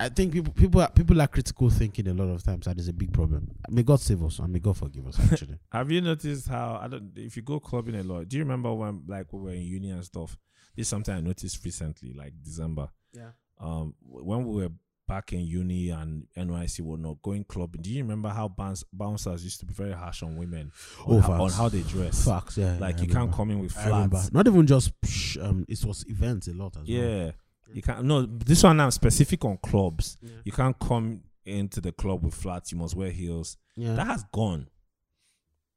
B: I think people people are, people are critical thinking a lot of times, and it's a big problem. May God save us and may God forgive us. Actually,
A: Have you noticed how I don't? If you go clubbing a lot, do you remember when like we were in uni and stuff? This is something I noticed recently, like December.
B: Yeah.
A: Um, w- when we were back in uni and NYC were not going clubbing, do you remember how bounce, bouncers used to be very harsh on women on,
B: Oh,
A: how, on
B: facts.
A: how they dress?
B: facts. Yeah,
A: Like
B: yeah, I
A: you can't
B: remember.
A: come in with
B: I remember.
A: flats.
B: Not even just psh, um, it was events a lot as well.
A: Yeah. You can't. No, this one I'm specific on clubs.
B: Yeah.
A: You can't come into the club with flats. You must wear heels.
B: Yeah,
A: that has gone.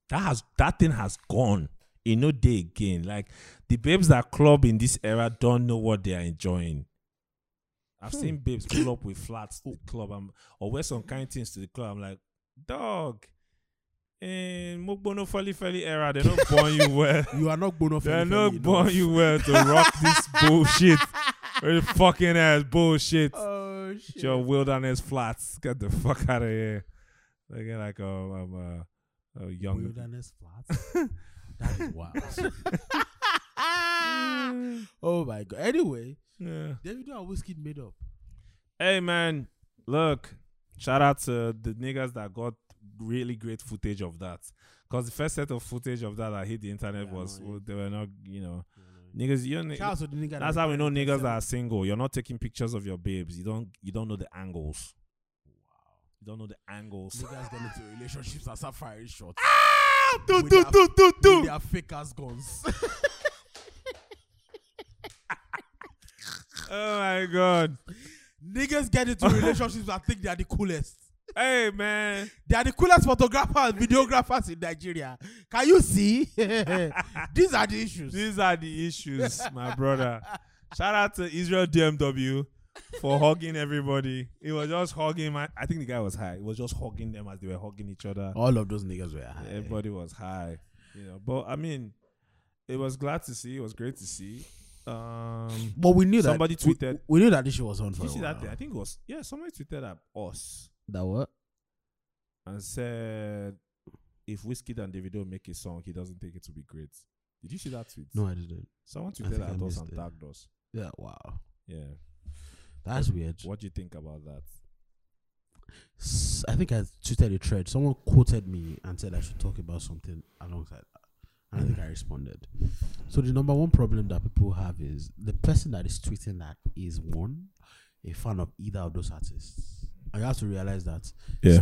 A: That has that thing has gone. In no day again. Like the babes that club in this era don't know what they are enjoying. I've
B: Hmm.
A: seen babes pull up with flats to the club I'm, or wear some kind things to the club. I'm like, dog. eh, In Mugbono Fali Fali era, they don't born you well.
B: you are not born of.
A: They're
B: anything,
A: not
B: you know.
A: born you well to rock this bullshit. Really fucking ass bullshit.
B: Oh shit!
A: Your wilderness flats. Get the fuck out of here. Looking like a, um, a, a young.
B: Wilderness flats. that is wild. oh my god. Anyway,
A: Yeah.
B: Davido and Whiskey made up.
A: Hey man, look. Shout out to the niggas that got really great footage of that. Cause the first set of footage of that that hit the internet
B: Yeah,
A: was
B: no, yeah.
A: they were not, you know, niggas. You don't,
B: Shout out to the nigga.
A: that's
B: that-
A: how we know niggas that are single. You're not taking pictures of your babes. You don't, you don't know the angles. You don't know the angles.
B: Niggas get into relationships and start firing shots.
A: do,
B: With Ah, do, their- do,
A: do,
B: With Their fake ass guns.
A: Oh my god.
B: niggas get into relationships and think they are the coolest.
A: Hey man.
B: They are the coolest photographers, videographers in Nigeria. Can you see? These are the issues.
A: These are the issues, my brother. Shout out to Israel DMW for hugging everybody. It was just hugging. My, I think the guy was high. It was just hugging them as they were hugging each other.
B: All of those niggas were high.
A: Everybody was high, you know. But I mean, it was glad to see. It was great to see. Um,
B: But we knew
A: somebody
B: that we-
A: tweeted.
B: We, knew that this shit was on for
A: You
B: a
A: see
B: while.
A: that thing? I think it was yeah. Somebody tweeted at us
B: That what?
A: and said if Whiskey and Davido make a song, he doesn't think it will be great. Did you see that tweet?
B: No, I didn't.
A: Someone
B: I think
A: tweeted
B: I
A: at us
B: missed
A: and
B: it.
A: tagged us.
B: Yeah. Wow.
A: Yeah.
B: That's weird.
A: What do you think about that?
B: s- I think I tweeted a thread. Someone quoted me and said I should talk about something alongside that. And I think I responded. So the number one problem that people have is the person that is tweeting that is one a fan of either of those artists. And you have to realize that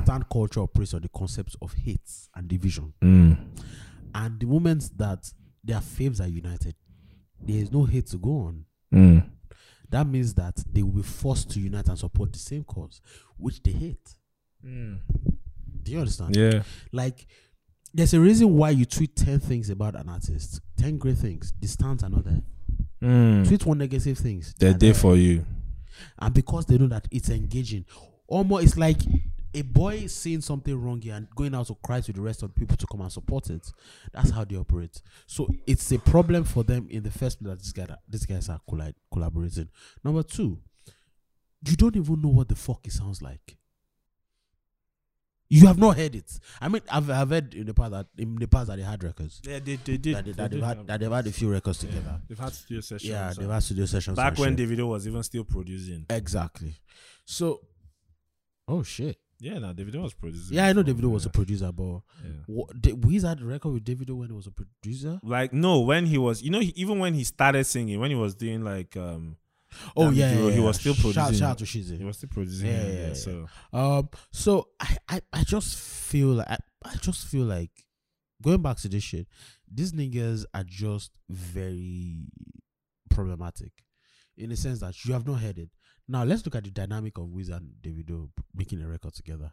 B: stand culture operates on the concepts of hate and division. And the moment that their faves are united, there is no hate to go on. That means that they will be forced to unite and support the same cause, which they hate. Do you understand?
A: Yeah.
B: Like, there's a reason why you tweet 10 things about an artist, 10 great things. The stands are not there. Tweet one negative things. they
A: Hmm. They're
B: are
A: there
B: there.
A: for you.
B: And because they know that it's engaging, almost it's like a boy seeing something wrong here and going out to cry to the rest of the people to come and support it. That's how they operate. So it's a problem for them in the first place that these guys, these guys are colli- collaborating. Number two, you don't even know what the fuck it sounds like. You have not heard it. I mean, I've, I've heard in the past that in the past that they had records.
A: Yeah, they, they did.
B: That, they, that, they've had, that they've had a few records together.
A: They've had studio sessions.
B: Yeah,
A: and-
B: they've had studio sessions.
A: back
B: and
A: when
B: shit.
A: Davido was even still producing.
B: Exactly. So, oh shit.
C: Yeah, no, Davido was producing.
B: Yeah, I know
C: before,
B: Davido was a
C: yeah.
B: producer, but
C: Yeah.
B: what, did Wiz had a record with Davido when he was a producer?
A: Like no, when he was, you know, he, even when he started singing, when he was doing like, um,
B: Oh
A: Davido,
B: yeah, yeah,
A: he
B: yeah.
A: was still
B: Shout,
A: producing.
B: shout out to
C: He
B: Shizzy.
C: was still producing.
B: Yeah,
C: Yeah,
B: yeah, yeah.
C: So
B: Um, so I, I, I just feel like I, I just feel like going back to this shit. These niggas are just very problematic, in the sense that you have not heard it. Now let's look at the dynamic of Wiz and Davido making a record together.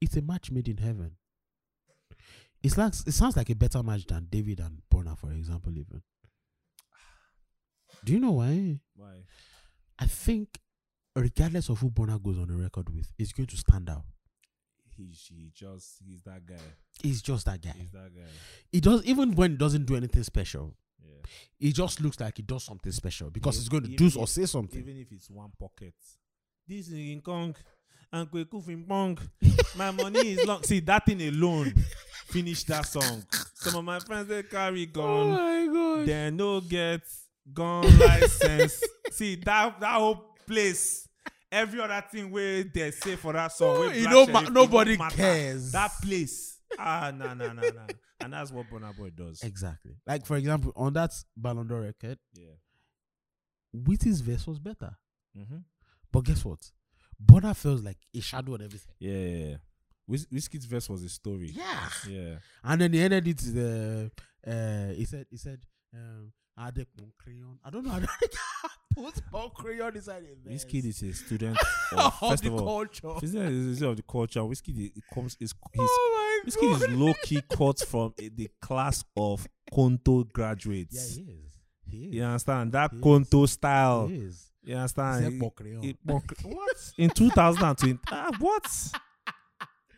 B: It's a match made in heaven. It's like it sounds like a better match than David and Bonner, for example, even. Do you know why?
C: why?
B: I think, regardless of who Bonner goes on the record with, it's going to stand out.
C: He, she just, he's that guy.
B: It's just that guy.
C: He's that guy.
B: It does even when it doesn't do anything special.
C: Yeah.
B: It just looks like it does something special because
A: Even-
B: it's going to
A: even
B: do or
A: if-
B: say something.
A: even if it's one pocket, this is in Kong and Kwekufin Pong. My money is long. See that thing alone, finish that song. Some of my friends they carry gone.
B: Oh my god!
A: they no get gun license. See that that whole place. Every other thing where they say for that song, where
B: It
A: Black
B: don't
A: Sheriff,
B: ma-
A: it
B: nobody
A: matter.
B: cares.
A: That place, ah, nah, nah, nah, nah, and that's what Burna Boy does.
B: Exactly. Like for example, on that Ballon d'Or record,
C: Yeah.
B: Witty's verse was better.
C: Mm-hmm.
B: But guess what? Bonner feels like a shadow on everything.
C: Yeah, yeah, yeah. Whis- Whiskey's verse was a story.
B: Yeah.
C: Yeah.
B: And then he ended it. The uh, he said he said um, I had a punk crayon. I don't know. how to Put punk crayon inside it.
A: This kid is a student of,
B: of
A: first
B: the
A: of all,
B: culture.
A: this is of the culture. Whiskey it comes is he's
B: oh my
A: this kid is low key cut from a- the class of Konto graduates.
B: Yeah, he is. He
A: You
B: is.
A: understand that
B: He is.
A: Konto style.
B: He is.
A: You
B: He
A: understand?
B: said punk crayon.
A: Oh. It- Bonk- what? In 2020? ah, what?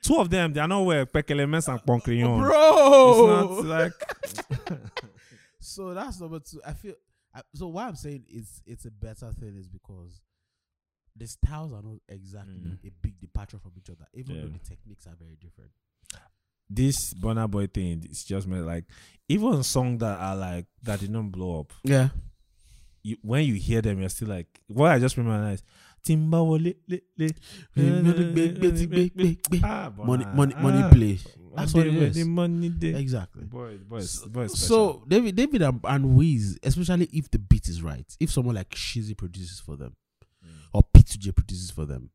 A: Two of them, they are not where Pekelemens and
B: Oh,
A: Poncrion.
B: Bro.
A: It's not like
B: so that's number two. I feel. I, so why I'm saying it's it's a better thing is because the styles are not exactly
C: Mm.
B: a big departure from each other, even though
C: Yeah.
B: the techniques are very different.
C: This Bonner Boy thing, it's just meant like even song that are like that did not blow up.
B: Yeah.
C: You, when you hear them, you're still like, what I just remember is Timbawole le le. Ah,
B: Money,
C: Burna.
B: money, money
C: Ah.
B: play.
C: That's
B: That's what
C: what it
B: it
C: is.
B: is.
C: money day.
B: Exactly.
C: Boy, boy,
B: So-
C: boy
B: So David, David and, and Wiz, especially if the beat is right, if someone like Shizzy produces for them,
C: Mm.
B: or P2J produces for them,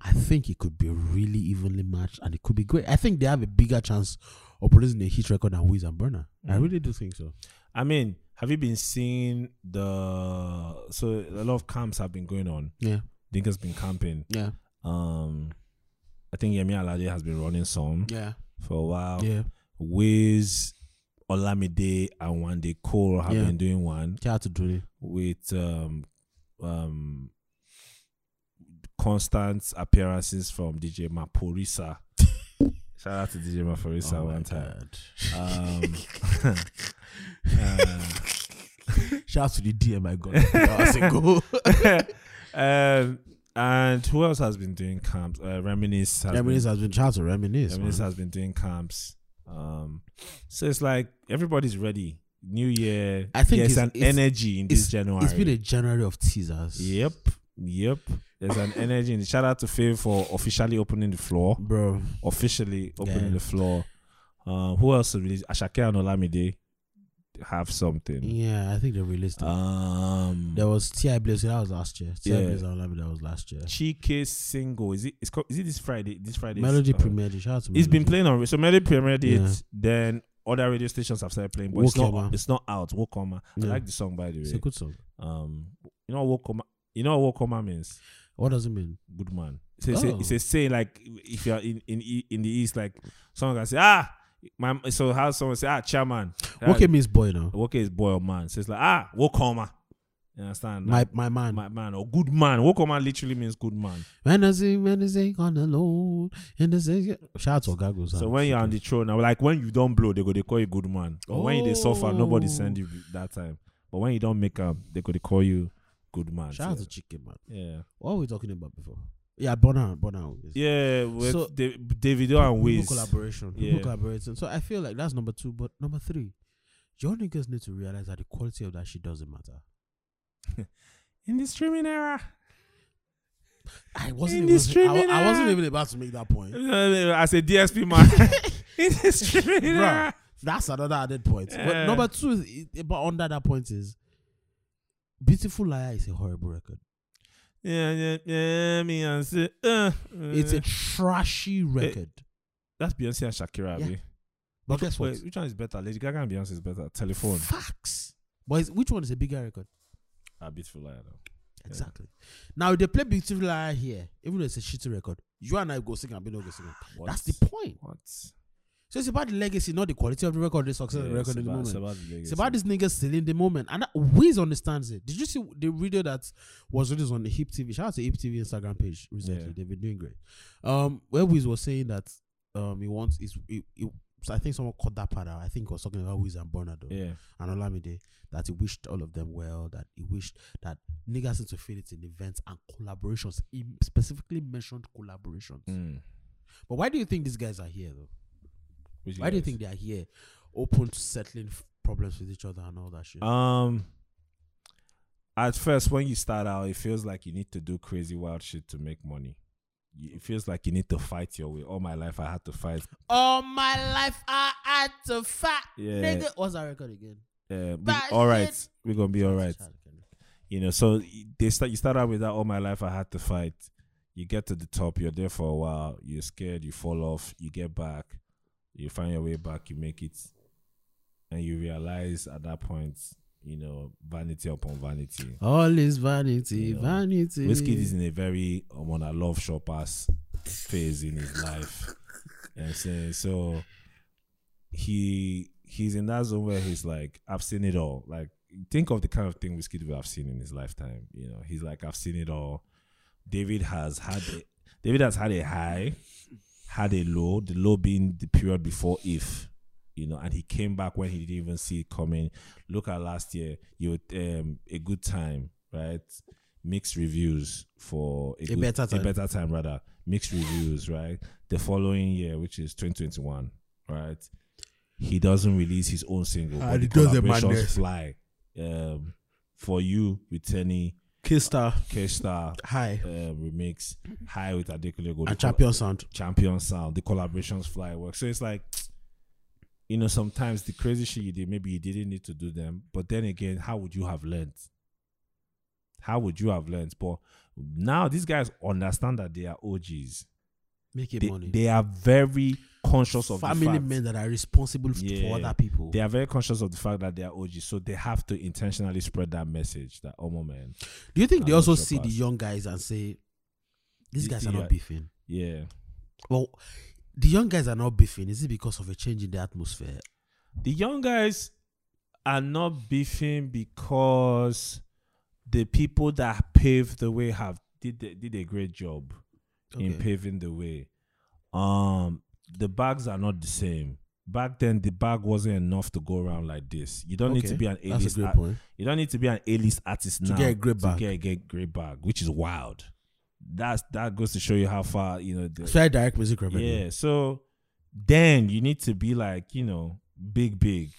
B: I think it could be really evenly matched and it could be great. I think they have a bigger chance of producing a hit record than Wiz and Burner. I
C: Mm.
B: really do think so.
C: I mean, have you been seeing the so a lot of camps have been going on.
B: Yeah.
C: Dinker's been camping.
B: Yeah.
C: Um I think Yemi Alade has been running some
B: Yeah.
C: for a while.
B: Yeah.
C: Wiz Olamide and Wande Cole have
B: Yeah.
C: been doing one
B: Shout out to Dre.
C: with um um constant appearances from DJ Maporisa. Shout out to DJ Maporisa
B: Oh
C: one
B: my
C: time.
B: God.
C: Um, uh,
B: Shout out to the DM I got. that was a goal.
C: um, uh, and who else has been doing camps? Uh, Reminisce has
B: Reminisce
C: been,
B: has been shout out to Reminisce.
C: Reminisce
B: man.
C: has been doing camps. Um, so it's like everybody's ready. New year.
B: I think
C: there's
B: it's-
C: an
B: it's-
C: energy in this January.
B: It's been a January of teasers.
C: yep, yep. There's an energy. And shout out to Faye for officially opening the floor.
B: Bro.
C: Officially opening
B: Yeah.
C: the floor. Um, who else released? Ashake and Olamide have something.
B: Yeah, I think they released it.
C: Um,
B: there was T.I. Blaze, that was last year. T.I.
C: Yeah.
B: Blaze and Olami, that was last year.
C: Chike's single is it? It's called, is it this Friday? This Friday.
B: Melody
C: uh,
B: premiered it. Shout out to
C: It's
B: Melody.
C: been playing on so many premiered it.
B: Yeah.
C: Then other radio stations have started playing, but it's
B: Wokoma.
C: not it's not out. Wokoma.
B: Yeah.
C: I like the song by the
B: It's a
C: way.
B: good song.
C: Um, you know what Wokoma. You know what Wokoma means?
B: What does it mean?
C: Good man. It's a, it's a-
B: Oh.
C: it's a saying like if you're in in E- in the east, like someone can say ah. My, so how someone say ah chairman
B: Woke means boy now.
C: Woke is boy or man so it's like ah Wokoma you understand
B: My my man.
C: my man or good man Wokoma literally means good man
B: When I sing, when I sing on the Lord, and I sing. Shout out to Ogagos.
C: So when you're on the throne, now like when you don't blow, they go they call you good man. Or when they suffer, nobody
B: Oh.
C: send you that time. But when you don't make up, they go they call you good man.
B: shout out
C: So,
B: to Chicken Man.
C: yeah.
B: What were we talking about before? Yeah, Bonner, Bonner. yes.
A: Yeah, with
B: So-
A: Da- Davido and
B: People
A: Wiz.
B: collaboration.
A: Yeah.
B: People collaborating. So I feel like that's number two. But number three, y'all niggas need to realize that the quality of that shit doesn't matter.
C: In the streaming era,
B: I wasn't,
C: In
B: even,
C: the streaming
B: I, I wasn't
C: era.
B: even about to make that point.
C: as a DSP man, in the streaming
B: Bruh,
C: era,
B: that's another added point.
C: Yeah.
B: But number two, is, i- but under that point is, Beautiful Liar is a horrible record.
A: Yeah, yeah, yeah. Beyonce. Uh,
B: It's a
C: Mm.
B: trashy record.
C: that's Beyonce and Shakira.
B: Yeah.
C: abi.
B: but guess what?
C: Wait, which one is better? Lady Gaga and Beyonce is better. Telephone.
B: Facts. But it's- which one is a bigger record?
C: A Ah, beautiful liar. though.
B: Exactly. Now if they play Beautiful Liar here, even though it's a shitty record, you and I go sing and we don't go sing. it.
C: What?
B: That's the point.
C: What?
B: So it's about the legacy, not the quality of the record, the success of the
C: Yeah,
B: record
C: it's
B: in the
C: about-
B: moment.
C: It's about, the
B: It's
C: legacy.
B: about this nigga still in the moment. And that Wiz understands it. Did you see the video that was released on the Hip TV? Shout out to Hip TV Instagram page recently.
C: Yeah.
B: They've been doing great. Um, where Wiz was saying that um he wants is he, he- so I think someone caught that part out. I think he was talking about Wiz and Bernardo
C: Yeah.
B: and Olamide that he wished all of them well, that he wished that niggas need to feel it in events and collaborations. He specifically mentioned collaborations.
C: Mm.
B: But why do you think these guys are here though?
C: Which
B: Why do you
C: guys?
B: think they are here? Open to settling f- problems with each other and all that shit.
C: Um, at first, when you start out, it feels like you need to do crazy wild shit to make money. You- It feels like you need to fight your way. All my life, I had to fight.
B: All my life I had to fight.
C: Yeah.
B: Nigga, what's that record again?
C: Uh, we,
B: That
C: all right,
B: shit.
C: we're gonna be all right. You know, so y- they start. You start out with that. All my life, I had to fight. You get to the top. You're there for a while. You're scared. You fall off. You get back. You find your way back. You make it, and you realize at that point, you know, vanity upon vanity.
B: All is vanity,
C: You know,
B: vanity.
C: Whiskey is in a very um, on a love shop ass phase in his life. You know what I'm saying? So he he's in that zone where he's like, I've seen it all. Like think of the kind of thing Whiskey would have seen in his lifetime. You know, he's like, I've seen it all. David has had a, David has had a high, had a low, the low being the period before if. You know, and he came back when he didn't even see it coming. Look at last year, you um, a good time, right? Mixed reviews for a,
B: A better time.
C: a better time rather. Mixed reviews, right? The following year, which is 2021, right? He doesn't release his own single,
D: Ah,
C: but the
D: he does a
C: collaborations
D: madness.
C: fly. Um, for you with Tenny,
B: Kista.
C: Kestar,
B: Hi.
C: uh, remix, High with Adekunle Gold,
B: And champion sound.
C: champion sound, the collaborations fly work. So it's like, you know, sometimes the crazy shit you did, maybe you didn't need to do them, but then again, how would you have learned? How would you have learned? But now these guys understand that they are OGs.
B: Make it
C: They,
B: money.
C: they are very conscious of the
B: Family
C: fact.
B: men that are responsible f-
C: Yeah.
B: for other people.
C: They are very conscious of the fact that they are OGs, so they have to intentionally spread that message that oh man,
B: Do you think they
C: I'm
B: also
C: not sure
B: see the
C: past.
B: young guys and say, these
C: You
B: guys
C: see,
B: are
C: uh,
B: not beefing?
C: yeah,
B: Well, the young guys are not beefing. Is it because of a change in the atmosphere?
C: the young guys are not beefing because the people that paved the way have did the- did a great job in
B: Okay.
C: paving the way. Um, the bags are not the same. Back then, the bag wasn't enough to go around like this. You don't need to
B: Okay.
C: be an A
B: That's
C: list.
B: a great point.
C: You don't need to be an A list artist
B: To
C: now
B: get a great bag.
C: To get a great- great bag, which is wild. That's that goes to show you how far you know. The,
B: Try direct music revenue.
C: yeah. So then you need to be like you know big big.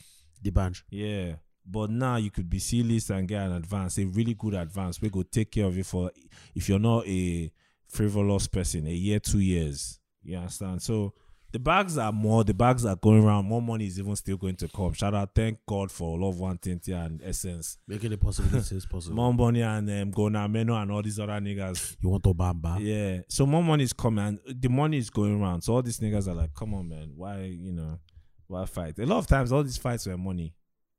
B: The band.
C: Yeah. But now you could be C list and get an advance, a really good advance. We go take care of you for if you're not a frivolous person, a year, two years. You understand? So the bags are more, the bags are going around. More money is even still going to come. Shout out, thank God for Love One Tinty and Essence.
B: Making it possible this is possible.
C: More money and um, Gona Meno and all these other niggas.
B: You want to bamba?
C: Yeah. So more money is coming. And the money is going around. So all these niggas are like, come on, man. Why, you know, why fight? A lot of times, all these fights were money.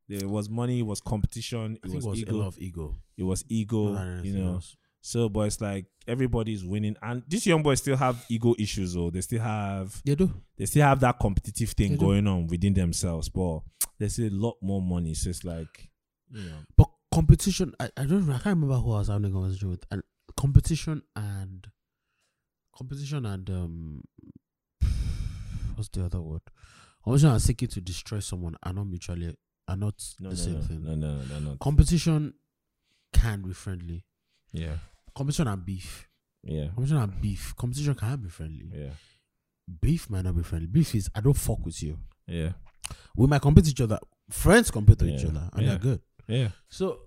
C: There was money, it was competition,
B: I
C: it
B: think
C: was,
B: it was a
C: ego,
B: lot of ego.
C: it was ego,
B: more than
C: you
B: anything
C: know.
B: else.
C: So, but it's like everybody's winning, and these young boys still have ego issues, though. They still have,
B: They do.
C: they still have that competitive thing
B: They do.
C: going on within themselves. But there's a lot more money, so it's like, you know,
B: But competition, I, I don't know. I can't remember who I was having a conversation with. And competition and competition and um, what's the other word? Competition and seeking to destroy someone are not mutually are not
C: no,
B: the
C: no,
B: same
C: no,
B: thing.
C: no, no, no, no,
B: Competition can be friendly.
C: yeah,
B: Competition and beef
C: Yeah.
B: Competition and beef. Competition cannot be friendly.
C: Yeah.
B: Beef might not be friendly. Beef is I don't fuck with you.
C: Yeah.
B: We might compete each other. Friends compete with each
C: Yeah.
B: other, and
C: Yeah.
B: they're good.
C: Yeah.
B: So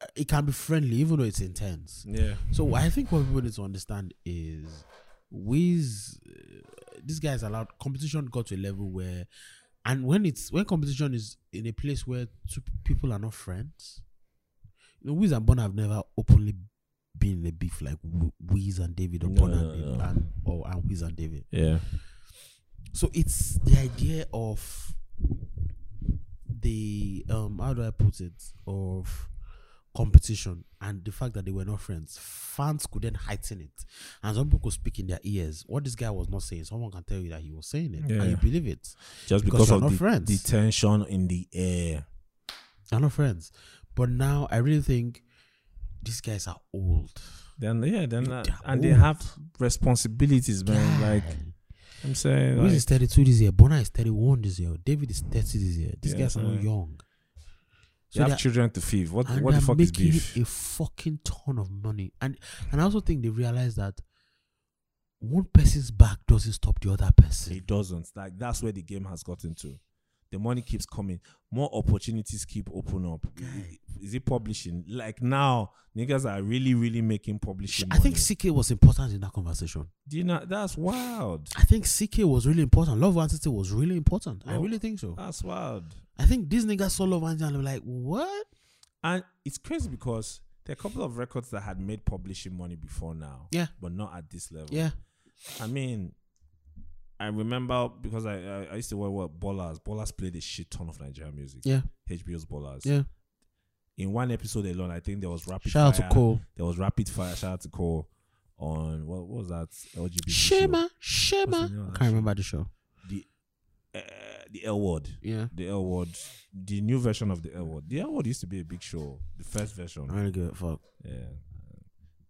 B: uh, it can be friendly, even though it's intense.
C: Yeah.
B: So I think what people need to understand is Wiz, uh, this guy is allowed. Competition got to a level where, and when it's when competition is in a place where two people are not friends, you know, Wiz and Bon have never openly been in a beef like Wi- Wiz and David or
C: No,
B: Bon
C: no,
B: and David
C: no.
B: and or and Wiz and David.
C: Yeah.
B: So it's the idea of the um how do I put it of competition and the fact that they were not friends. Fans couldn't heighten it, and some people could speak in their ears. What this guy was not saying, someone can tell you that he was saying it,
C: Yeah.
B: and you believe it. Because
C: Just because,
B: you're
C: of
B: not
C: the,
B: friends.
C: the tension in the air.
B: They're not friends, but now I really think these guys are old.
C: Then yeah, then uh,
B: They're
C: and they
B: old.
C: have responsibilities, man. Like
B: Guy.
C: I'm saying,
B: Wiz
C: like,
B: is 32 this year. Bona is 31 this year. David is 30 this year. These
C: Yeah,
B: guys are not
C: alright.
B: young.
C: you
B: they're-
C: have children to feed. What
B: and
C: what the
B: they're
C: fuck is
B: making
C: beef?
B: a fucking ton of money. And and I also think they realize that one person's back doesn't stop the other person.
C: It doesn't. Like that's where the game has gotten to. The money keeps coming. More opportunities keep open up. Is it publishing? Like now, niggas are really, really making publishing.
B: I think
C: money.
B: CK was important in that conversation.
C: Do you know that's wild.
B: I think CK was really important. Love Vansity was really important. I
C: Oh.
B: really think so.
C: That's wild.
B: I think these niggas saw Love Vansity and they were like, what?
C: And it's crazy because there are a couple of records that had made publishing money before now.
B: Yeah.
C: But not at this level.
B: Yeah.
C: I mean, I remember because I I, I used to work with ballers. Ballers played a shit ton of Nigerian music.
B: Yeah.
C: HBO's ballers.
B: Yeah.
C: In one episode alone, I think there was rapid
B: Shout out
C: fire.
B: to Cole.
C: There was rapid fire. Shout out to Cole on what, what was that LGBT show?
B: Shema.
C: What's the
B: Shema.
C: name of
B: I
C: that
B: can't remember the show.
C: The uh, the L word.
B: Yeah.
C: The L word. The new version of the L word. The L word used to be a big show. The first version.
B: I don't give a fuck.
C: Yeah.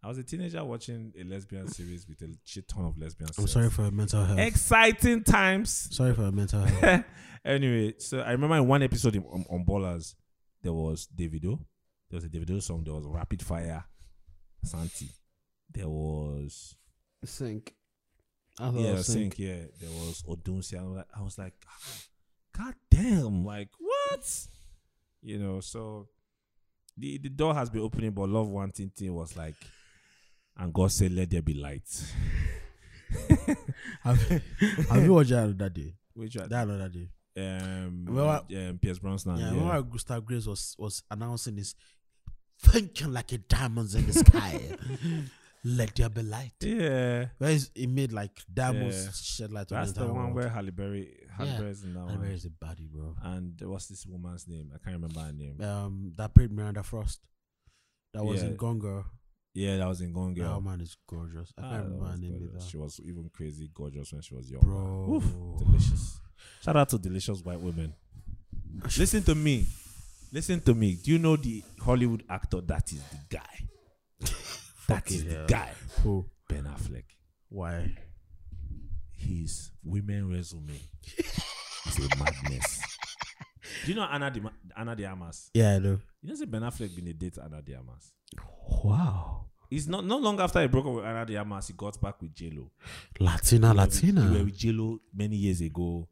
C: I was a teenager watching a lesbian series with a shit ton of lesbians.
B: I'm Oh, sorry for your mental health.
C: Exciting times.
B: sorry for your mental health.
C: anyway, so I remember in one episode in- on, on Ballers, there was Davido. There was a Davido song. There was Rapid Fire, Santi. There was
B: Sink. I
C: yeah, I think yeah. There was Odunsi. I was like, I was like, God damn, like what? You know, so the the door has been opening, but love wanting thing was like, and God said, let there be light.
B: have, have you watched that other day?
C: Which I,
B: That other day.
C: um,
B: Remember-
C: um Pierce Brosnan.
B: Oh, yeah,
C: Yeah,
B: I remember Gustav Grace was was announcing this, thinking like a diamonds in the sky. Let there be light.
C: yeah.
B: Where is it made like diamonds
C: Yeah.
B: shed light on
C: That's
B: the
C: the one where
B: where
C: Halle Berry, Halle
B: Yeah.
C: Berry's in that
B: and where
C: one.
B: is the body, bro?
C: And what's this woman's name? I can't remember her name.
B: Um, that played Miranda Frost. That was in
C: Yeah.
B: Gone Girl.
C: Yeah, that was in Gone
B: That
C: Girl.
B: woman is gorgeous. I
C: Ah,
B: can't
C: that
B: remember her
C: was
B: name
C: gorgeous. She
B: either.
C: was even crazy gorgeous when she was young.
B: Bro,
C: Oof, delicious. Shout out to delicious white women. Listen to me. Listen to me. Do you know the Hollywood actor that is the guy? that
B: Fucking
C: is the
B: hell.
C: guy.
B: Who?
C: Ben Affleck.
B: Why?
C: His women resume is a madness. Do you know Anna de, Ma- Anna de Armas?
B: Yeah, I know.
C: You know, say Ben Affleck been a date to Anna de Armas.
B: Wow.
C: It's not not long after he broke up with Anna de Armas, he got back with J Lo.
B: Latina,
C: You were
B: Latina.
C: with J Lo many years ago.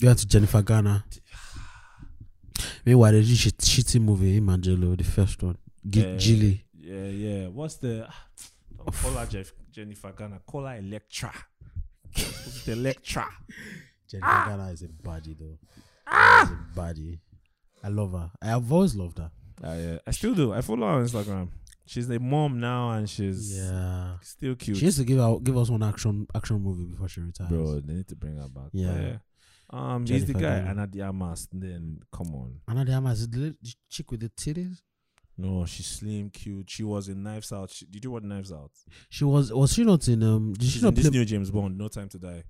B: You went to Jennifer Garner. Meanwhile, they did shit, shitty movie, him and J-Lo, the first one. G-
C: Uh,
B: Gilly.
C: Yeah, yeah. What's the ah, don't call her Jeff, Jennifer Garner? Call her Electra. It's the Electra.
B: Jennifer Garner is a baddie, though. Is a baddie. I love her. I have always loved her.
C: Uh, yeah. I still do. I follow her on Instagram. She's a mom now, and she's
B: Yeah.
C: still cute.
B: She needs to give out, give us one action action movie before she retires.
C: Bro, they need to bring her back. But
B: Yeah.
C: Um, he's
B: Jennifer
C: the guy,
B: Garner.
C: Anna de Armas. Then come on,
B: Anna de Armas is the little chick with the titties.
C: no, she's slim, cute. She was in Knives Out. She, did you watch Knives Out?
B: She was was she not in um? Did she
C: She's in
B: not
C: this
B: play?
C: new James Bond, No Time to Die.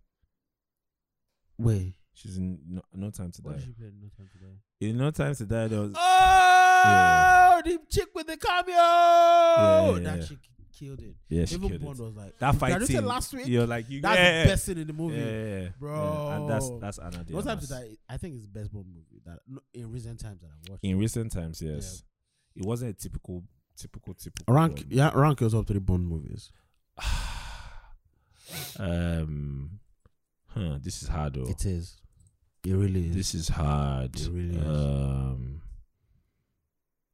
B: Wait,
C: She's in No, no Time to
B: what
C: Die.
B: did she play in No Time to Die?
C: In No Time to Die, there was
B: Oh, the chick with the cameo.
C: yeah, yeah.
B: That chick killed it.
C: yeah, she
B: Even
C: killed
B: Bond
C: it.
B: was like,
C: That
B: "You
C: fight
B: graduated
C: scene,
B: last week.
C: you're like, you,
B: That's
C: yeah,
B: the best scene in the movie.
C: yeah, yeah, yeah.
B: Bro.
C: And that's that's Anna de
B: What time
C: Armas.
B: did I? I think it's the best Bond movie that no, in recent times that I've watched.
C: In recent times, yes, it wasn't a typical Typical, typical.
B: Rank,
C: one.
B: yeah, rank your top three Bond movies.
C: Um, huh, this is hard though.
B: It is. It really is.
C: This is hard.
B: It really is.
C: um,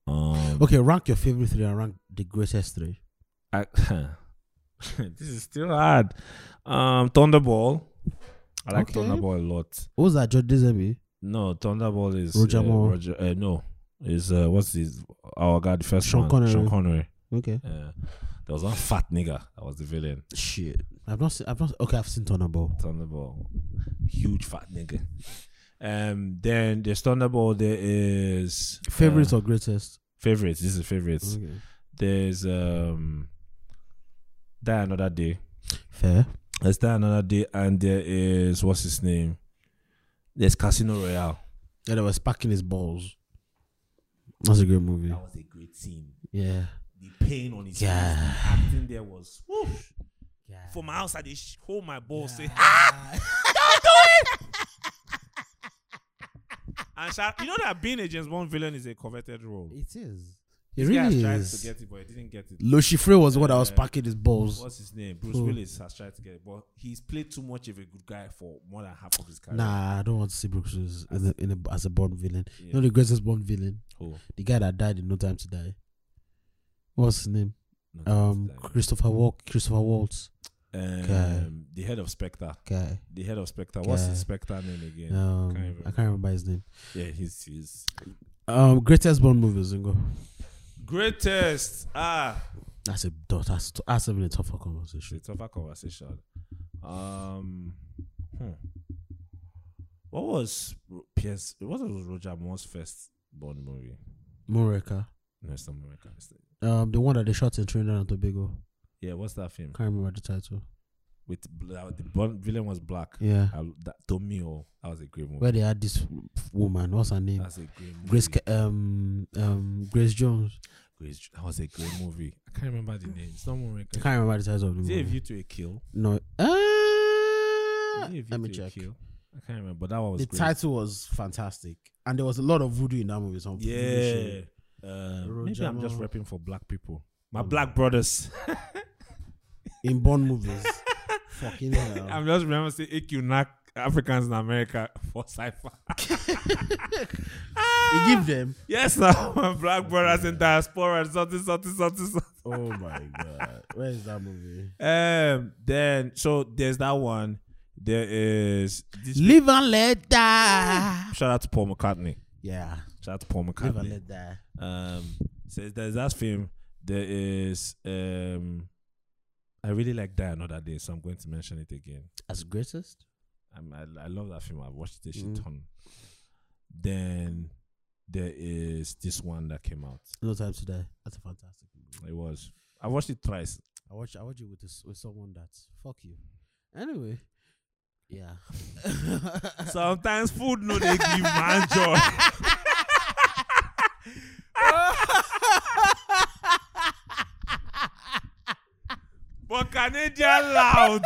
C: um,
B: Okay, rank your favorite three and rank the greatest three.
C: I, this is still hard. Um, Thunderball. I like
B: Okay.
C: Thunderball a lot.
B: What was that, George Dizembe?
C: No, Thunderball is
B: Roger
C: uh,
B: Moore.
C: Roger, uh, no, is uh, what's his? Our guy, the first
B: Sean
C: one,
B: Connery.
C: Sean Connery.
B: Okay.
C: Yeah. There was one fat nigga that was the villain.
B: Shit. I've not seen, I've not, okay, I've seen Thunderball.
C: Thunderball, huge fat nigga. Um, then there's Thunderball. There is
B: Favorites
C: uh,
B: or greatest?
C: favorites. This is favorites.
B: Okay.
C: There's um, die another day.
B: Fair.
C: There's die another day, and there is what's his name? There's Casino Royale.
B: Yeah, they were sparking his balls. That's a great movie.
C: That was a great scene.
B: Yeah.
A: The pain on his
B: Yeah.
A: face, the acting there was. Woof.
B: Yeah.
A: From my house, I did hold my balls. Say, "Ah!" and shout, you know that being a James Bond villain is a coveted role.
B: It is. It
A: This guy
B: really
A: has tried
B: is.
A: to get it, but he didn't get it.
B: Le Chiffre was what I was
A: Yeah.
B: packing his balls.
A: What's his name? Bruce
B: Who?
A: Willis has tried to get it, but he's played too much of a good guy for more than half of his career.
B: Nah, I don't want to see Brooks as, in a, in a, as a Bond villain. You know
A: Yeah.
B: the greatest Bond villain?
C: Who?
B: The guy that died in No Time to Die. What's his name?
C: No,
B: Um,
C: that's that
B: Christopher Walk, Christopher Waltz
C: guy.
B: guy.
C: um the head of Spectre.
B: guy.
C: The head of Spectre. What's
B: Guy.
C: his Spectre name again?
B: um,
C: can't even
B: I can't remember his name.
C: Yeah, he's he's
B: Um, greatest Bond movies. Go.
A: Greatest. Ah.
B: That's a dot. That's that's even a tougher conversation.
C: it's a tougher conversation. Um, hmm. what was Ro- Pierce? What was Roger Moore's first Bond movie?
B: Moonraker.
C: No, it's not American. it's-
B: Um, the one that they shot in Trinidad and Tobago.
C: Yeah, what's that film?
B: Can't remember the title.
C: With bla- the Bond villain was black.
B: Yeah,
C: I, that to me, oh, that was a great movie.
B: where they had this woman. What's her name?
C: That's a great movie.
B: Grace. Ke- Um, um, Grace Jones.
C: Grace Jo- that was a great movie. I can't remember the name. It's not
B: I
C: American.
B: can't remember the title of the
C: Is it a
B: movie.
C: view to a kill?
B: No.
C: Is
B: Uh,
C: it A View
B: let me
C: to a
B: check.
C: Kill? I can't remember. But that one was
B: The
C: great.
B: title was fantastic, and there was a lot of voodoo in that movie. So I'm pretty
C: Yeah.
B: sure.
C: Uh, maybe
B: Roger
C: I'm just
B: Moore.
C: repping for black people. My
B: Mm.
C: black brothers.
B: in Bond movies. Fucking hell.
A: I'm just remember say AQ knock Africans in America for cipher.
B: You give them.
A: Yes, now my black brothers in diaspora and something, something, something, something.
B: Oh my god. Where is that movie?
A: Um, then so there's that one. There is this
B: Live and let die.
A: shout out to Paul McCartney.
B: Yeah.
A: Shout out to Paul
B: Live and
A: McCartney.
B: let die.
A: Um, says there's that film. There is um, I really like Die Another Day, so I'm going to mention it again.
B: As greatest?
A: I'm, I, I love that film. I've watched this
B: Mm.
A: shit ton. Then there is this one that came out.
B: No time to die. That's a fantastic movie.
A: It was I watched it twice.
B: I watch I watch it with this, with someone that's fuck you. Anyway. Yeah.
A: Sometimes food no they give man joy. but Canadian loud.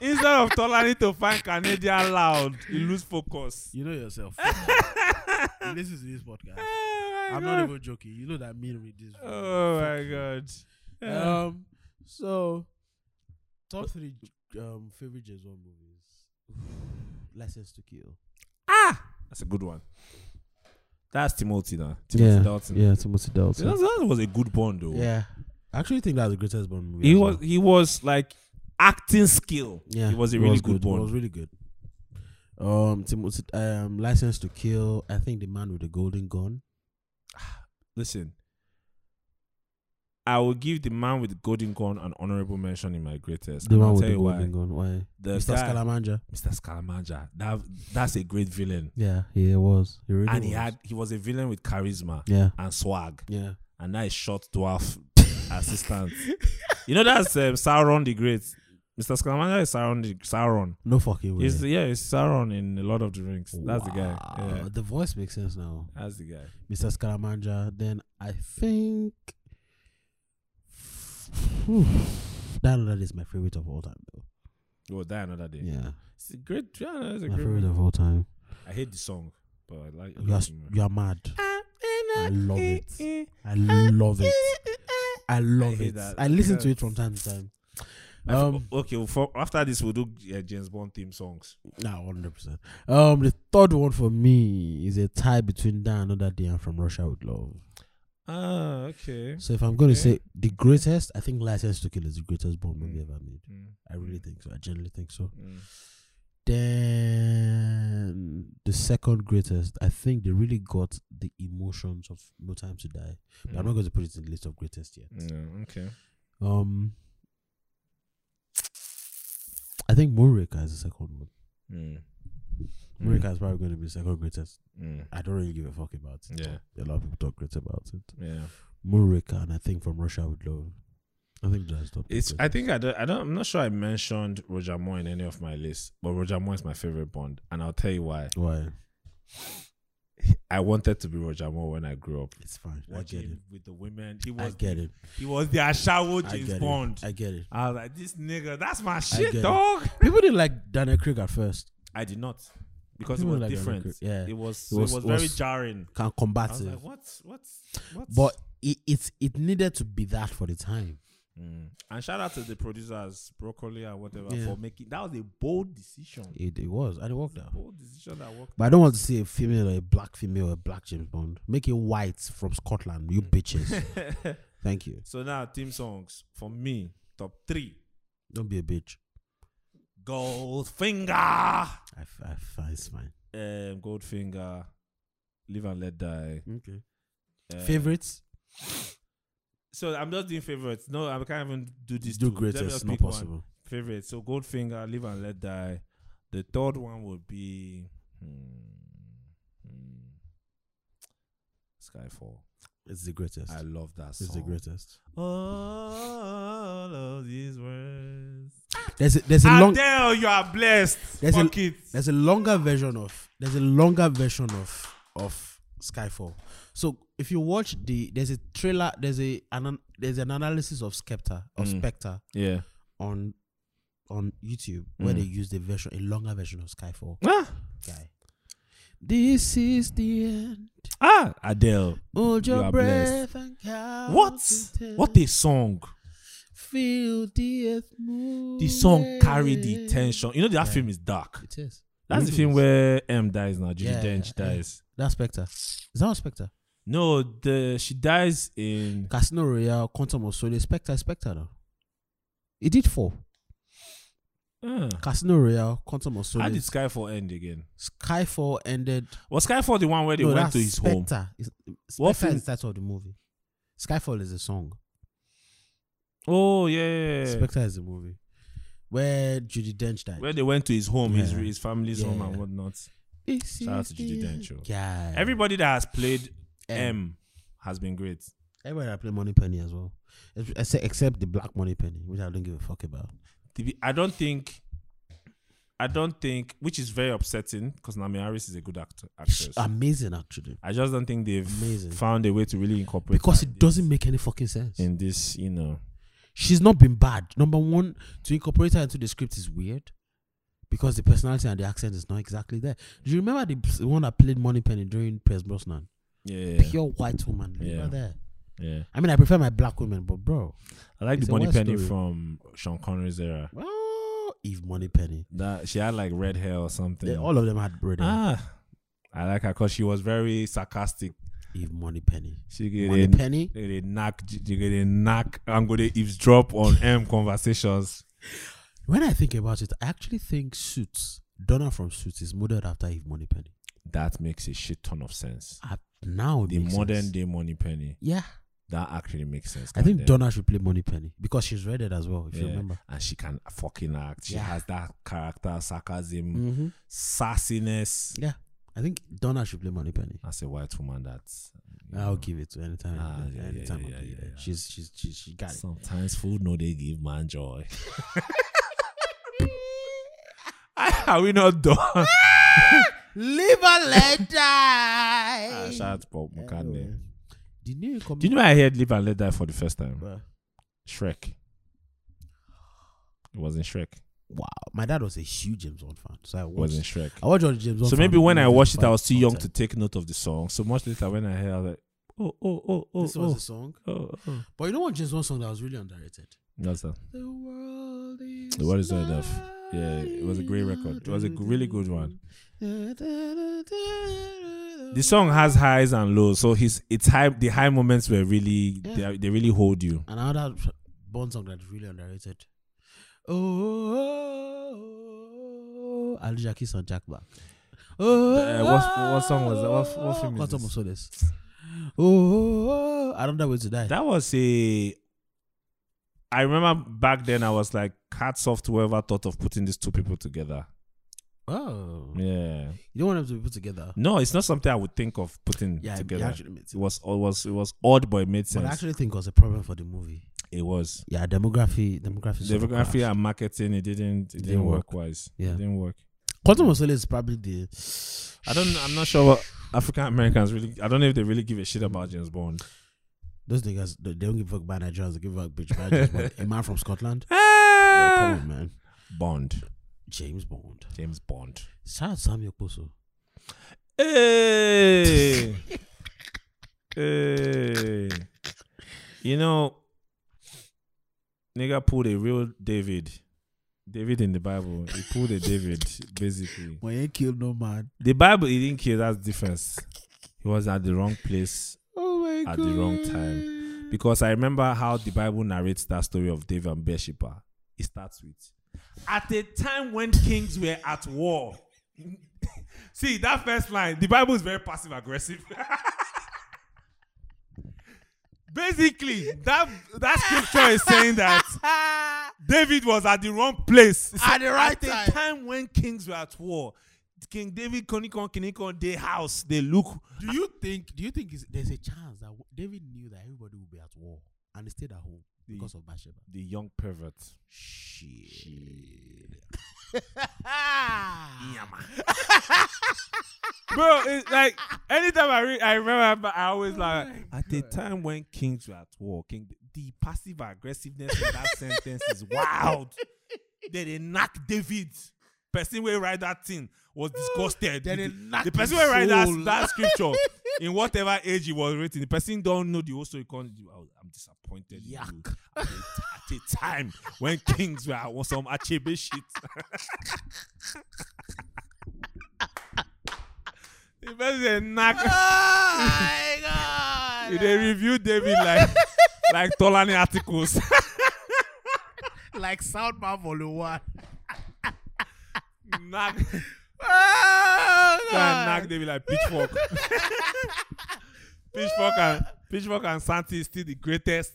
A: Instead of tolerating to find Canadian loud, you lose focus.
D: You know yourself. this is this podcast.
A: Oh my
D: I'm
A: God.
D: not even joking. You know that mean with this.
A: Oh
D: Fuck
A: my
D: you.
A: god.
D: Um,
B: so top three um favorite James Bond movies. Lessons to Kill.
C: That's a good one. That's Timothy now. Timothy
B: Yeah,
C: Dalton.
B: yeah, Timothy
C: That,
B: Dalton.
C: that was a good Bond though.
B: Yeah, I actually think that's the greatest Bond movie.
C: He
B: as
C: was
B: well.
C: he was like acting skill.
B: Yeah,
C: He was a
B: it
C: really good,
B: It was
C: Bond.
B: really good. Um, Timothy, um, License to Kill. I think the man with the golden gun.
C: Listen. I will give the man with the golden gun an honorable mention in my greatest.
B: The
C: and
B: man
C: I'll
B: with
C: tell
B: the
C: you why.
B: golden gun. Why?
C: The
B: Mr.
C: guy-
B: Scalamanga.
C: Mr. Scaramanga. That that's a great villain.
B: Yeah, yeah, it was. He really
C: and he
B: was.
C: had he was a villain with charisma
B: Yeah,
C: and swag.
B: yeah.
C: And that is short dwarf assistant. You know that's um, Sauron the Great. Mr. Scaramanga is Sauron the, Sauron.
B: No fucking way.
C: He's yeah, it's Sauron in a lot of the Rings. That's the guy.
B: Wow,
C: Yeah.
B: The voice makes sense now.
C: That's the guy.
B: Mr. Scaramanga. Then I think that that is my favorite of all time, though.
C: Oh, die another day.
B: Yeah,
C: It's a great. Yeah, no, it's a
B: my
C: great.
B: favorite
C: movie.
B: of all time.
C: I hate the song, but I like. Ah, I
B: You are
C: like
B: s-
C: the movie.
B: you are mad. I love
C: eh,
B: it. I love it. I love
C: hate
B: it.
C: that.
B: I listen to
C: Yeah.
B: it from time to time.
A: Um,
B: Um,
A: okay, well, for, after this, we'll do uh, James Bond theme songs.
B: Nah, one hundred percent. Um, the third one for me is a tie between that another day and from Russia with love.
A: Ah, okay.
B: So if I'm going to
A: Okay.
B: say the greatest, I think License to Kill is the greatest Bond movie ever made.
A: Mm,
B: I really think so. I genuinely think so.
A: mm.
B: Then the second greatest, I think they really got the emotions of No Time to Die. But I'm not going to put it in the list of greatest yet.
A: No, okay.
B: Um, I think Moonraker is the second one.
A: Mm.
B: Moonraker is probably going to be the second greatest.
A: Mm.
B: I don't really give a fuck about it.
A: Yeah.
B: A lot of people talk great about it.
A: Yeah.
B: Moonraker and I think from Russia with Love. I think that's top. two
A: It's.
B: greatest.
A: I think I don't. I don't. I'm not sure I mentioned Roger Moore in any of my lists, but Roger Moore is my favorite Bond, and I'll tell you why.
B: why
A: I wanted to be Roger Moore when I grew up.
B: it's fine. I
A: Watching
B: get it.
A: him with the women, he
B: I
A: was.
B: get it.
A: He was the Ashawo
B: I
A: James
B: get
A: Bond.
B: it. I get it.
A: I was like, this nigga, that's my shit,
B: get it.
A: dog.
B: People didn't like Daniel Craig at first.
A: I did not because it
B: People
A: was
B: like
A: different.
B: America- yeah.
A: it was
B: It
A: it
B: was-
A: was,
B: it
A: very
B: was-
A: jarring.
B: Can
A: I
B: combat
A: was
B: it,
A: like, what, what, what?
B: but it, it it needed to be that for the time.
A: Mm. and shout out to the producers, broccoli and whatever,
B: Yeah.
A: for making that was a bold decision.
B: It, it was, and it worked out.
A: Bold decision that worked.
B: But I don't want to see a female or a black female or a black James Bond. Make it white from Scotland, you bitches. Thank you.
A: so now theme songs for me, top three.
B: Don't be a bitch.
A: Goldfinger,
B: I, f- I f- it's fine.
A: um, Goldfinger, Live and Let Die.
B: Okay.
A: um,
B: Favorites?
A: So I'm just doing favorites. No, I can't even do these.
B: Do
A: two. Let me
B: greatest,
A: just
B: not
A: pick one.
B: possible.
A: favorite. So Goldfinger, Live and Let Die. The third one would be hmm, hmm, Skyfall.
B: It's the greatest.
A: I love that song.
B: it's the greatest.
A: All of these words.
B: There's a, there's a
A: Adele,
B: long
A: you are blessed.
B: There's a-
A: Fuck it.
B: there's a longer version of there's a longer version of of Skyfall. So if you watch the there's a trailer there's a an, there's an analysis of Skepta of
A: Mm.
B: Spectre
A: Yeah.
B: on on YouTube where
A: Mm.
B: they use the version a longer version of Skyfall
A: Ah,
B: guy. This is the end.
A: ah, Adele.
B: Hold
A: You
B: your
A: are
B: breath
A: blessed.
B: and count
A: What?
B: to ten.
A: What a song.
B: feel the earth move.
A: The song carried
B: Mm.
A: the tension. You know that film is dark.
B: It is.
A: That's the
B: It
A: film
B: is.
A: where M dies now. Judy
B: Yeah,
A: Dench
B: yeah, yeah.
A: dies.
B: That's Spectre. Is that on Spectre?
A: No, the she dies in
B: Casino Royale, Quantum of Solace, Spectre, Spectre. Now. It did four.
A: Ah.
B: Casino Royale, Quantum of
A: How did
B: Solace.
A: Skyfall end again?
B: Skyfall ended.
A: Was Skyfall the one where they
B: no,
A: went
B: that's
A: to his home?
B: Spectre. It's-
A: What
B: Spectre
A: film-
B: is the title of the movie. Skyfall is a song.
A: Oh yeah, yeah, yeah.
B: Spectre is a movie. Where Judy Dench died.
A: where they went to his home, his
B: Yeah.
A: his family's
B: Yeah,
A: home
B: yeah.
A: and whatnot.
B: This
A: Shout out
B: is
A: to Judi
B: the
A: Dench,
B: end.
A: oh.
B: Yeah.
A: Everybody that has played M,
B: M.
A: has been great.
B: Everybody that play Money Penny as well. Ex- Except, except the Black Money Penny, which I don't give a fuck about.
A: The- I don't think, I don't think, which is very upsetting because Naomi Harris is a good actor. Actress.
B: Amazing, actually.
A: I just don't think they've
B: Ah. Amazing.
A: found a way to really incorporate
B: Because
A: that
B: it doesn't make any fucking sense.
A: in this, you know.
B: she's not been bad. Number one, to incorporate her into the script is weird because the personality and the accent is not exactly there. Do you remember the ps- one that played Money Penny during Pierce Brosnan?
A: Yeah, yeah,
B: Pure white woman. Remember
A: Yeah.
B: there?
A: yeah.
B: I mean, I prefer my black women, but bro,
A: I like
B: It's
A: the
B: a
A: Money
B: West
A: Penny
B: story.
A: from Sean Connery's era.
B: oh, Eve Money Penny.
A: That she had like red hair or something.
B: They, all of them had red hair.
A: Ah, I like her because she was very sarcastic.
B: Eve Money Penny.
A: She
B: Money
A: get a,
B: Penny.
A: they get a knack. She get a knack. I'm going to eavesdrop on M conversations.
B: When I think about it, I actually think Suits, Donna from Suits, is modeled after Eve Money Penny.
A: That makes a shit ton of sense.
B: Now, it
A: The
B: makes
A: modern
B: sense.
A: day Money Penny.
B: Yeah,
A: That actually makes sense.
B: I think
A: goddamn.
B: Donna should play Money Penny because she's redheaded as well, if you
A: Yeah.
B: remember.
A: And she can fucking act. She
B: Yeah.
A: has that character, sarcasm,
B: Mm-hmm.
A: sassiness.
B: Yeah, I think Donna should play Money Penny.
A: That's a white woman that's. you
B: I'll
A: know,
B: give it to her anytime.
A: Ah, yeah, yeah,
B: anytime
A: yeah,
B: I'll be
A: yeah,
B: there.
A: yeah.
B: She's she's she, she got it.
A: Sometimes food no they give man joy. Are we not done?
B: Live and let
A: Ah,
B: die.
A: shout out to Bob McCartney.
B: The new com-
A: Do you know I heard Live and Let Die for the first time?
B: Bruh.
A: Shrek. It wasn't Shrek. It
B: Wow, my dad was a huge James Bond fan, so I
A: wasn't
B: watched.
A: Shrek.
B: I watched all the James Bond.
A: So
B: fan
A: maybe when I
B: movies
A: watched it,
B: for
A: I was too young
B: some
A: to take note of the song. So much later, when I heard, I was like, oh, oh, oh, oh,
B: this was a Hmm. song.
A: oh, oh.
B: But you know what James Bond song that was really underrated?
C: That's that.
B: The world is
C: The World Is Not Enough. Yeah, it was a great record. It was a g- really good one. The
B: This
C: song has highs and lows, so his it's high. The high moments were really they, are- they really hold you.
B: another Bond song that's really underrated. Oh, oh, oh, oh, oh. Alicia Keys on Jack Black. Oh,
C: Uh, what- what song was that? What- what film is
B: Quantum
C: this?
B: of Solace. Oh, oh, oh, I don't know where to die.
C: That was a. I remember back then I was like, hats off to whoever thought of putting these two people together.
B: oh,
C: Yeah.
B: you don't want them to be put together.
C: No, it's not something I would think of putting
B: Yeah, it- it
C: together.
B: actually makes
C: it was it was it was odd, but it made
B: But
C: sense.
B: I actually think it was a problem for the movie.
C: it was
B: Yeah, demography, demography, sort of
C: demography
B: crashed.
C: and marketing. It didn't it didn't,
B: Didn't
C: work
B: work.
C: wise.
B: Yeah.
C: It didn't work.
B: Quantum of Solace is probably the.
C: I don't. I'm not sure what African Americans really. I don't know if they really give a shit about James Bond.
B: Those niggas, they they don't give a fuck about Nigerians. They give a fuck bitch about James Bond. A man from Scotland. Yeah, come on, man.
C: Bond.
B: James Bond.
C: James Bond.
B: Shout out Samuel Poso.
C: Hey. hey. You know, nigga pulled a real David. David in the Bible. He pulled a David, basically.
B: When you kill no man.
C: The Bible he didn't care, that's difference. He was at the wrong place
B: Oh my
C: at the wrong time. Because I remember how the Bible narrates that story of David and Bathsheba. It starts with
A: At a time when kings were at war. See, that first line, the Bible is very passive aggressive. Basically, that that scripture is saying that
B: Ah!
A: David was at the wrong place. At the right time. when kings were at war. King David, Konikon, Kinikon, they house, they look.
B: Do you think? Do you think is, there's a chance that w- David knew that everybody would be at war and he stayed at home because of Bathsheba?
C: the young pervert.
B: Shit.
A: Bro, it's like anytime I read, I remember, I
B: Oh
A: always like at the time when kings were at war, King, the passive aggressiveness of that sentence is wild. They they knock David. Person where write that thing was disgusted.
B: They dey
A: the,
B: knack
A: the
B: his
A: person where write that,
B: soul.
A: that scripture in whatever age it was written, the person don't know the whole story. Can't do- oh, I'm disappointed. in you.
B: Yuck.
A: At the, at the time when kings were on some achebe shit. the person dey knack.
B: Oh my
A: They review David like like Tolani articles.
B: like Soundman Volume 1.
A: knock,
B: Oh,
A: knock David like pitchfork. pitchfork and pitchfork and Santi is still the greatest.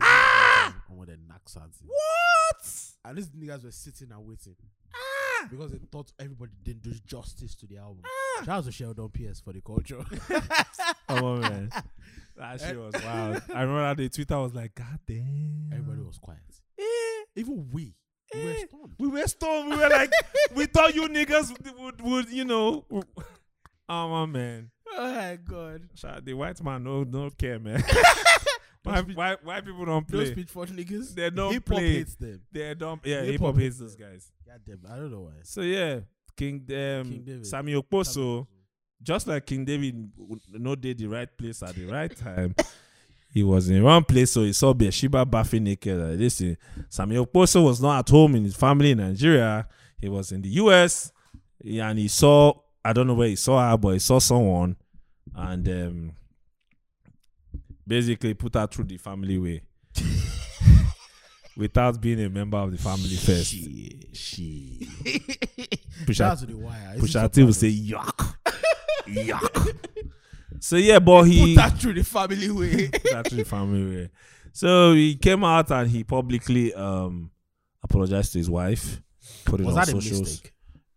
B: Ah! I'm gonna knock something.
A: What?
B: And these niggas were sitting and waiting. Because they thought everybody didn't do justice to the album. Shout out to Sheldon Pierce for the culture.
A: Come on, Oh, man. That
B: Eh.
A: shit was wild. I remember that day Twitter was like, God damn.
B: everybody was quiet. Even we. We were
A: Eh.
B: stunned.
A: We were stoned. We were like, we thought you niggas would, would, would you know. would- Oh my man,
B: Oh my god.
A: Sha- the white man no no care man. why, why why people don't
B: Those
A: play?
B: pitchfork niggas.
A: They don't
B: hip hop
A: play.
B: hates them.
A: They don't. Yeah,
B: Hip
A: hip hop
B: hop.
A: hates those guys.
B: God damn, I don't know why.
A: So yeah, King, um,
B: King David.
A: Sammy Okposo, just like King David, w- no day the right place at the right time. He was in the wrong place, so he saw Bathsheba bathing naked. Uh, Listen, Sammy Okposo was not at home in his family in Nigeria. He was in the U.S. and he saw I don't know where he saw her, but he saw someone, and um, basically put her through the family way. Without being a member of the family first,
B: Shit. Shit.
A: Pusha
B: Shout out to the wire.
A: Pusha T will say yuck, yuck. So yeah, but he
B: Put that through the family way.
C: That's the family way. So he came out and he publicly um apologized to his wife. Put it
B: Was
C: on
B: that a
C: socials.
B: mistake?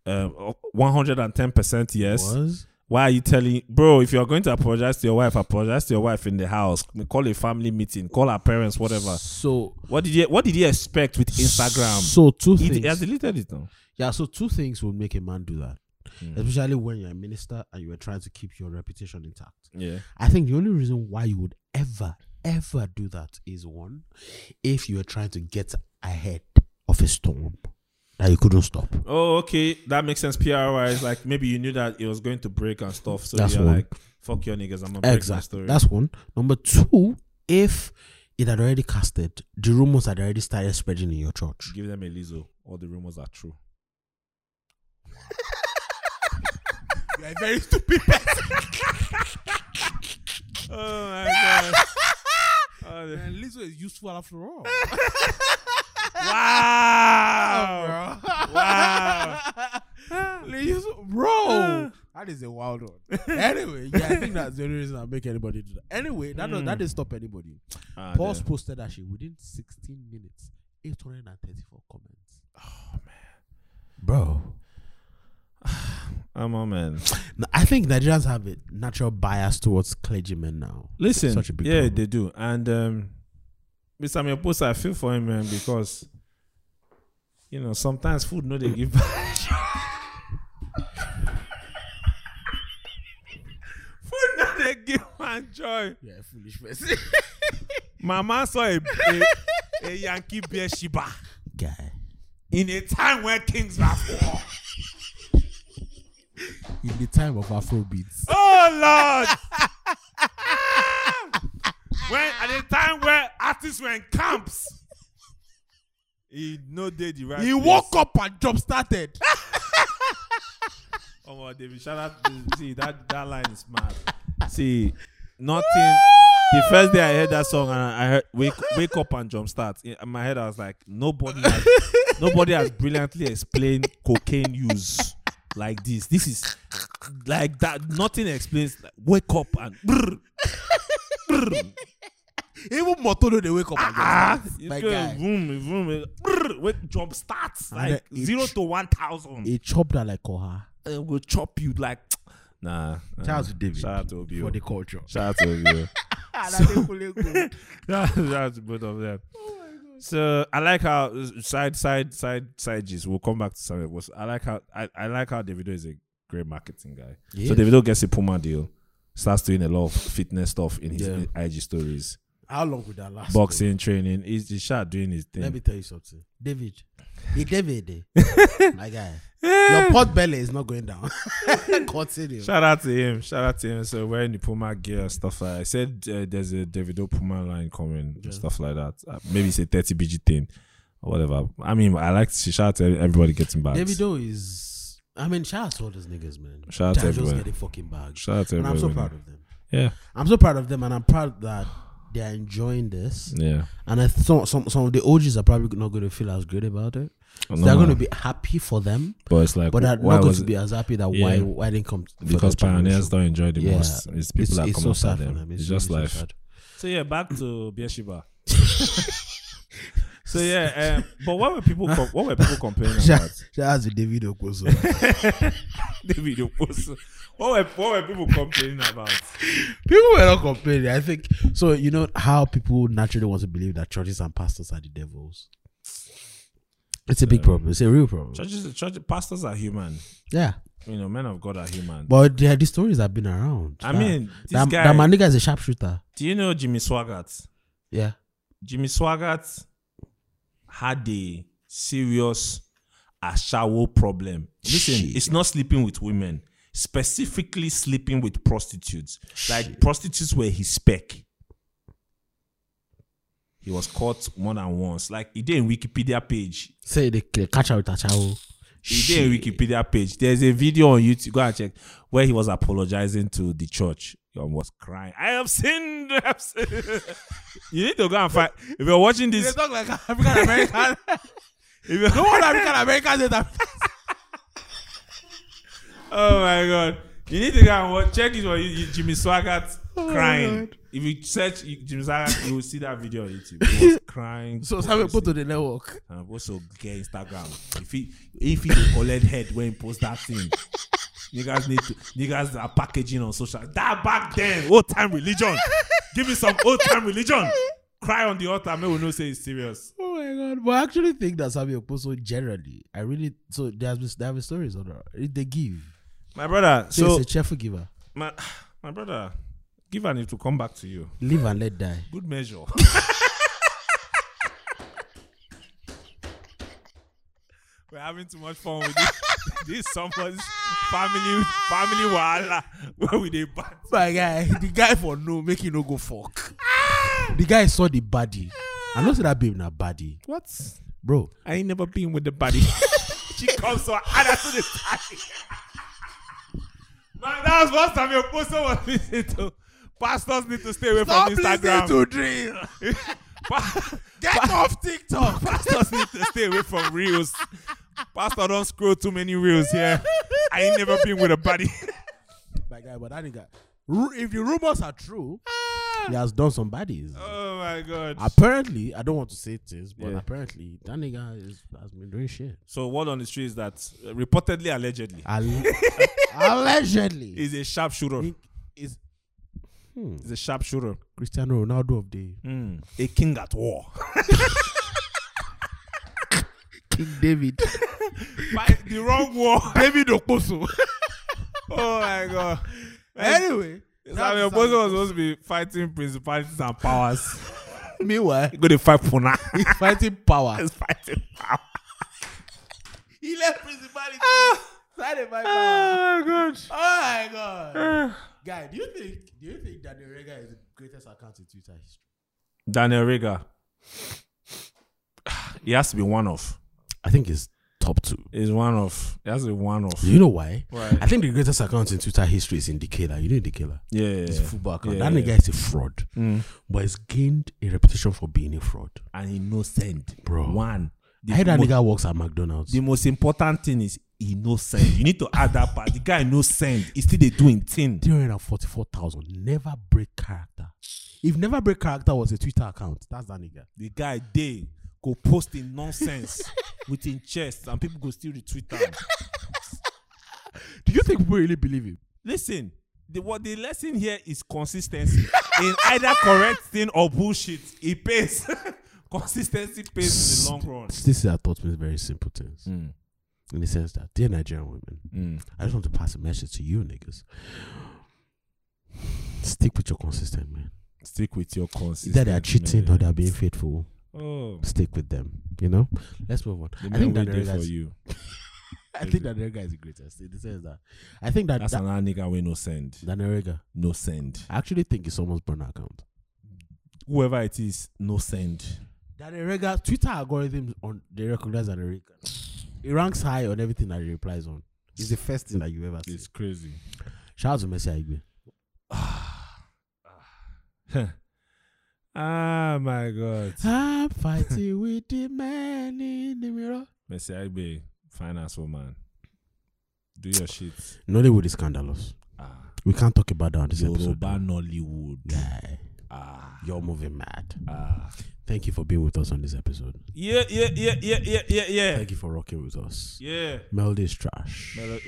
C: Um, one hundred and ten percent yes.
B: Was?
C: Why are you telling, bro? If you are going to apologize to your wife, apologize to your wife in the house. Call a family meeting. Call her parents. Whatever.
B: So
C: What did you What did you expect with Instagram?
B: So two
C: He,
B: things.
C: he has deleted it now.
B: Yeah, so two things would make a man do that, especially when you're a minister and you are trying to keep your reputation intact.
C: Yeah.
B: I think the only reason why you would ever, ever do that is one, if you are trying to get ahead of a storm. that you couldn't stop.
A: Oh, okay, that makes sense. PR wise, like maybe you knew that it was going to break and stuff, so
B: That's
A: you're
B: one.
A: like, "Fuck your niggas, I'm gonna break my
B: Exactly.
A: story."
B: That's one. Number two, if it had already casted, the rumors had already started spreading in your church.
A: Give them a Lizzo. All the rumors are true.
D: You're a very stupid person.
A: Oh my god!
D: Man, Lizzo is useful after all.
A: wow!
D: wow. Lizzo, bro. that is a wild one. Anyway, yeah, I think that's the only reason I make anybody do that. Anyway, that, does, that didn't stop anybody.
A: Ah,
B: Pause.
A: damn.
B: posted that shit within 16 minutes, 834 comments. Oh man, bro.
A: I'm on man.
B: N- I think Nigerians have a natural bias towards clergymen now.
A: Listen,
B: such a big
A: yeah,
B: problem.
A: they do. And um, Mr. Miopos, I feel for him, man, because you know sometimes food no they give back. food no they give man joy.
D: You're a foolish person.
A: Mama saw a, a, a Yankee Beersheba
B: Guy,
A: in a time where kings were at war.
B: in the time of Afro beats,
A: Oh Lord! when at a time where artists were in camps, he no day the right.
D: he
A: place.
D: woke up and jump started.
A: Oh my David, shout out! to- See that that line is mad. See nothing. The first day I heard that song and I heard wake wake up and jumpstart. In my head, I was like, nobody, has, nobody has brilliantly explained cocaine use like this. This is like that. Nothing explains like, wake up and. brr, brr.
D: Even Motono, they wake up and
A: Ah,
D: jump
A: you
D: started. My
A: go
D: guy.
A: vroom, vroom, eh, brr, with jump starts
B: And
A: like
B: then it
A: zero
B: ch-
A: to one thousand.
B: he chopped her like Koha.
A: It will chop you like nah. nah.
B: Charles David
A: Shout out to Obi.
B: for the culture.
A: Shout out to Obi.
D: So-
A: Shout out to both of them. So I like how uh, side side side side gist. We'll come back to some of it. I like how I, I like how Davido is a great marketing guy.
B: He
A: So
B: is.
A: Davido gets a Puma deal, starts doing a lot of fitness stuff in his
B: Yeah.
A: IG stories,
B: How long would that last?
A: boxing, training. He's just start doing his
B: Let me
A: thing.
B: tell you something, David. Hey, David, eh, my guy, your pot belly is not going down. Continue.
A: Shout out to him. Shout out to him. So wearing the Puma gear and stuff like I said uh, there's a Davido Puma line coming, and stuff like that. Uh, maybe it's a 30 BG thing or whatever. I mean, I like to see- shout out to everybody getting back.
B: Davido is. I mean, shout out to all those niggas, man.
A: Shout out to
B: They just
A: everyone.
B: get a fucking bag.
A: Shout out to
B: and
A: everybody.
B: I'm so proud of them.
A: Yeah.
B: I'm so proud of them, and I'm proud that they are enjoying this.
A: Yeah.
B: And I thought some some of the OGs are probably not going to feel as good about it. So
A: No,
B: they're going to
A: man.
B: be happy for them,
A: But it's like,
B: but they're
A: why
B: not going
A: was
B: to
A: it?
B: be as happy that
A: Yeah.
B: why why didn't come for
A: Because
B: their
A: pioneers
B: generation.
A: don't enjoy the
B: Yeah.
A: most. It's people that come
B: so
A: after
B: sad for
A: them. It's, just
B: really
A: life.
B: so sad.
A: So yeah, back to Beersheba. so yeah, um, but what were people com- what were people complaining about?
B: Shout out to David Okozo.
A: David Oposo. What were what were people complaining about?
B: people were not complaining. I think so. You know how people naturally want to believe that churches and pastors are the devils. It's a big problem. It's a real problem.
A: Churches, church, pastors are human.
B: Yeah,
A: You know, men of God are human.
B: but yeah, these stories have been around.
A: I
B: Yeah.
A: mean, this
B: that,
A: guy.
B: that my nigga is a sharpshooter.
A: do you know Jimmy Swaggart?
B: Yeah,
A: Jimmy Swaggart had a serious ashawo problem. Listen,
B: Shit.
A: it's not sleeping with women, specifically sleeping with prostitutes. Like prostitutes were his spec. He was caught more than once. Like he did in Wikipedia page.
B: say they c- catch out with Achao.
A: He did in Wikipedia page. There's a video on YouTube. Go and check where he was apologizing to the church and was crying. I have sinned. I have sinned. you need to go and find. If you're watching
D: They
A: this,
D: talk like African American.
A: if you're,
D: No one African American said that.
A: Oh my god. You need to go and watch, check it for you, you- Jimmy Swaggart
D: Oh
A: crying. if you search you- Jimmy Swaggart, you will see that video on YouTube. He was crying.
D: So Samuel go to the network.
A: and also get Instagram. If he if he dey collect head when he post that thing. Niggas need to niggas are packaging on social. That back then, old time religion. Give me some old time religion. Cry on the altar, may we know say it's serious.
B: Oh my god! But I actually think that Samuel Oposo generally, I really so there has been there have been stories on her. They give.
A: My brother,
B: So
A: so
B: it's a cheerful giver.
A: my my brother, give an it to come back to you.
B: Live and let die.
A: Good measure. We're having too much fun with this. this someone's family family wahala where we dey back.
D: My guy, the guy for no make him no go fuck. the guy saw the body. I know say that babe na body,
A: What?
D: bro.
A: I ain't never been with the body. she comes to her and to the party. Man, that was last time your poster was listening to. Pastors need to stay away from Instagram.
D: to dream.
A: Pa-
D: Get off TikTok.
A: Pastors need to stay away from reels. Pastor, don't scroll too many reels here. I ain't never been with a body.
D: My guy, but that nigga, ru- if the rumors are true, he has done some bodies.
A: oh my god.
D: apparently, I don't want to say this, but
A: Yeah.
D: apparently that nigga is, has been doing shit.
A: So word on the street is that uh, reportedly, allegedly,
D: Alle- allegedly,
A: is a sharpshooter.
D: He is hmm,
A: Is a sharpshooter.
D: Cristiano Ronaldo of the
A: Mm. A king at war.
D: King David.
A: By the wrong war.
D: David Okposo.
A: oh my god.
D: anyway,
A: Samuel
D: that's-
A: Bozo was supposed to be fighting principalities and powers.
D: meanwhile,
A: Go to fight Puna.
D: he's fighting power.
A: He's fighting power.
D: he left principality. Started by power.
A: Oh my god.
D: Oh my god, guy, do you think do you think that Rega is the greatest account in Twitter history?
A: Daniel Rega. He has to be one off.
B: I think it's top two.
A: He's one off. He has to be one off.
B: You know why?
A: Right.
B: I think the greatest account in Twitter history is Indicator. You know Indicator?
A: Yeah.
B: It's a football account.
A: Yeah,
B: that nigga
A: yeah.
B: is a fraud,
A: Mm.
B: but he's gained a reputation for being a fraud.
A: And innocent.
B: Bro.
A: One. The
B: I heard that
A: mo-
B: nigga works at McDonald's.
A: The most important thing is innocent. You need to add that part. The guy innocent. He's still dey doing thing.
B: 344,000. Never break character. If Never Break Character was a Twitter account, that's that nigga.
A: the guy dey go post him nonsense with him chest and people go still retweet am
B: Do you think people really believe him?
A: lis ten the what the lesson here is consis ten cy in either correct thing or bullshit e pays consis ten cy pays in the long run.
B: This is taught me very simple things.
A: Mm,
B: In the sense that, dear Nigerian women,
A: mm.
B: I just want to pass a message to you niggas. Stick with your consistent man.
A: stick with your consis
B: Either they are cheating or they are being faithful.
A: oh
B: Stick with them. You know. Let's move on.
A: the
B: I think
A: men wey
B: that
A: dey
B: Noriega
A: for
B: is,
A: you
B: I think that Noriega is the greatest. In the sense that, I think that
A: that's
B: that,
A: another nigga wey no send
B: that Noriega,
A: no send
B: I actually think it's someone's burner account.
A: whoever it is no send
B: That Noriega Twitter algorithms on they recognize that Noriega. It ranks high on everything that he replies on. It's the first thing that you ever see.
A: crazy
B: Shout out to Messi Aigbe.
A: ah my god
B: I'm fighting with the man in the mirror.
A: messi aigbe finance woman do your shit.
B: Nollywood is scandalous.
A: Ah,
B: We can't talk about that on this episode.
A: Yoruba Nollywood.
B: Guy,
A: Ah,
B: you're moving mad.
A: ah.
B: Thank you for being with us on this episode.
A: Yeah, yeah, yeah, yeah, yeah, yeah, yeah.
B: Thank you for rocking with us.
A: Yeah.
B: Melody is trash.
A: Melo-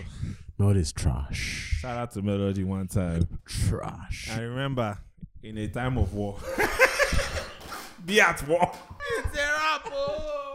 B: Melody is trash.
A: Shout out to Melody one time.
B: Trash.
A: I remember in a time of war. Be at war. It's a rap, oh.